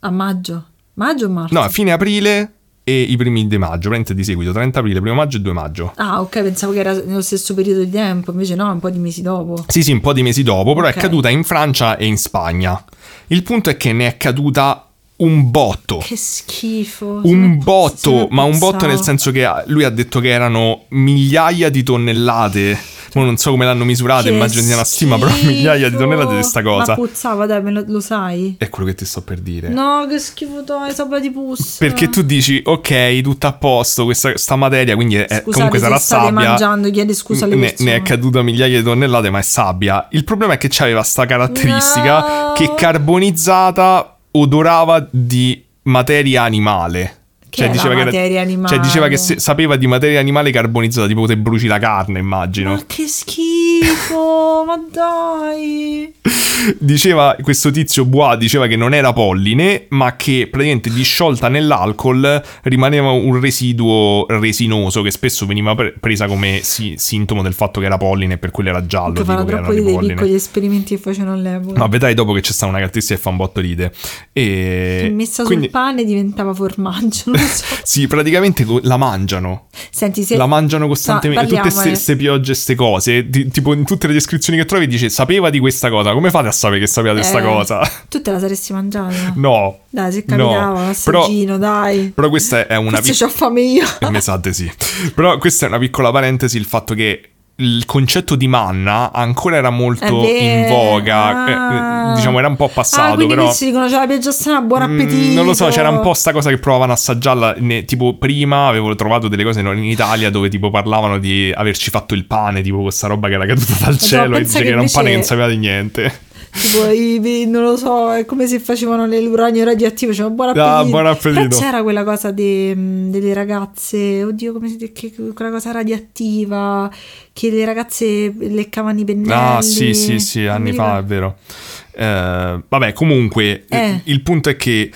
S1: A maggio. Maggio o marzo?
S2: No, a fine aprile e i primi di maggio, praticamente di seguito, 30 aprile, primo maggio e 2 maggio.
S1: Ah, ok, pensavo che era nello stesso periodo di tempo, invece no, un po' di mesi dopo.
S2: Sì, sì, un po' di mesi dopo, però è
S1: Ok.
S2: caduta in Francia e in Spagna. Il punto è che ne è caduta un botto.
S1: Che schifo. se ne-
S2: un
S1: se ne
S2: botto, ma un botto
S1: pensavo.
S2: nel senso che lui ha detto che erano migliaia di tonnellate. Mo non so come l'hanno misurata,
S1: Che
S2: immagino sia una stima, però
S1: schifo.
S2: migliaia di tonnellate di sta cosa.
S1: Ma puzzava, dai, me lo, lo sai?
S2: È quello che ti sto per dire.
S1: No, che schifo, dai, sopra di pus.
S2: Perché tu dici, ok, tutto a posto, questa sta materia, quindi è-
S1: Scusate
S2: eh, comunque
S1: se
S2: sarà
S1: state
S2: sabbia.
S1: mangiando, chiedi scusa alle
S2: Mm, ne,
S1: persone.
S2: ne è caduta migliaia di tonnellate, ma è sabbia. Il problema è che c'aveva sta caratteristica
S1: No.
S2: che carbonizzata odorava di materia animale.
S1: Che è la materia animale?
S2: Cioè, diceva che se- sapeva di materia animale carbonizzata, tipo te bruci la carne, immagino.
S1: Ma che schifo, ma dai.
S2: Diceva questo tizio Bois, diceva che non era polline, ma che praticamente disciolta nell'alcol rimaneva un residuo resinoso che spesso veniva pre- presa come si- sintomo del fatto che era polline e per quello era giallo.
S1: che
S2: tipo,
S1: fanno
S2: che
S1: troppo
S2: erano di
S1: ridere i
S2: polline.
S1: piccoli esperimenti che facevano all'epoca.
S2: Ma vedrai dopo che c'è stata una cartista che fa un botto ride. E
S1: Cioè, Messa
S2: quindi-
S1: sul pane diventava formaggio, non lo so.
S2: Sì, praticamente co- la mangiano.
S1: Senti, se...
S2: La mangiano costantemente.
S1: Sa-
S2: tutte
S1: parliamone.
S2: ste, ste piogge, ste cose. Ti- tipo in tutte le descrizioni che trovi dice sapeva di questa cosa. Come fate a sapere che sapeva di questa
S1: Eh,
S2: cosa?
S1: Tu te la saresti mangiata?
S2: No.
S1: Dai, se capitava,
S2: no.
S1: un
S2: Però,
S1: assaggino, dai.
S2: però questa è una
S1: Forse
S2: piccola...
S1: c'ho fame io.
S2: Eh, Mi sa di sì. Però questa è una piccola parentesi, il fatto che il concetto di manna ancora era molto
S1: È vero.
S2: in voga,
S1: Ah.
S2: eh, diciamo era un po'
S1: ah,
S2: passato,
S1: quindi
S2: però...
S1: qui si riconosceva la pioggia strana, buon
S2: Mm,
S1: appetito.
S2: non lo so, c'era un po' sta cosa che provavano a assaggiarla. ne- tipo, prima avevo trovato delle cose in Italia dove tipo parlavano di averci fatto il pane, tipo questa roba che era caduta dal cielo e
S1: pensa
S2: dice
S1: che
S2: che era un
S1: invece-
S2: pane che non sapeva di niente.
S1: Tipo, i- i- non lo so, è come se facevano l'uranio radioattivo, c'era buon appetito.
S2: Ah, buon appetito.
S1: Però c'era quella cosa de- mh, delle ragazze, oddio, come si dice, che- che- quella cosa radioattiva, che le ragazze leccavano i pennelli.
S2: Ah, sì, sì, sì,
S1: Non mi
S2: anni fa, è
S1: ricordo.
S2: vero. Eh, vabbè, comunque,
S1: Eh.
S2: il punto è che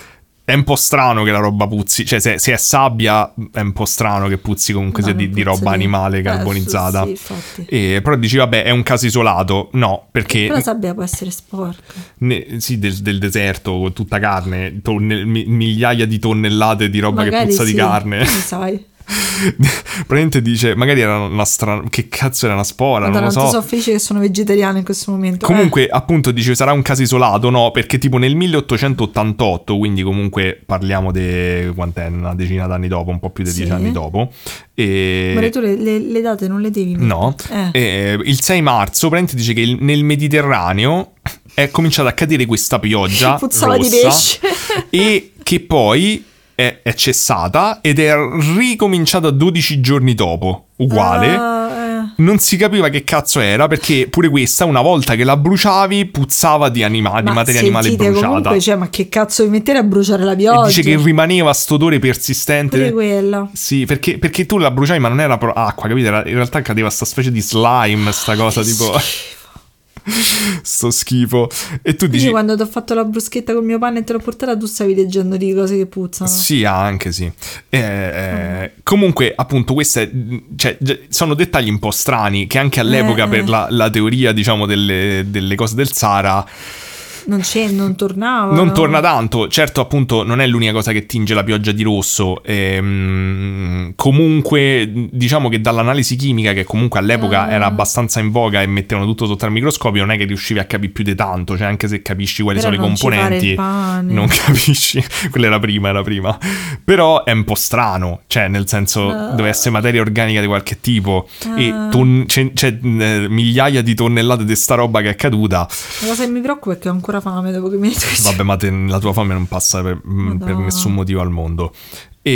S2: è un po' strano che la roba puzzi, cioè se, se è sabbia è un po' strano che puzzi comunque
S1: No,
S2: sia di,
S1: non
S2: di
S1: puzza
S2: roba
S1: di-
S2: animale
S1: Eh,
S2: carbonizzata.
S1: sì, infatti.
S2: E però dici, vabbè, è un caso isolato. No, perché
S1: Però la sabbia può essere sporca.
S2: Ne- sì, del, del deserto, con tutta carne, tonne- mi- migliaia di tonnellate di roba che
S1: Magari
S2: puzza
S1: sì,
S2: di
S1: non
S2: carne.
S1: sai.
S2: Praticamente dice, magari era una strana... Che cazzo era una spora,
S1: Madonna,
S2: non lo so.
S1: sono felice che sono vegetariana in questo momento. Eh,
S2: Comunque, appunto, dice sarà un caso isolato, no? Perché tipo nel 1888, quindi comunque parliamo di quant'è, una decina d'anni dopo, un po' più di
S1: Sì.
S2: dieci anni dopo.
S1: Eh, Maria,
S2: E...
S1: tu le, le- le date non le devi mettere.
S2: No,
S1: Eh.
S2: Eh, il 6 marzo praticamente dice che il- nel Mediterraneo è cominciata a cadere questa pioggia
S1: Puzzava di
S2: rossa
S1: pesce.
S2: e che poi è, è cessata ed è ricominciata 12 giorni dopo, uguale.
S1: Ah, eh.
S2: Non si capiva che cazzo era perché pure questa una volta che la bruciavi puzzava di, anima- di
S1: Ma
S2: materia animale
S1: sentite,
S2: bruciata.
S1: Comunque, cioè, ma che cazzo vi mettere a bruciare la
S2: e
S1: pioggia?
S2: dice che rimaneva sto odore persistente.
S1: Pure quella.
S2: Sì, perché, perché tu la bruciavi, ma non era pro- acqua, capito? Era- in realtà cadeva sta specie di slime, sta cosa, tipo. sto schifo. E tu
S1: Quindi
S2: dici.
S1: quando ti ho fatto la bruschetta con mio pane e te l'ho portata, tu stavi leggendo di cose che puzzano.
S2: Sì, ah, anche sì. Eh, eh, comunque, appunto, queste cioè, gi- sono dettagli un po' strani che anche all'epoca
S1: Eh, eh.
S2: per la, la teoria, diciamo, delle, delle cose del Sara
S1: non c'è, non tornava.
S2: Non torna tanto, certo appunto non è l'unica cosa che tinge la pioggia di rosso, ehm, comunque diciamo che dall'analisi chimica che comunque all'epoca
S1: Ah.
S2: era abbastanza in voga e mettevano tutto sotto al microscopio non è che riuscivi a capire più di tanto, cioè anche se capisci quali
S1: Però
S2: sono i
S1: non ci fare il
S2: componenti
S1: pane.
S2: non capisci, quella era prima, era prima, però è un po' strano, cioè nel senso
S1: Ah.
S2: deve essere materia organica di qualche tipo e
S1: Ah.
S2: ton- c'è, c'è, eh, migliaia di tonnellate di sta roba che è caduta
S1: La cosa che mi preoccupa è che ho ancora fame dopo che mi hai detto.
S2: Vabbè, ma te- la tua fame non passa per, mm, per
S1: Madonna.
S2: nessun motivo al mondo.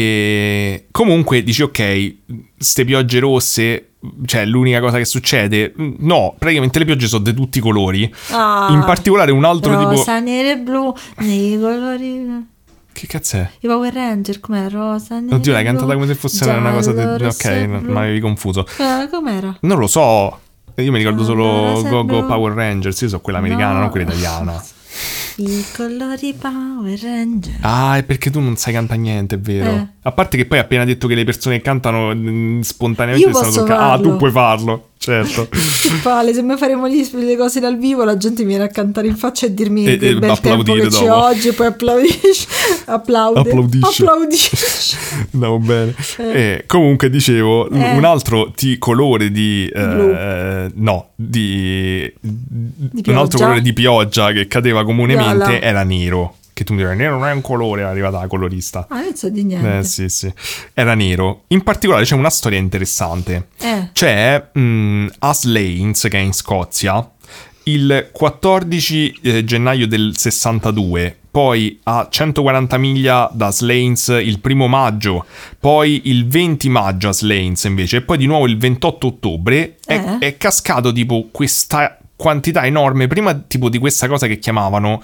S2: E comunque dici, ok, ste piogge rosse, cioè l'unica cosa che succede? mm, No, praticamente le piogge sono di tutti i colori.
S1: Ah,
S2: In particolare un altro tipo...
S1: Rosa, nero e blu, nei colori...
S2: Che cazzo è?
S1: I Power Ranger, com'era? Rosa, nero
S2: Oddio, l'hai
S1: e blu,
S2: cantata come se fosse una cosa
S1: giallo,
S2: del... Ok,
S1: rosso e
S2: no,
S1: blu.
S2: mi avevi confuso.
S1: Eh, com'era?
S2: Non lo so, io mi ricordo solo
S1: Rosa e
S2: Go Go
S1: blu.
S2: Power Rangers, io so quella americana,
S1: No.
S2: non quella italiana.
S1: I colori Power Ranger.
S2: Ah, è perché tu non sai cantare niente, è vero.
S1: Eh.
S2: A parte che poi hai appena detto che le persone che cantano mh, spontaneamente
S1: Io
S2: sono
S1: posso
S2: tocca- Ah,
S1: farlo.
S2: tu puoi farlo, certo.
S1: Che palle, se noi faremo gli- le cose dal vivo, la gente mi viene a cantare in faccia e dirmi
S2: E-
S1: che
S2: e
S1: bel tempo
S2: applaudire
S1: che c'è
S2: dopo.
S1: oggi, e poi applaudisci. Applaude.
S2: Applaudisce.
S1: Applaudisce.
S2: Andiamo bene. Eh, comunque dicevo, l-
S1: Eh.
S2: un altro ti- colore di... eh,
S1: Blu.
S2: no, di... Un
S1: pioggia.
S2: altro colore di pioggia che cadeva comunemente
S1: Viola.
S2: era nero. Che tu mi dirai, nero non è un colore, è arrivata la colorista.
S1: Ah, non so di niente.
S2: Eh sì sì, era nero. In particolare c'è una storia interessante.
S1: Eh.
S2: C'è mh, Aslanes che è in Scozia il 14 eh, gennaio del 62, poi a 140 miglia da Slains il primo maggio, poi il 20 maggio a Slains invece, e poi di nuovo il 28 ottobre è,
S1: Eh.
S2: è cascato tipo questa quantità enorme, prima tipo di questa cosa che chiamavano,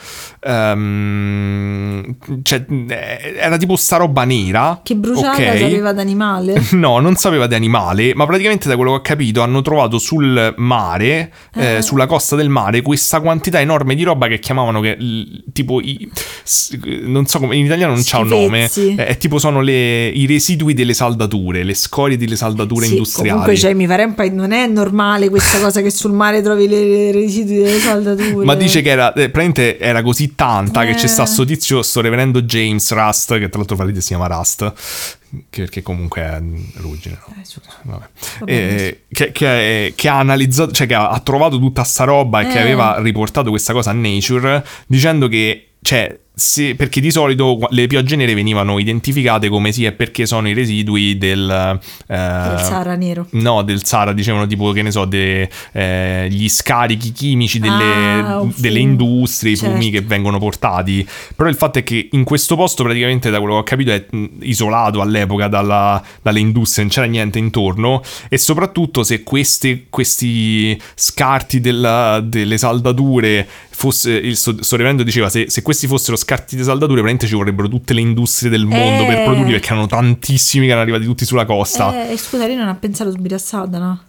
S2: ehm, cioè, eh, era tipo sta roba nera.
S1: Che bruciata
S2: ok?
S1: sapeva d'animale.
S2: No, non sapeva di animale, ma praticamente da quello che ho capito hanno trovato sul mare, eh,
S1: Eh.
S2: sulla costa del mare, questa quantità enorme di roba che chiamavano che, l- tipo, i- s- non so come, in italiano non c'ha un nome,
S1: Schifezzi.
S2: eh, è tipo sono le- i residui delle saldature, le scorie delle saldature
S1: Sì,
S2: industriali.
S1: Comunque, cioè, mi pare un pa- non è normale questa cosa che sul mare trovi le, le residui delle saldature.
S2: Ma dice che era, eh, praticamente era così tanta che c'è
S1: Eh.
S2: sta sto tizio, sto reverendo James Rust, che tra l'altro valide si chiama Rust, che, perché comunque è mm, ruggine. no?
S1: Eh, scusa.
S2: Vabbè.
S1: Vabbè,
S2: Eh, che, che- che ha analizzato, cioè che ha, ha trovato tutta sta roba e che
S1: Eh.
S2: aveva riportato questa cosa a Nature dicendo che, cioè, se- perché di solito qua- le piogge nere venivano identificate come sì è perché sono i residui del... eh,
S1: Del Sahara nero.
S2: No, del Sahara dicevano tipo che ne so, de- eh, gli scarichi chimici delle,
S1: Ah, un
S2: delle
S1: fumo.
S2: industrie, i fumi
S1: Certo.
S2: che vengono portati. Però il fatto è che in questo posto, praticamente, da quello che ho capito, è mh, isolato all'epoca dalla- dalle industrie, non c'era niente intorno. E soprattutto se questi, questi scarti della- delle saldature fosse il sto, sto reverendo diceva se, se questi fossero scarti di saldature praticamente ci vorrebbero tutte le industrie del mondo per
S1: Eh.
S2: produrli perché erano tantissimi che erano arrivati tutti sulla costa
S1: Eh, scusa, lei non ha pensato subito a Sadana.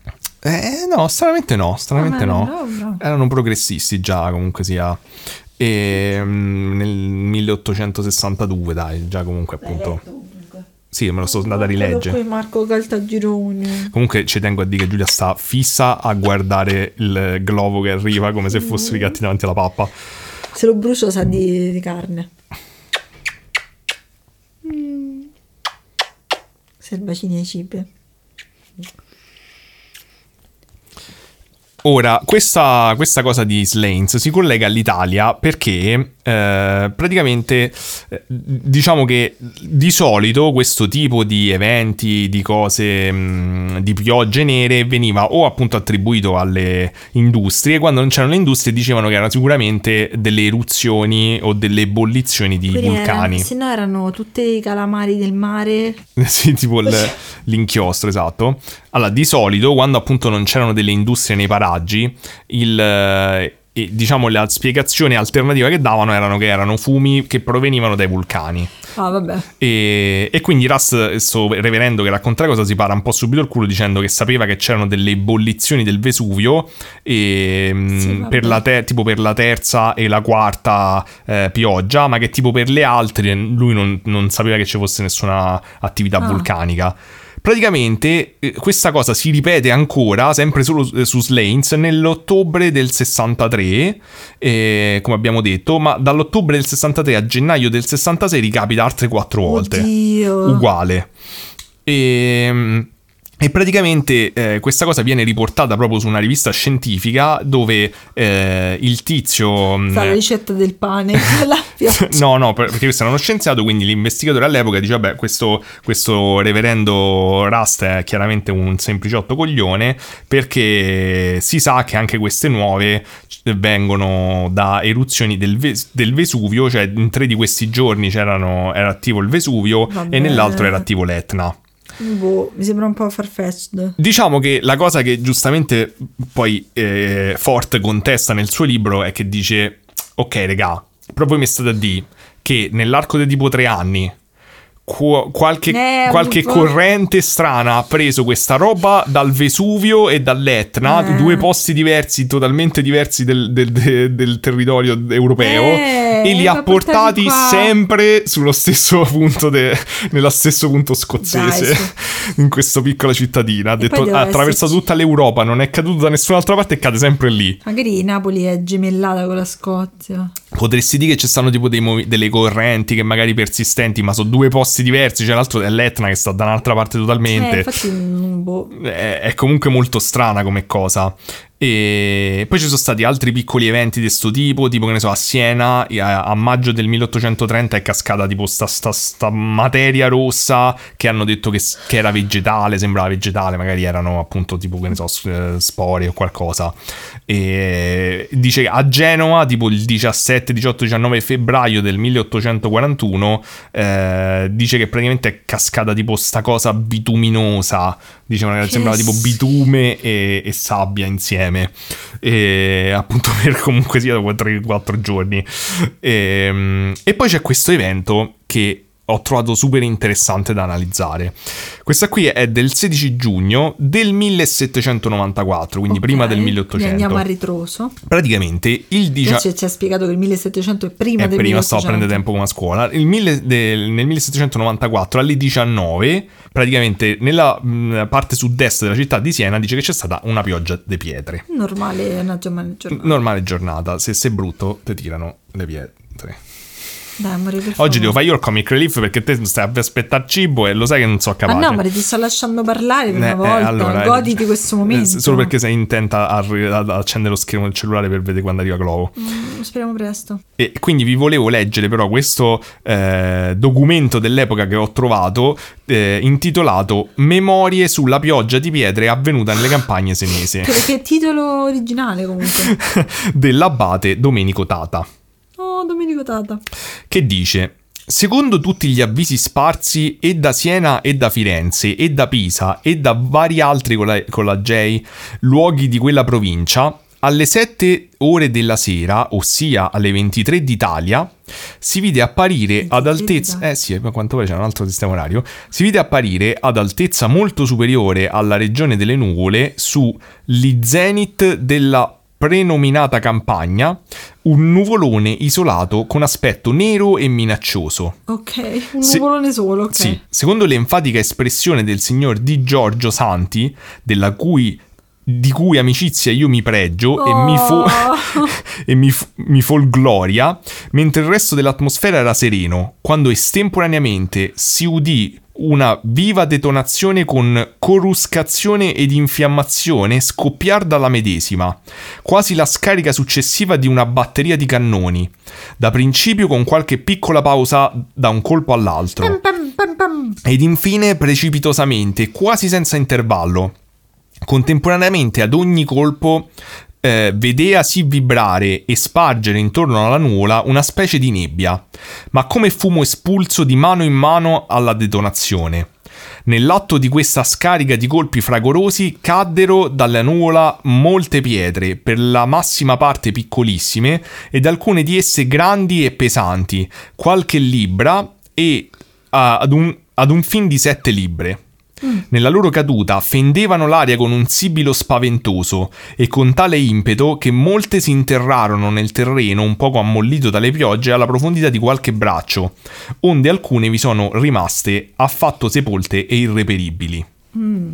S2: eh no, stranamente no, stranamente
S1: Ah,
S2: no.
S1: bravo, bravo.
S2: Erano progressisti già, comunque sia. E, mm, nel 1862, dai, già comunque appunto. Sì, me lo sto andando a rileggere.
S1: Poi Eh, Marco Caltagirone.
S2: Comunque ci tengo a dire che Giulia sta fissa a guardare il globo che arriva come se fossero i gatti davanti alla pappa.
S1: Se lo brucio sa di, di carne.
S4: Mm.
S1: Selvacini ai cibi.
S2: Ora, questa, questa cosa di Slains si collega all'Italia perché eh, praticamente eh, diciamo che di solito questo tipo di eventi, di cose, mh, di piogge nere veniva o appunto attribuito alle industrie, quando non c'erano le industrie dicevano che erano sicuramente delle eruzioni o delle ebollizioni di
S1: Quelli
S2: vulcani.
S1: erano- se no erano tutti i calamari del mare.
S2: Sì, tipo il- l'inchiostro, esatto. Allora, di solito, quando appunto non c'erano delle industrie nei paraggi, il, eh, e, diciamo la spiegazione alternativa che davano erano che erano fumi che provenivano dai vulcani.
S1: Ah, vabbè.
S2: E, e quindi Rust, sto reverendo che racconta la cosa, si para un po' subito il culo dicendo che sapeva che c'erano delle ebollizioni del Vesuvio e, mh,
S1: Sì, vabbè.
S2: per la te- tipo per la terza e la quarta eh, pioggia, ma che tipo per le altre lui non, non sapeva che ci fosse nessuna attività
S1: Ah.
S2: vulcanica. Praticamente eh, questa cosa si ripete ancora, sempre solo su, su Slains, nell'ottobre del 63, eh, come abbiamo detto, ma dall'ottobre del 63 a gennaio del 66 ricapita altre quattro volte.
S4: Oddio.
S2: Uguale. E, e praticamente eh, questa cosa viene riportata proprio su una rivista scientifica dove eh, il tizio... mm, mh,
S4: Fa la ricetta del pane alla pioggia.
S2: No, no, per- perché questo era uno scienziato, quindi l'investigatore all'epoca dice, vabbè, questo, questo reverendo Rust è chiaramente un sempliciotto coglione, perché si sa che anche queste nuove c- vengono da eruzioni del, Ves- del Vesuvio, cioè in tre di questi giorni c'erano, era attivo il Vesuvio
S4: Vabbè.
S2: e nell'altro era attivo l'Etna.
S4: Boh, mi sembra un po' farfetched.
S2: Diciamo che la cosa che giustamente poi eh, Fort contesta nel suo libro è che dice: Ok, regà, però voi mi state a dire che nell'arco di tipo tre anni. qu- qualche
S4: Eh,
S2: qualche
S4: un po'.
S2: corrente strana ha preso questa roba dal Vesuvio e dall'Etna,
S4: Eh.
S2: due posti diversi, totalmente diversi del, del- de- del territorio europeo,
S4: Eh,
S2: e li
S4: li
S2: ha
S4: fa portati
S2: portati
S4: qua.
S2: sempre sullo stesso punto, de- nello stesso punto scozzese,
S4: Dai, su.
S2: in questa piccola cittadina. Ha
S4: E
S2: detto
S4: poi deve
S2: ha attraversato
S4: esserci-
S2: tutta l'Europa, non è caduto da nessun'altra parte e cade sempre lì.
S4: Magari Napoli è gemellata con la Scozia.
S2: Potresti dire che ci stanno tipo dei movi- delle correnti che magari persistenti, ma sono due posti diversi, cioè l'altro è l'Etna che sta da un'altra parte
S4: Eh,
S2: totalmente.
S4: infatti, mm, boh.
S2: è, è comunque molto strana come cosa. E poi ci sono stati altri piccoli eventi di sto tipo, tipo che ne so, a Siena eh, a, maggio del 1830 è cascata tipo sta, sta- sta materia rossa che hanno detto che, s- che era vegetale, sembrava vegetale, magari erano appunto tipo che ne so, s- eh, spore o qualcosa. E dice che a Genova, tipo il 17, 18, 19 febbraio del 1841, eh, dice che praticamente è cascata tipo sta cosa bituminosa. Dicevano che
S4: Che
S2: sembrava tipo bitume e, e sabbia insieme. E appunto per comunque sia dopo 3-4 giorni. Ehm, E, poi c'è questo evento che ho trovato super interessante da analizzare. Questa qui è del 16 giugno del 1794, quindi
S4: Ok,
S2: prima del
S4: quindi
S2: 1800.
S4: Andiamo a ritroso.
S2: Praticamente il 18...
S4: Invece ci ha spiegato che il 1700 è prima
S2: Eh,
S4: del
S2: prima
S4: 1800.
S2: stavo a prendere tempo come a scuola. Il mille- del- nel 1794 alle 19, praticamente nella mh, parte sud-est della città di Siena, dice che c'è stata una pioggia di pietre.
S4: Normale, è una giornata.
S2: Normale giornata, se sei brutto ti tirano le pietre.
S4: Dai, amore, per
S2: Oggi
S4: favore.
S2: devo fare io il comic relief perché te stai a aspettare cibo e lo sai che non so
S4: Ma
S2: capace.
S4: no, amore, ti sto lasciando parlare per
S2: Eh,
S4: una
S2: eh,
S4: volta.
S2: allora, eh,
S4: Goditi questo
S2: eh,
S4: momento.
S2: Solo perché sei intenta a, ri- ad accendere lo schermo del cellulare per vedere quando arriva Globo.
S4: Mm, Speriamo presto.
S2: E quindi vi volevo leggere però questo eh, documento dell'epoca che ho trovato eh, intitolato Memorie sulla pioggia di pietre avvenuta nelle campagne senese
S4: Che, che titolo originale comunque.
S2: dell'abate Domenico Tata,
S4: Oh, Domenico Tata.
S2: che dice Secondo tutti gli avvisi sparsi e da Siena e da Firenze e da Pisa e da vari altri con la, con la J luoghi di quella provincia, alle 7 ore della sera, ossia alle 23 d'Italia, si vide apparire
S4: 23
S2: ad altezza...
S4: d'Italia.
S2: Eh sì, ma quanto pare c'è un altro sistema orario. Si vide apparire ad altezza molto superiore alla regione delle nuvole su gli zenit della prenominata campagna un nuvolone isolato con aspetto nero e minaccioso.
S4: Ok, un
S2: Sì.
S4: nuvolone solo, ok.
S2: Sì, secondo l'enfatica espressione del signor Di Giorgio Santi, della cui, di cui amicizia io mi pregio e mi, fo-
S4: Oh.
S2: e mi, f- mi folgloria, mentre il resto dell'atmosfera era sereno, quando estemporaneamente si udì una viva detonazione con coruscazione ed infiammazione scoppiar dalla medesima, quasi la scarica successiva di una batteria di cannoni, da principio con qualche piccola pausa da un colpo all'altro
S4: Pam, pam, pam, pam.
S2: ed infine precipitosamente, quasi senza intervallo. Contemporaneamente ad ogni colpo eh, vedea si vibrare e spargere intorno alla nuvola una specie di nebbia, ma come fumo espulso di mano in mano alla detonazione. Nell'atto di questa scarica di colpi fragorosi caddero dalla nuvola molte pietre, per la massima parte piccolissime, ed alcune di esse grandi e pesanti, qualche libra e a- ad, un, ad un fin di sette libbre. Nella loro caduta fendevano l'aria con un sibilo spaventoso e con tale impeto che molte si interrarono nel terreno un poco ammollito dalle piogge alla profondità di qualche braccio, onde alcune vi sono rimaste affatto sepolte e irreperibili.
S4: Mm.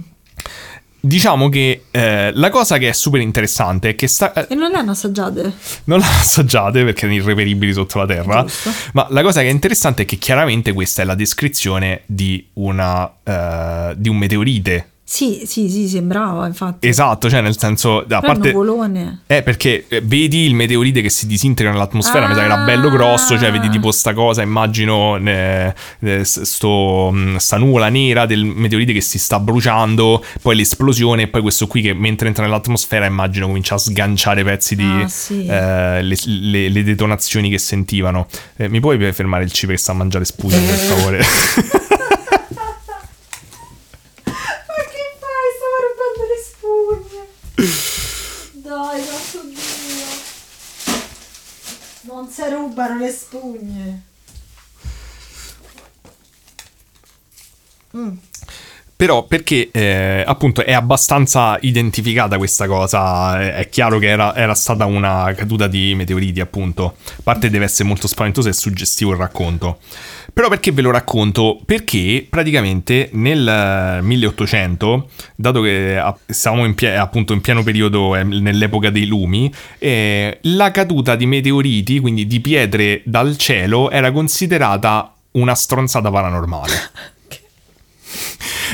S2: Diciamo che eh, la cosa che è super interessante è che sta... eh,
S4: E non le hanno assaggiate.
S2: non la assaggiate perché erano irreperibili sotto la terra,
S4: Giusto.
S2: ma la cosa che è interessante è che chiaramente questa è la descrizione di, una, eh, di un meteorite.
S4: Sì, sì, sì, sembrava infatti.
S2: Esatto, cioè nel senso... A
S4: Però è un
S2: parte...
S4: nuvolone.
S2: Eh, perché eh, vedi il meteorite che si disintegra nell'atmosfera, mi sa che era bello grosso, cioè vedi tipo sta cosa, immagino eh, eh, s- sto, mh, sta nuvola nera del meteorite che si sta bruciando, poi l'esplosione e poi questo qui che mentre entra nell'atmosfera immagino comincia a sganciare pezzi di...
S4: Ah, sì.
S2: eh, le, le- le detonazioni che sentivano. Eh, mi puoi fermare il cibo che sta a mangiare spugne,
S4: Eh.
S2: per favore?
S4: Ma che fai? Stavo rubando le spugne. Dai, santo Dio. Non si rubano le spugne. Mm.
S2: Però perché eh, appunto è abbastanza identificata questa cosa, eh, è- è chiaro che era, era stata una caduta di meteoriti appunto, a parte deve essere molto spaventoso e suggestivo il racconto. Però perché ve lo racconto? Perché praticamente nel eh, 1800, dato che ah, siamo in pie- appunto in pieno periodo eh, nell'epoca dei lumi, eh, la caduta di meteoriti, quindi di pietre dal cielo, era considerata una stronzata paranormale.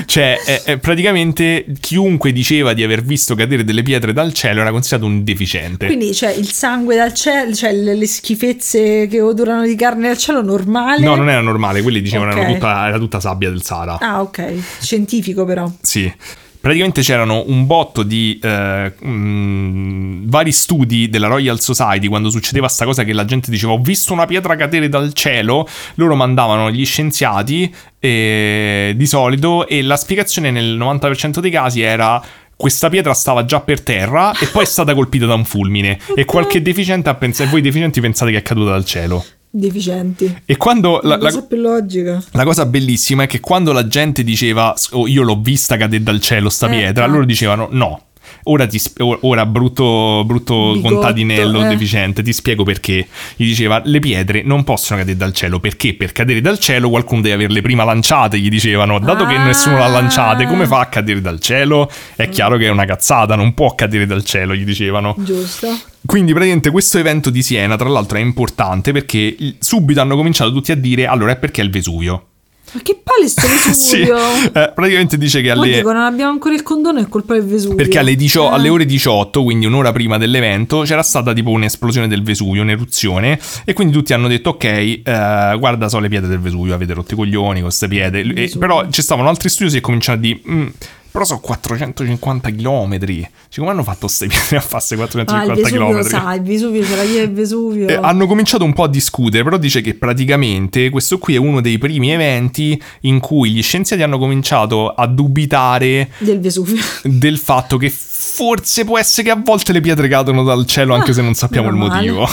S2: Cioè, è- è praticamente chiunque diceva di aver visto cadere delle pietre dal cielo era considerato un deficiente.
S1: Quindi c'è il sangue dal cielo, cioè le, le schifezze che odorano di carne dal cielo normale.
S2: No, non era normale, quelli dicevano
S1: Ok.
S2: erano tutta, era tutta sabbia del Sahara.
S1: Ah, ok. Scientifico però.
S2: Sì. Praticamente c'erano un botto di eh, mh, vari studi della Royal Society quando succedeva sta cosa che la gente diceva ho visto una pietra cadere dal cielo, loro mandavano gli scienziati eh, di solito e la spiegazione nel 90% dei casi era questa pietra stava già per terra e poi è stata colpita da un fulmine e qualche deficiente ha pensato e voi deficienti pensate che è caduta dal cielo.
S4: Deficienti.
S2: E quando la-
S4: La,
S2: la-
S4: cosa più logica.
S2: la cosa bellissima è che quando la gente diceva "Oh, io l'ho vista cadere dal cielo sta
S4: Eh,
S2: pietra,
S4: eh.
S2: loro dicevano no. Ora, ti sp- o- ora brutto, brutto
S4: Bigotto,
S2: contadinello
S4: eh.
S2: deficiente, ti spiego perché. Gli diceva, le pietre non possono cadere dal cielo, perché per cadere dal cielo qualcuno deve averle prima lanciate, gli dicevano. Dato che
S4: Ah.
S2: nessuno l'ha lanciate, come fa a cadere dal cielo? È chiaro che è una cazzata, non può cadere dal cielo, gli dicevano.
S4: Giusto.
S2: Quindi praticamente questo evento di Siena, tra l'altro, è importante perché il- subito hanno cominciato tutti a dire, allora è perché è il Vesuvio.
S4: Ma che palle sto
S2: Sì,
S4: Vesuvio.
S2: eh, praticamente dice che
S4: Mo
S2: alle,
S4: dico, non abbiamo ancora il condono è colpa del Vesuvio.
S2: perché alle, 18
S4: Ah.
S2: alle ore 18, quindi un'ora prima dell'evento, c'era stata tipo un'esplosione del Vesuvio, un'eruzione, e quindi tutti hanno detto ok, eh, guarda so le pietre del Vesuvio, avete rotto i coglioni con queste pietre, E-
S4: Vesuvio.
S2: però ci stavano altri studiosi e cominciano a dire... "Mm, però sono 450 km. Cioè, come hanno fatto queste pietre a
S4: Ah,
S2: farsi
S4: il
S2: 450
S4: Vesuvio
S2: km?
S4: lo sa, il Vesuvio c'è la via del Vesuvio.
S2: Eh, hanno cominciato un po' a discutere, però dice che praticamente questo qui è uno dei primi eventi in cui gli scienziati hanno cominciato a dubitare
S4: Del Vesuvio.
S2: del fatto che forse può essere che a volte le pietre cadono dal cielo anche se non sappiamo il
S4: meno male.
S2: motivo.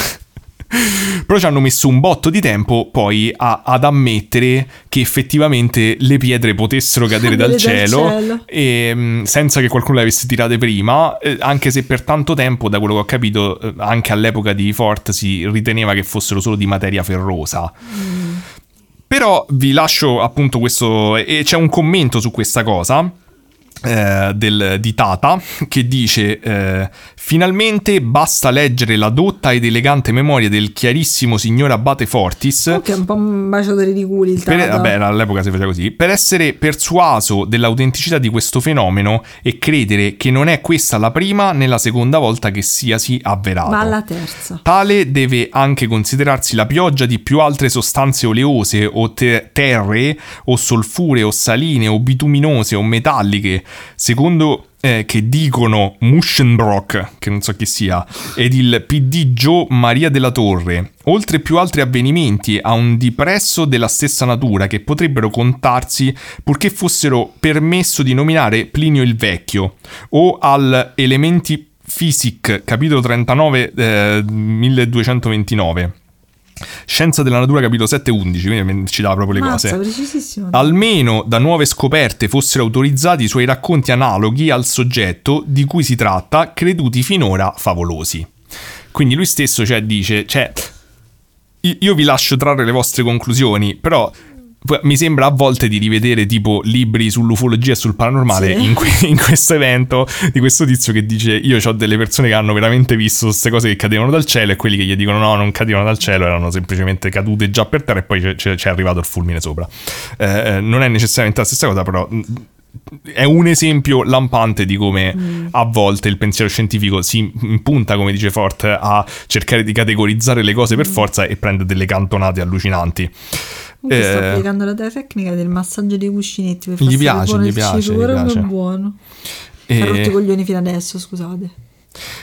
S2: Però ci hanno messo un botto di tempo poi a- ad ammettere che effettivamente le pietre potessero cadere dal
S4: Cadere dal
S2: cielo,
S4: cielo.
S2: e, mh, senza che qualcuno le avesse tirate prima, eh, anche se per tanto tempo, da quello che ho capito, eh, anche all'epoca di Fort si riteneva che fossero solo di materia ferrosa. Però vi lascio appunto questo. E c'è un commento su questa cosa. eh, del- di Tata che dice eh, finalmente basta leggere la dotta ed elegante memoria del chiarissimo signor Abate Fortis
S4: Oh, Che è un po' un baciatore di culi il
S2: per-
S4: Tata.
S2: vabbè, all'epoca si faceva così. Per essere persuaso dell'autenticità di questo fenomeno e credere che non è questa la prima né la seconda volta che sia si avverato.
S4: Ma alla
S1: Esatto.
S4: terza.
S2: Tale deve anche considerarsi la pioggia di più altre sostanze oleose o te- terre o solfure o saline o bituminose o metalliche, secondo eh, che dicono Muschenbrock, che non so chi sia, ed il PD Gio Maria della Torre, oltre più altri avvenimenti a un dipresso della stessa natura che potrebbero contarsi purché fossero permesso di nominare Plinio il Vecchio o al Elementi Physic, capitolo 39, eh, 1229. Scienza della natura, capitolo 711, quindi ci dà proprio le
S4: Mazza,
S2: cose.
S4: precisissimo.
S2: Almeno da nuove scoperte fossero autorizzati i suoi racconti analoghi al soggetto di cui si tratta, creduti finora favolosi. Quindi lui stesso cioè, dice, cioè, i- io vi lascio trarre le vostre conclusioni, però Poi Mi sembra a volte di rivedere tipo libri sull'ufologia e sul paranormale
S1: Sì.
S2: in, que- in questo evento di questo tizio che dice io ho delle persone che hanno veramente visto queste cose che cadevano dal cielo e quelli che gli dicono no non cadevano dal cielo erano semplicemente cadute già per terra e poi c'è- c'è c'è arrivato il fulmine sopra. Eh, eh, non è necessariamente la stessa cosa però... mh, È un esempio lampante di come a volte il pensiero scientifico si impunta, come dice Fort, a cercare di categorizzare le cose per forza e prende delle cantonate allucinanti.
S4: Comunque sto
S2: Eh.
S4: applicando la tecnica del massaggio dei cuscinetti per
S2: Gli
S4: farsi
S2: piace,
S4: buono
S2: gli
S4: il
S2: piace, gli
S4: ciclo,
S2: piace.
S4: ma è buono.
S2: E-
S4: Ho rotto i coglioni fino adesso, scusate.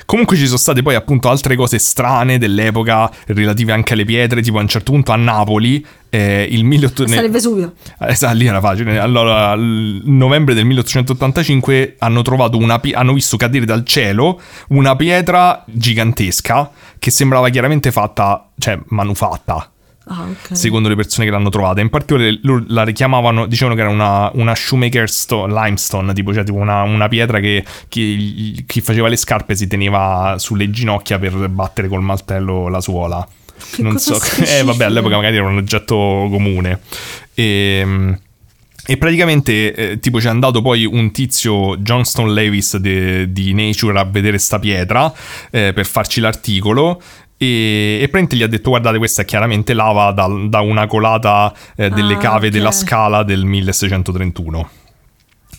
S2: Comunque ci sono state poi appunto altre cose strane dell'epoca relative anche alle pietre, tipo a un certo punto a Napoli, eh, il 1800...
S4: Sarebbe Vesuvio.
S2: Eh, sa, lì era facile. Allora, l- novembre del 1885 hanno trovato una pi- hanno visto cadere dal cielo una pietra gigantesca che sembrava chiaramente fatta, cioè manufatta,
S4: Ah, ok.
S2: secondo le persone che l'hanno trovata. In particolare loro la richiamavano, dicevano che era una, una shoemaker stone, limestone, tipo, cioè, tipo una, una pietra che chi, chi faceva le scarpe si teneva sulle ginocchia per battere col martello la suola.
S4: Che
S2: non
S4: cosa
S2: so,
S4: specifica.
S2: eh, vabbè, all'epoca magari era un oggetto comune. Ehm, E, praticamente, eh, tipo, c'è andato poi un tizio, Johnston Lewis de- di Nature, a vedere sta pietra eh, per farci l'articolo. E, e praticamente gli ha detto: Guardate, questa è chiaramente lava dal- da, una colata eh, delle
S4: Ah,
S2: cave
S4: ok.
S2: della scala del 1631.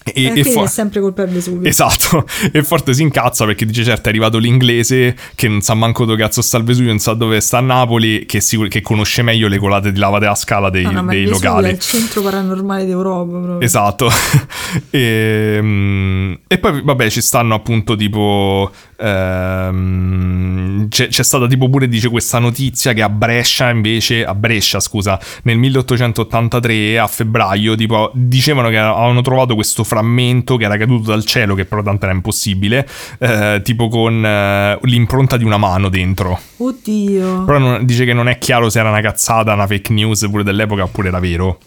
S2: E,
S4: Eh, quindi
S2: fu-
S4: è sempre colpa del Vesuvio.
S2: Esatto, e Forte si incazza perché dice certo è arrivato l'inglese che non sa manco dove cazzo sta il Vesuvio, non sa dove sta Napoli, che, sicur- che conosce meglio le colate di lava della scala dei,
S4: Ah, no, ma
S2: dei
S4: il Vesuvio è
S2: locali.
S4: il centro paranormale d'Europa proprio.
S2: Esatto. Ehm, e, poi, vabbè, ci stanno appunto tipo. ehm, c'è, c'è stata tipo pure, dice questa notizia che a Brescia invece, a Brescia, scusa, nel 1883 a febbraio, tipo, dicevano che avevano trovato questo frammento che era caduto dal cielo, che però tanto era impossibile, eh, tipo con eh, l'impronta di una mano dentro.
S4: Oddio.
S2: Però non- dice che non è chiaro se era una cazzata, una fake news pure dell'epoca oppure era vero.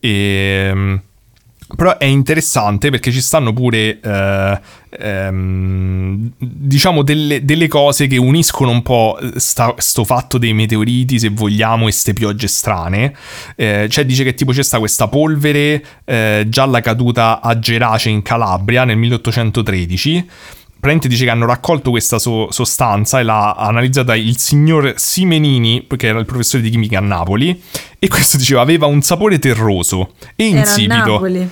S2: Ehm, Però è interessante perché ci stanno pure, eh, ehm, diciamo, delle, delle cose che uniscono un po' sta- sto fatto dei meteoriti, se vogliamo, e ste piogge strane. Eh, cioè dice che tipo c'è sta questa polvere eh, gialla caduta a Gerace in Calabria nel 1813. Praticamente dice che hanno raccolto questa so- sostanza e l'ha analizzata il signor Simenini, che era il professore di chimica a Napoli, e questo diceva aveva un sapore terroso e
S4: Era a
S2: insipido.
S4: Napoli.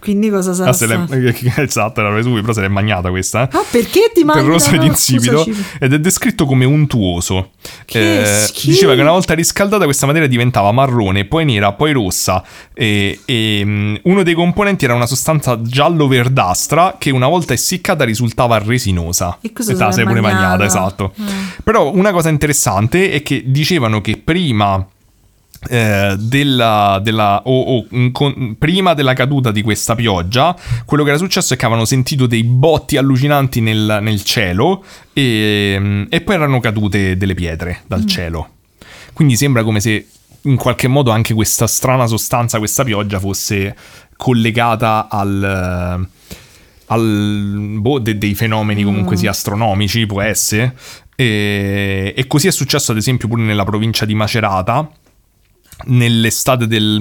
S4: Quindi cosa sarà
S2: Ah, se l'è-
S4: stato?
S2: esatto, era Vesuvio, però se l'è magnata questa. eh.
S4: Ah, perché ti mangi?
S2: Terroso ed insipido ed è descritto come untuoso. Eh,
S4: Che schifo.
S2: diceva che una volta riscaldata questa materia diventava marrone, poi nera, poi rossa. E, e, mm, uno dei componenti era una sostanza giallo-verdastra che una volta essiccata risultava resinosa.
S4: E cosa
S2: te la
S4: sarà
S2: sei pure
S4: magnata?
S2: magnata, esatto.
S4: Eh.
S2: Però una cosa interessante è che dicevano che prima eh, della, della- o- o, mh, con- prima della caduta di questa pioggia, quello che era successo è che avevano sentito dei botti allucinanti nel, nel cielo e, mh, e poi erano cadute delle pietre dal cielo. Quindi sembra come se in qualche modo anche questa strana sostanza, questa pioggia, fosse collegata al. eh, al- boh, de- dei fenomeni comunque sia astronomici, può essere. E, e così è successo ad esempio pure nella provincia di Macerata, nell'estate del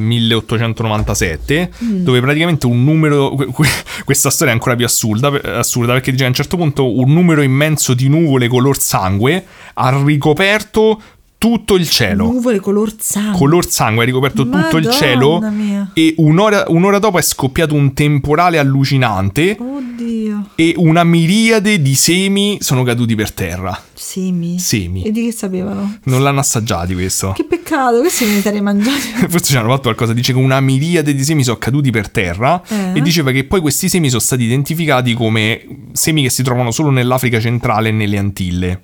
S2: 1897, dove praticamente un numero. que- que- Questa storia è ancora più assurda, per- assurda perché dice a un certo punto un numero immenso di nuvole color sangue ha ricoperto tutto il cielo.
S4: Nuvole color sangue.
S2: Color sangue ha ricoperto tutto il
S4: Madonna
S2: cielo.
S4: mia.
S2: E un'ora, un'ora dopo è scoppiato un temporale allucinante.
S4: Oddio.
S2: E una miriade di semi sono caduti per terra.
S4: Semi.
S2: Semi.
S4: E di che sapevano?
S2: Non l'hanno assaggiati questo.
S4: Che peccato, questi me li sarei mangiati.
S2: Forse ci hanno fatto qualcosa. Dice che una miriade di semi sono caduti per terra.
S4: Eh.
S2: E diceva che poi questi semi sono stati identificati come semi che si trovano solo nell'Africa centrale e nelle Antille.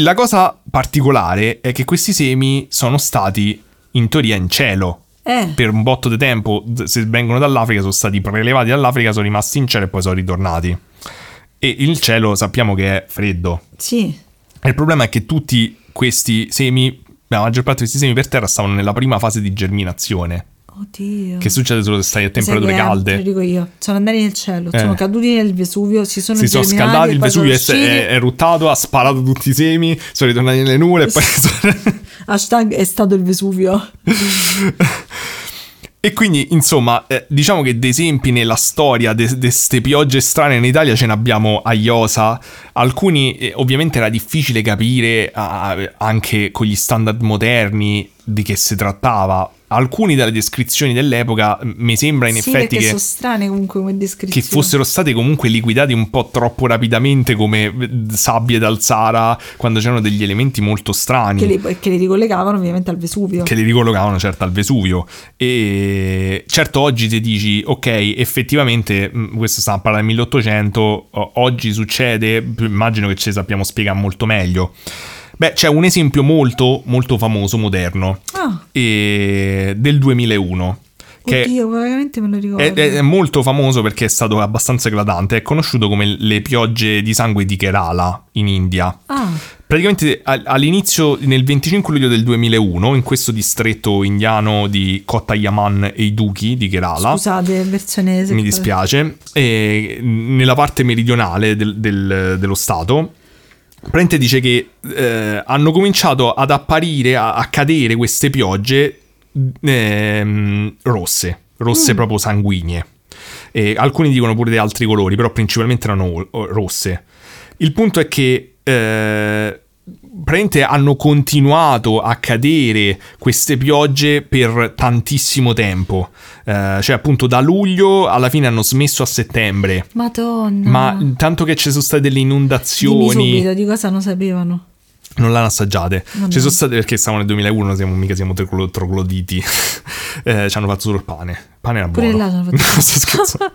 S2: La cosa particolare è che questi semi sono stati in teoria in cielo.
S4: Eh.
S2: Per un botto di tempo, d- se vengono dall'Africa, sono stati prelevati dall'Africa, sono rimasti in cielo e poi sono ritornati. E il cielo sappiamo che è freddo.
S4: Sì.
S2: E Il problema è che tutti questi semi, la maggior parte di questi semi per terra stavano nella prima fase di germinazione.
S4: Oddio.
S2: Che succede solo se stai a
S4: Mm. Sai
S2: temperature
S4: che è? Te
S2: calde.
S4: lo dico io. Sono andati nel cielo,
S2: Eh.
S4: sono caduti nel Vesuvio, si sono
S2: si sono
S4: germinati
S2: scaldati,
S4: e
S2: il
S4: poi sono
S2: Vesuvio è,
S4: usciti.
S2: è eruttato, ha sparato tutti i semi, sono ritornati nelle nuvole e poi... sono-
S4: Hashtag è stato il Vesuvio.
S2: E quindi, insomma, eh, diciamo che di esempi nella storia di queste piogge strane in Italia ce ne abbiamo a iosa. Alcuni eh, ovviamente era difficile capire ah, anche con gli standard moderni di che si trattava. Alcuni dalle descrizioni dell'epoca m- mi sembra in
S4: sì, perché
S2: effetti che
S4: sono strane comunque come
S2: che
S4: descrizioni.
S2: fossero stati comunque liquidati un po' troppo rapidamente come eh, sabbie dal Sahara quando c'erano degli elementi molto strani
S4: Che le, che le ricollegavano ovviamente al
S1: Esatto.
S4: Vesuvio.
S2: che li ricollocavano certo al Vesuvio e certo oggi ti dici ok effettivamente mh, questo sta a parlare del 1800 o- oggi succede p- immagino che ce sappiamo spiegare molto meglio beh c'è un esempio molto molto famoso moderno
S4: Ah,
S2: e- del 2001 che Eh,
S4: oddio, veramente me lo ricordo.
S2: è,
S1: eh.
S2: è- è molto famoso perché è stato abbastanza eclatante. È conosciuto come le piogge di sangue di Kerala in India.
S4: Ah,
S2: Praticamente al- all'inizio, nel 25 luglio del 2001, in questo distretto indiano di Kottayaman e Iduki di Kerala.
S4: scusate, versione
S2: Mi dispiace, e nella parte meridionale del- del- dello Stato, Prente dice che eh, hanno cominciato ad apparire, a, a cadere queste piogge ehm, rosse, rosse proprio sanguigne. E alcuni dicono pure di altri colori, però principalmente erano o- o- rosse. Il punto è che eh, praticamente hanno continuato a cadere queste piogge per tantissimo tempo. Eh, cioè, appunto, da luglio alla fine hanno smesso a settembre.
S4: Madonna.
S2: Ma tanto che ci sono state delle
S4: Dimmi
S2: inondazioni,
S4: subito di cosa non sapevano.
S2: non l'hanno assaggiate.
S4: Madonna.
S2: Ci sono state perché stavamo nel 2001, non siamo, mica siamo troglo- trogloditi. Eh, ci hanno fatto solo il pane. Il pane era
S4: Pure
S2: buono.
S4: là ci hanno fatto-
S2: No, sto scherzando.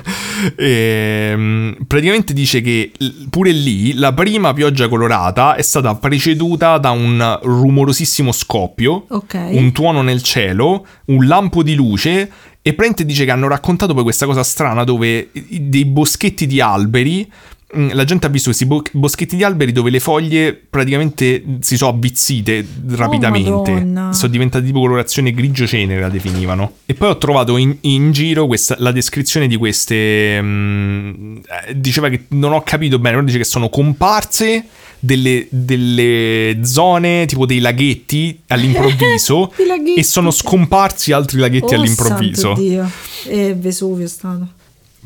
S2: Ehm, praticamente dice che l- pure lì la prima pioggia colorata è stata preceduta da un rumorosissimo scoppio
S4: Ok.
S2: un tuono nel cielo, un lampo di luce. E Prente dice che hanno raccontato poi questa cosa strana dove i- i- dei boschetti di alberi. mh, La gente ha visto questi bo- boschetti di alberi dove le foglie praticamente si sono avvizzite rapidamente.
S4: Oh, Madonna.
S2: sono diventate tipo colorazione grigio cenere, la definivano. E poi ho trovato in, in giro questa- la descrizione di queste. mh, eh, diceva che non ho capito bene, però dice che sono comparse delle, delle zone, tipo dei laghetti all'improvviso.
S4: I laghetti.
S2: e sono scomparsi altri laghetti
S4: Oh,
S2: all'improvviso.
S4: santo Dio. E Vesuvio è stato.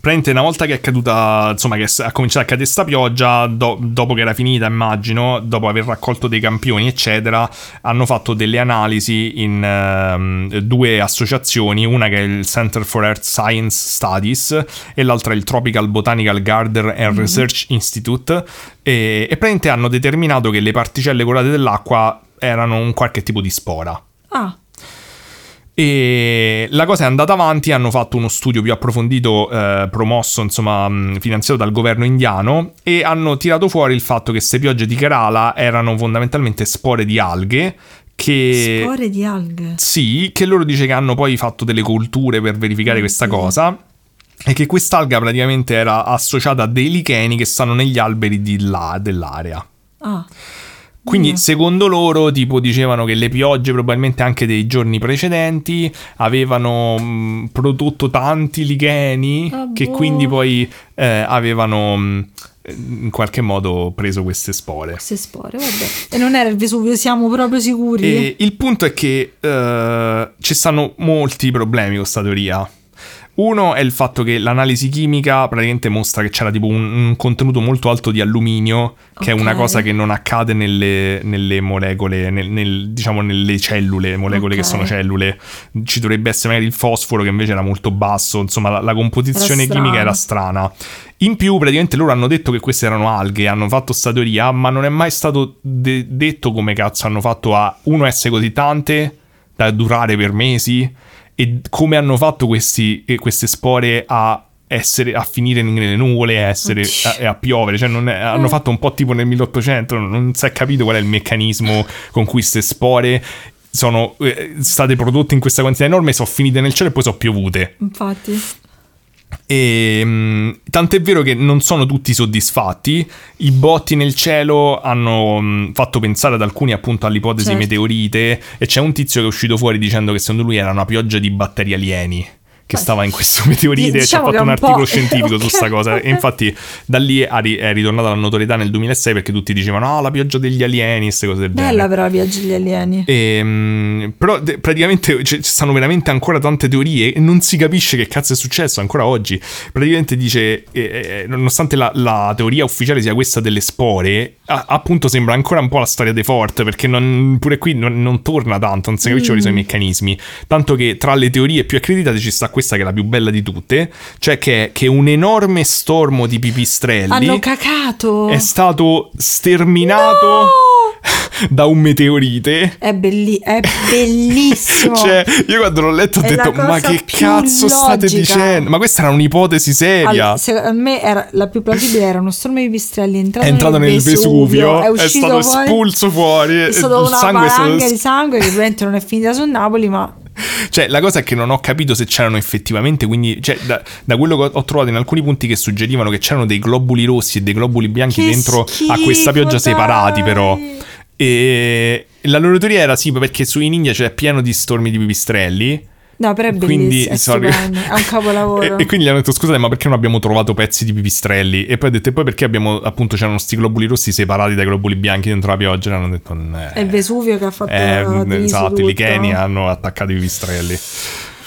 S2: Praticamente una volta che è caduta, insomma, che ha cominciato a cadere sta pioggia, do- dopo che era finita, immagino, dopo aver raccolto dei campioni, eccetera, hanno fatto delle analisi in ehm, due associazioni, una che è il Center for Earth Science Studies e l'altra è il Tropical Botanical Garden
S4: Mm-hmm.
S2: and Research Institute, e, e praticamente hanno determinato che le particelle colorate dell'acqua erano un qualche tipo di spora.
S4: Ah,
S2: E la cosa è andata avanti, hanno fatto uno studio più approfondito, eh, promosso, insomma, mh, finanziato dal governo indiano e hanno tirato fuori il fatto che queste piogge di Kerala erano fondamentalmente spore di alghe che...
S4: spore di alghe.
S2: Sì, che loro dice che hanno poi fatto delle colture per verificare questa cosa. E che quest'alga praticamente era associata a dei licheni che stanno negli alberi di là- dell'area.
S4: Ah,
S2: Quindi,
S4: Mm.
S2: secondo loro, tipo, dicevano che le piogge, probabilmente anche dei giorni precedenti, avevano mh, prodotto tanti licheni
S4: Ah,
S2: che
S4: boh.
S2: quindi poi eh, avevano mh, in qualche modo preso queste spore.
S4: queste spore, vabbè. E non era il Vesuvio, siamo proprio sicuri.
S2: E il punto è che eh, ci stanno molti problemi con questa teoria. Uno è il fatto che l'analisi chimica praticamente mostra che c'era tipo un, un contenuto molto alto di alluminio, che è una
S4: Ok.
S2: cosa che non accade nelle, nelle molecole, nel- nel- diciamo nelle cellule, molecole
S4: Ok.
S2: che sono cellule. Ci dovrebbe essere magari il fosforo che invece era molto basso, insomma la, la composizione
S4: Era
S2: chimica era strana. In più, praticamente loro hanno detto che queste erano alghe, hanno fatto sta teoria, ma non è mai stato de- detto come cazzo hanno fatto a uno essere così tante da durare per mesi e come hanno fatto questi- eh, queste spore a essere a finire nelle nuvole, a essere
S4: Oddio.
S2: a, e a piovere, cioè non è- hanno fatto un po' tipo nel 1800, non- non si è capito qual è il meccanismo con cui queste spore sono eh, state prodotte in questa quantità enorme, sono finite nel cielo e poi sono piovute.
S4: Infatti,
S2: E, mh, tant'è vero che non sono tutti soddisfatti. I botti nel cielo hanno mh, fatto pensare ad alcuni appunto all'ipotesi
S4: Certo.
S2: meteorite. E c'è un tizio che è uscito fuori dicendo che secondo lui era una pioggia di batteri alieni. che stava in questo meteorite e ci ha
S4: diciamo che
S2: fatto un
S4: è un po'-
S2: articolo scientifico su
S4: ok.
S2: sta cosa e infatti da lì è ri- è ritornata la notorietà nel 2006 perché tutti dicevano ah la pioggia degli alieni queste cose del
S1: Bella
S2: genere
S1: però la viaggio degli alieni.
S2: Ehm, però de- praticamente c- ci stanno veramente ancora tante teorie e non si capisce che cazzo è successo ancora oggi. Praticamente dice, eh, eh, nonostante la, la teoria ufficiale sia questa delle spore, a- appunto sembra ancora un po' la storia dei Fort perché non- pure qui non, non torna tanto, non si capisce quali sono i meccanismi. Tanto che tra le teorie più accreditate ci sta questa che è la più bella di tutte, cioè che, che un enorme stormo di pipistrelli
S1: Hanno cacato.
S2: è stato sterminato da un meteorite.
S1: È, belli- è bellissimo.
S2: Cioè, io quando l'ho letto ho
S1: È
S2: detto:
S1: la cosa
S2: Ma che
S1: più
S2: cazzo state
S1: logica."
S2: dicendo? Ma questa era un'ipotesi seria.
S1: Allora, secondo me era, la più plausibile era uno stormo di pistrelli entrato,
S2: è entrato nel Vesuvio, è,
S1: uscito
S2: stato
S1: poi-
S2: espulso fuori.
S1: È
S2: e
S1: stato
S2: il
S1: una
S2: sangue è stato-
S1: valanga di sangue che ovviamente non è finita su Napoli, ma
S2: Cioè, la cosa è che non ho capito se c'erano effettivamente. Quindi, cioè, da, da quello che ho trovato in alcuni punti che suggerivano che c'erano dei globuli rossi e dei globuli bianchi
S1: Che
S2: dentro a
S1: schifo,
S2: questa pioggia
S1: dai.
S2: separati, però. E la loro teoria era sì, perché su in India c'è pieno di stormi di pipistrelli.
S1: no, però è
S2: quindi
S1: bellissimo, è,
S2: sorry.
S1: stupendo, è un capolavoro.
S2: e, e quindi gli hanno detto scusate ma perché non abbiamo trovato pezzi di pipistrelli e poi ha detto e poi perché abbiamo appunto c'erano sti globuli rossi separati dai globuli bianchi dentro la pioggia e hanno detto "Neh,
S1: È il Vesuvio che ha fatto
S2: eh,
S1: ha diviso
S2: esatto i
S1: tutto.
S2: licheni hanno attaccato i pipistrelli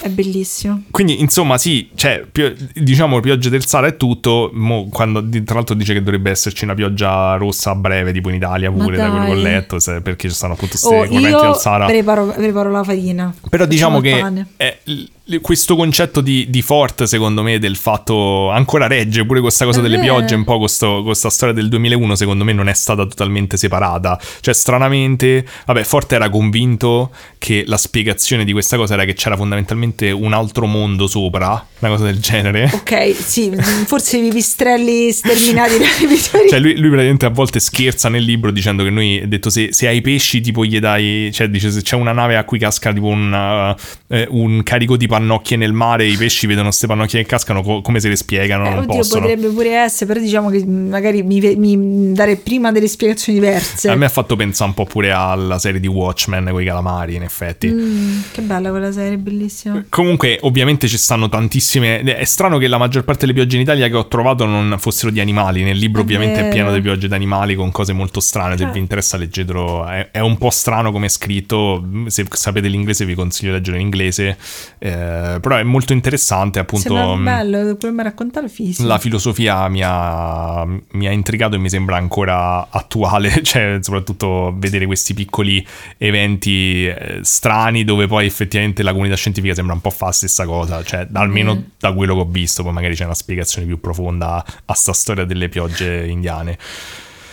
S1: È bellissimo.
S2: quindi insomma sì cioè, pio- diciamo pioggia del Sahara è tutto mo, quando, di- tra l'altro dice che dovrebbe esserci una pioggia rossa a breve tipo in Italia
S1: Ma
S2: pure da quello che ho
S1: dai.
S2: letto se- perché ci stanno appunto queste
S1: Oh,
S2: correnti
S1: io
S2: al Sahara
S1: preparo, preparo la farina.
S2: però diciamo
S1: Facciamo il
S2: che
S1: pane.
S2: eh, l- questo concetto di, di Fort, secondo me, del fatto ancora regge pure questa cosa
S1: È
S2: delle
S1: vero.
S2: piogge, un po' questo- questa storia del 2001, secondo me, non è stata totalmente separata. Cioè, stranamente, vabbè, Fort era convinto che la spiegazione di questa cosa era che c'era fondamentalmente un altro mondo sopra, una cosa del genere.
S1: Ok, sì, forse i pipistrelli sterminati dai meteoriti.
S2: Cioè, lui, lui praticamente a volte scherza nel libro dicendo che noi ha detto se, se hai pesci, tipo gli dai. Cioè, dice se c'è una nave a cui casca tipo un, eh, un carico di pannocchie nel mare, i pesci vedono queste pannocchie che cascano, co- come se le spiegano?
S1: Eh,
S2: non
S1: oddio,
S2: possono.
S1: potrebbe pure essere, però diciamo che magari mi, mi dare prima delle spiegazioni diverse.
S2: A me ha fatto pensare un po' pure alla serie di Watchmen con i calamari, in effetti.
S1: Mm, che bella quella serie, bellissima.
S2: Comunque, ovviamente ci stanno tantissime. È strano che la maggior parte delle piogge in Italia che ho trovato non fossero di animali. Nel libro,
S1: È
S2: ovviamente, è
S1: vero. Certo.
S2: pieno di piogge di animali con cose molto strane. Se vi interessa, leggetelo. È, è un po' strano come è scritto. Se sapete l'inglese, vi consiglio di leggere in inglese. Eh, però è molto interessante, Eh, appunto. mm,
S1: Sembra
S2: mh,
S1: bello, poi mi raccontare fisico.
S2: La filosofia mi ha, mi ha intrigato e mi sembra ancora attuale, cioè soprattutto vedere questi piccoli eventi eh, strani dove poi effettivamente la comunità scientifica sembra un po' fa la stessa cosa, cioè da- almeno da quello che ho visto, poi magari c'è una spiegazione più profonda a sta storia delle piogge indiane.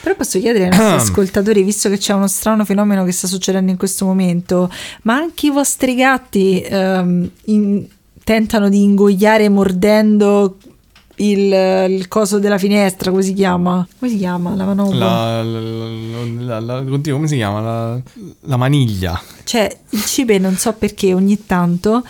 S1: Però posso chiedere ai nostri ascoltatori, visto che c'è uno strano fenomeno che sta succedendo in questo momento, ma anche i vostri gatti ehm, in- tentano di ingoiare mordendo il, il coso della finestra, come si chiama? Come si chiama la manopola?
S2: come si chiama? La, maniglia.
S1: Cioè, il cibo non so perché ogni tanto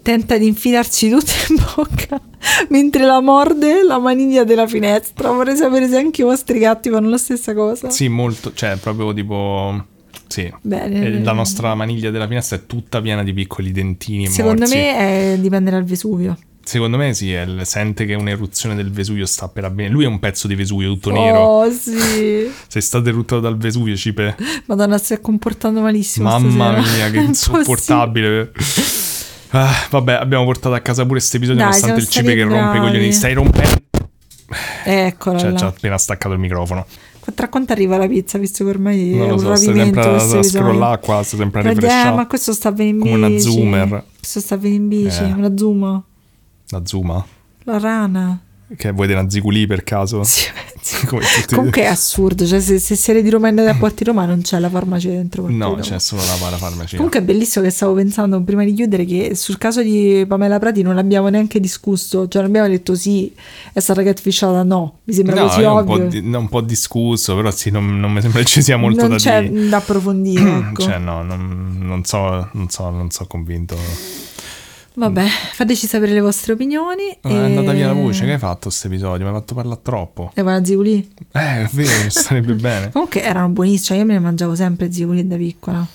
S1: tenta di infilarci tutto in bocca mentre la morde la maniglia della finestra. Vorrei sapere se anche i vostri gatti fanno la stessa cosa.
S2: Sì, molto, cioè proprio tipo... Sì,
S1: Bene.
S2: Eh, la nostra maniglia della finestra è tutta piena di piccoli dentini e
S1: Secondo
S2: morsi.
S1: me è- dipende dal Vesuvio.
S2: Secondo me sì, è il- sente che un'eruzione del Vesuvio sta per avvenire. Lui è un pezzo di Vesuvio tutto nero.
S1: Oh sì.
S2: Sei stato eruttato dal Vesuvio, Cipe.
S1: Madonna, stai comportando malissimo.
S2: Mamma
S1: stasera.
S2: mia, che
S1: È
S2: insopportabile. Ah, vabbè, abbiamo portato a casa pure questo episodio
S1: Dai,
S2: nonostante
S1: siamo
S2: il
S1: stati
S2: Cipe che rompe i
S1: bravi.
S2: coglioni. Stai rompendo.
S1: impossibile. Eccola
S2: Cioè,
S1: là.
S2: ci ha appena staccato il microfono.
S1: Tra quanto arriva la pizza, visto che ormai
S2: Non
S1: è
S2: lo
S1: un
S2: so, stai sempre
S1: rapimento
S2: a,
S1: questo
S2: a
S1: episodio.
S2: scrollare qua, stai sempre a
S1: Ma dai,
S2: rifresciare.
S1: ma questo sta venendo in
S2: Come una
S1: bici.
S2: zoomer.
S1: Questo sta venendo in bici,
S2: Eh.
S1: una zoom.
S2: La Zuma?
S1: La rana.
S2: Che vuoi della Ziguli per caso?
S1: Sì, sì.
S2: Come tutti-
S1: Comunque è assurdo, cioè se, se siete di Roma e andate a Porti Roma non c'è la farmacia dentro Porti
S2: No,
S1: Roma.
S2: c'è solo la parafarmacia.
S1: Comunque è bellissimo che stavo pensando prima di chiudere che sul caso di Pamela Prati non abbiamo neanche discusso, cioè non abbiamo detto sì, è stata catfisciata, no, mi sembra
S2: No,
S1: così
S2: è un po',
S1: ovvio.
S2: di- no, un po' discusso, però sì, non, non mi sembra ci sia molto
S1: non
S2: da
S1: c'è
S2: dire.
S1: da approfondire, ecco.
S2: Cioè, no, non, non so, non so, non so convinto.
S1: Vabbè, fateci sapere le vostre opinioni.
S2: È
S1: e-
S2: andata via la
S1: Eh.
S2: voce, che hai fatto questo episodio? Mi hai fatto parlare troppo.
S1: E guarda Ziguli.
S2: Eh, è vero, sarebbe bene.
S1: cioè Comunque erano buonissime, io me ne mangiavo sempre Ziguli da piccola.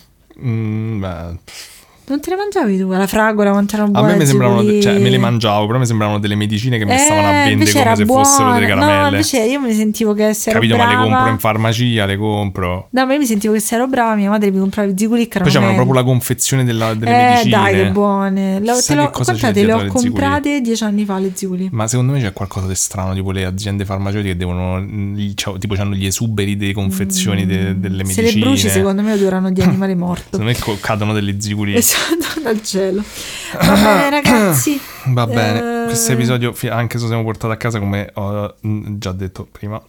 S2: Mm, beh, pff,
S1: Non te le mangiavi tu? La fragola quanto erano
S2: A
S1: buone
S2: me mi sembravano,
S1: zuccoline.
S2: cioè me le mangiavo, però mi sembravano delle medicine che mi stavano a
S1: Eh,
S2: vendere
S1: invece
S2: come
S1: era
S2: se fossero
S1: buona.
S2: delle
S1: No,
S2: caramelle.
S1: invece io mi sentivo che se ero
S2: Capito,
S1: brava...
S2: ma le compro in farmacia, le compro.
S1: No, ma io mi sentivo che se ero brava mia madre mi comprava i zigulic
S2: Poi c'avevano proprio la confezione della- delle
S1: eh,
S2: medicine.
S1: dai, che buone. Lo,
S2: Chissà
S1: te l'ho,
S2: che cosa c'è
S1: guardate, le
S2: dietro
S1: ho
S2: alle ziguli.
S1: comprate dieci anni fa le ziguli.
S2: Ma secondo me c'è qualcosa di strano, tipo le aziende farmaceutiche che devono. mh, c'ho- tipo hanno gli esuberi delle confezioni de- delle
S1: Mm. Se
S2: medicine.
S1: le bruci, secondo me, odorano di animale morto.
S2: Secondo me co- cadono delle ziguli.
S1: Esatto, dal cielo. Vabbè, ragazzi.
S2: Va bene,
S1: Eh,
S2: questo episodio, fi- anche se lo siamo portati a casa, come ho mh, già detto prima.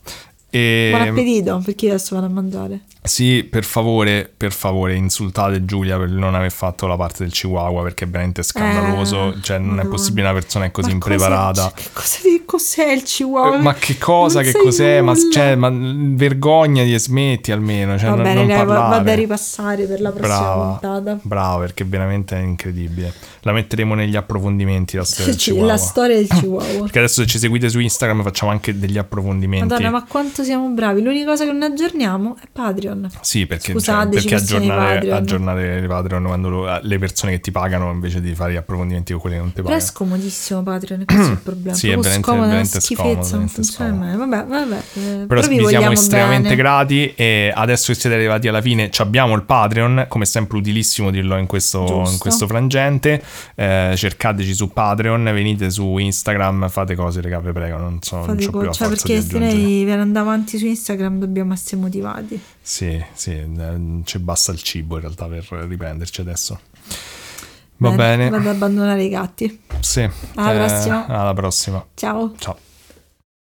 S2: E-
S1: Buon appetito, perché io adesso vado a mangiare.
S2: Sì, per favore, per favore, insultate Giulia per non aver fatto la parte del Chihuahua perché è veramente scandaloso.
S1: Eh,
S2: cioè, non è
S1: Madonna.
S2: possibile una persona che è così
S1: Ma cosa-
S2: impreparata.
S1: Che cosa, che cos'è il chihuahua?
S2: Eh, Ma che cosa,
S1: Non
S2: che
S1: sai
S2: cos'è? Ma,
S1: nulla.
S2: cioè, ma vergogna di smetti almeno. Cioè,
S1: Va
S2: non,
S1: bene,
S2: non
S1: dai, va-
S2: parlare.
S1: vado a ripassare per la prossima
S2: Brava,
S1: puntata.
S2: brava, perché veramente è incredibile. La metteremo negli approfondimenti la storia del
S1: Sì, La
S2: Chihuahua.
S1: storia del chihuahua.
S2: Perché adesso se ci seguite su Instagram facciamo anche degli approfondimenti.
S1: Madonna, ma quanto siamo bravi. L'unica cosa che non aggiorniamo è Patreon.
S2: Sì, perché, cioè,
S1: Scusateci,
S2: perché
S1: questi
S2: aggiornare,
S1: Patreon.
S2: aggiornare i Patreon quando lo- eh, le persone che ti pagano invece di fare gli approfondimenti con quelle che non ti
S1: Però è
S2: pagano.
S1: scomodissimo Patreon, questo è il problema.
S2: Sì, è
S1: Proprio
S2: veramente-
S1: scomodo, una
S2: veramente
S1: schifezza,
S2: scomodo,
S1: non
S2: veramente
S1: funziona
S2: scomodo.
S1: mai. Vabbè, vabbè. eh,
S2: Però
S1: vi
S2: vi siamo
S1: vogliamo
S2: estremamente
S1: bene.
S2: grati e adesso che siete arrivati alla fine ci abbiamo il Patreon, come sempre utilissimo dirlo in questo,
S1: Giusto.
S2: in questo frangente, Eh, cercateci su Patreon, venite su Instagram, fate cose raga vi prego, non, so, non
S1: Fate
S2: c'ho più
S1: co-
S2: la
S1: cioè,
S2: forza
S1: perché
S2: di
S1: se
S2: aggiungere.
S1: noi per andare avanti su Instagram dobbiamo essere motivati.
S2: Sì, sì, eh, ci basta il cibo in realtà per riprenderci adesso. Va
S1: Beh,
S2: bene,
S1: Vado ad abbandonare i gatti.
S2: sì.
S1: Alla
S2: eh,
S1: prossima.
S2: alla prossima.
S1: Ciao.
S2: Ciao.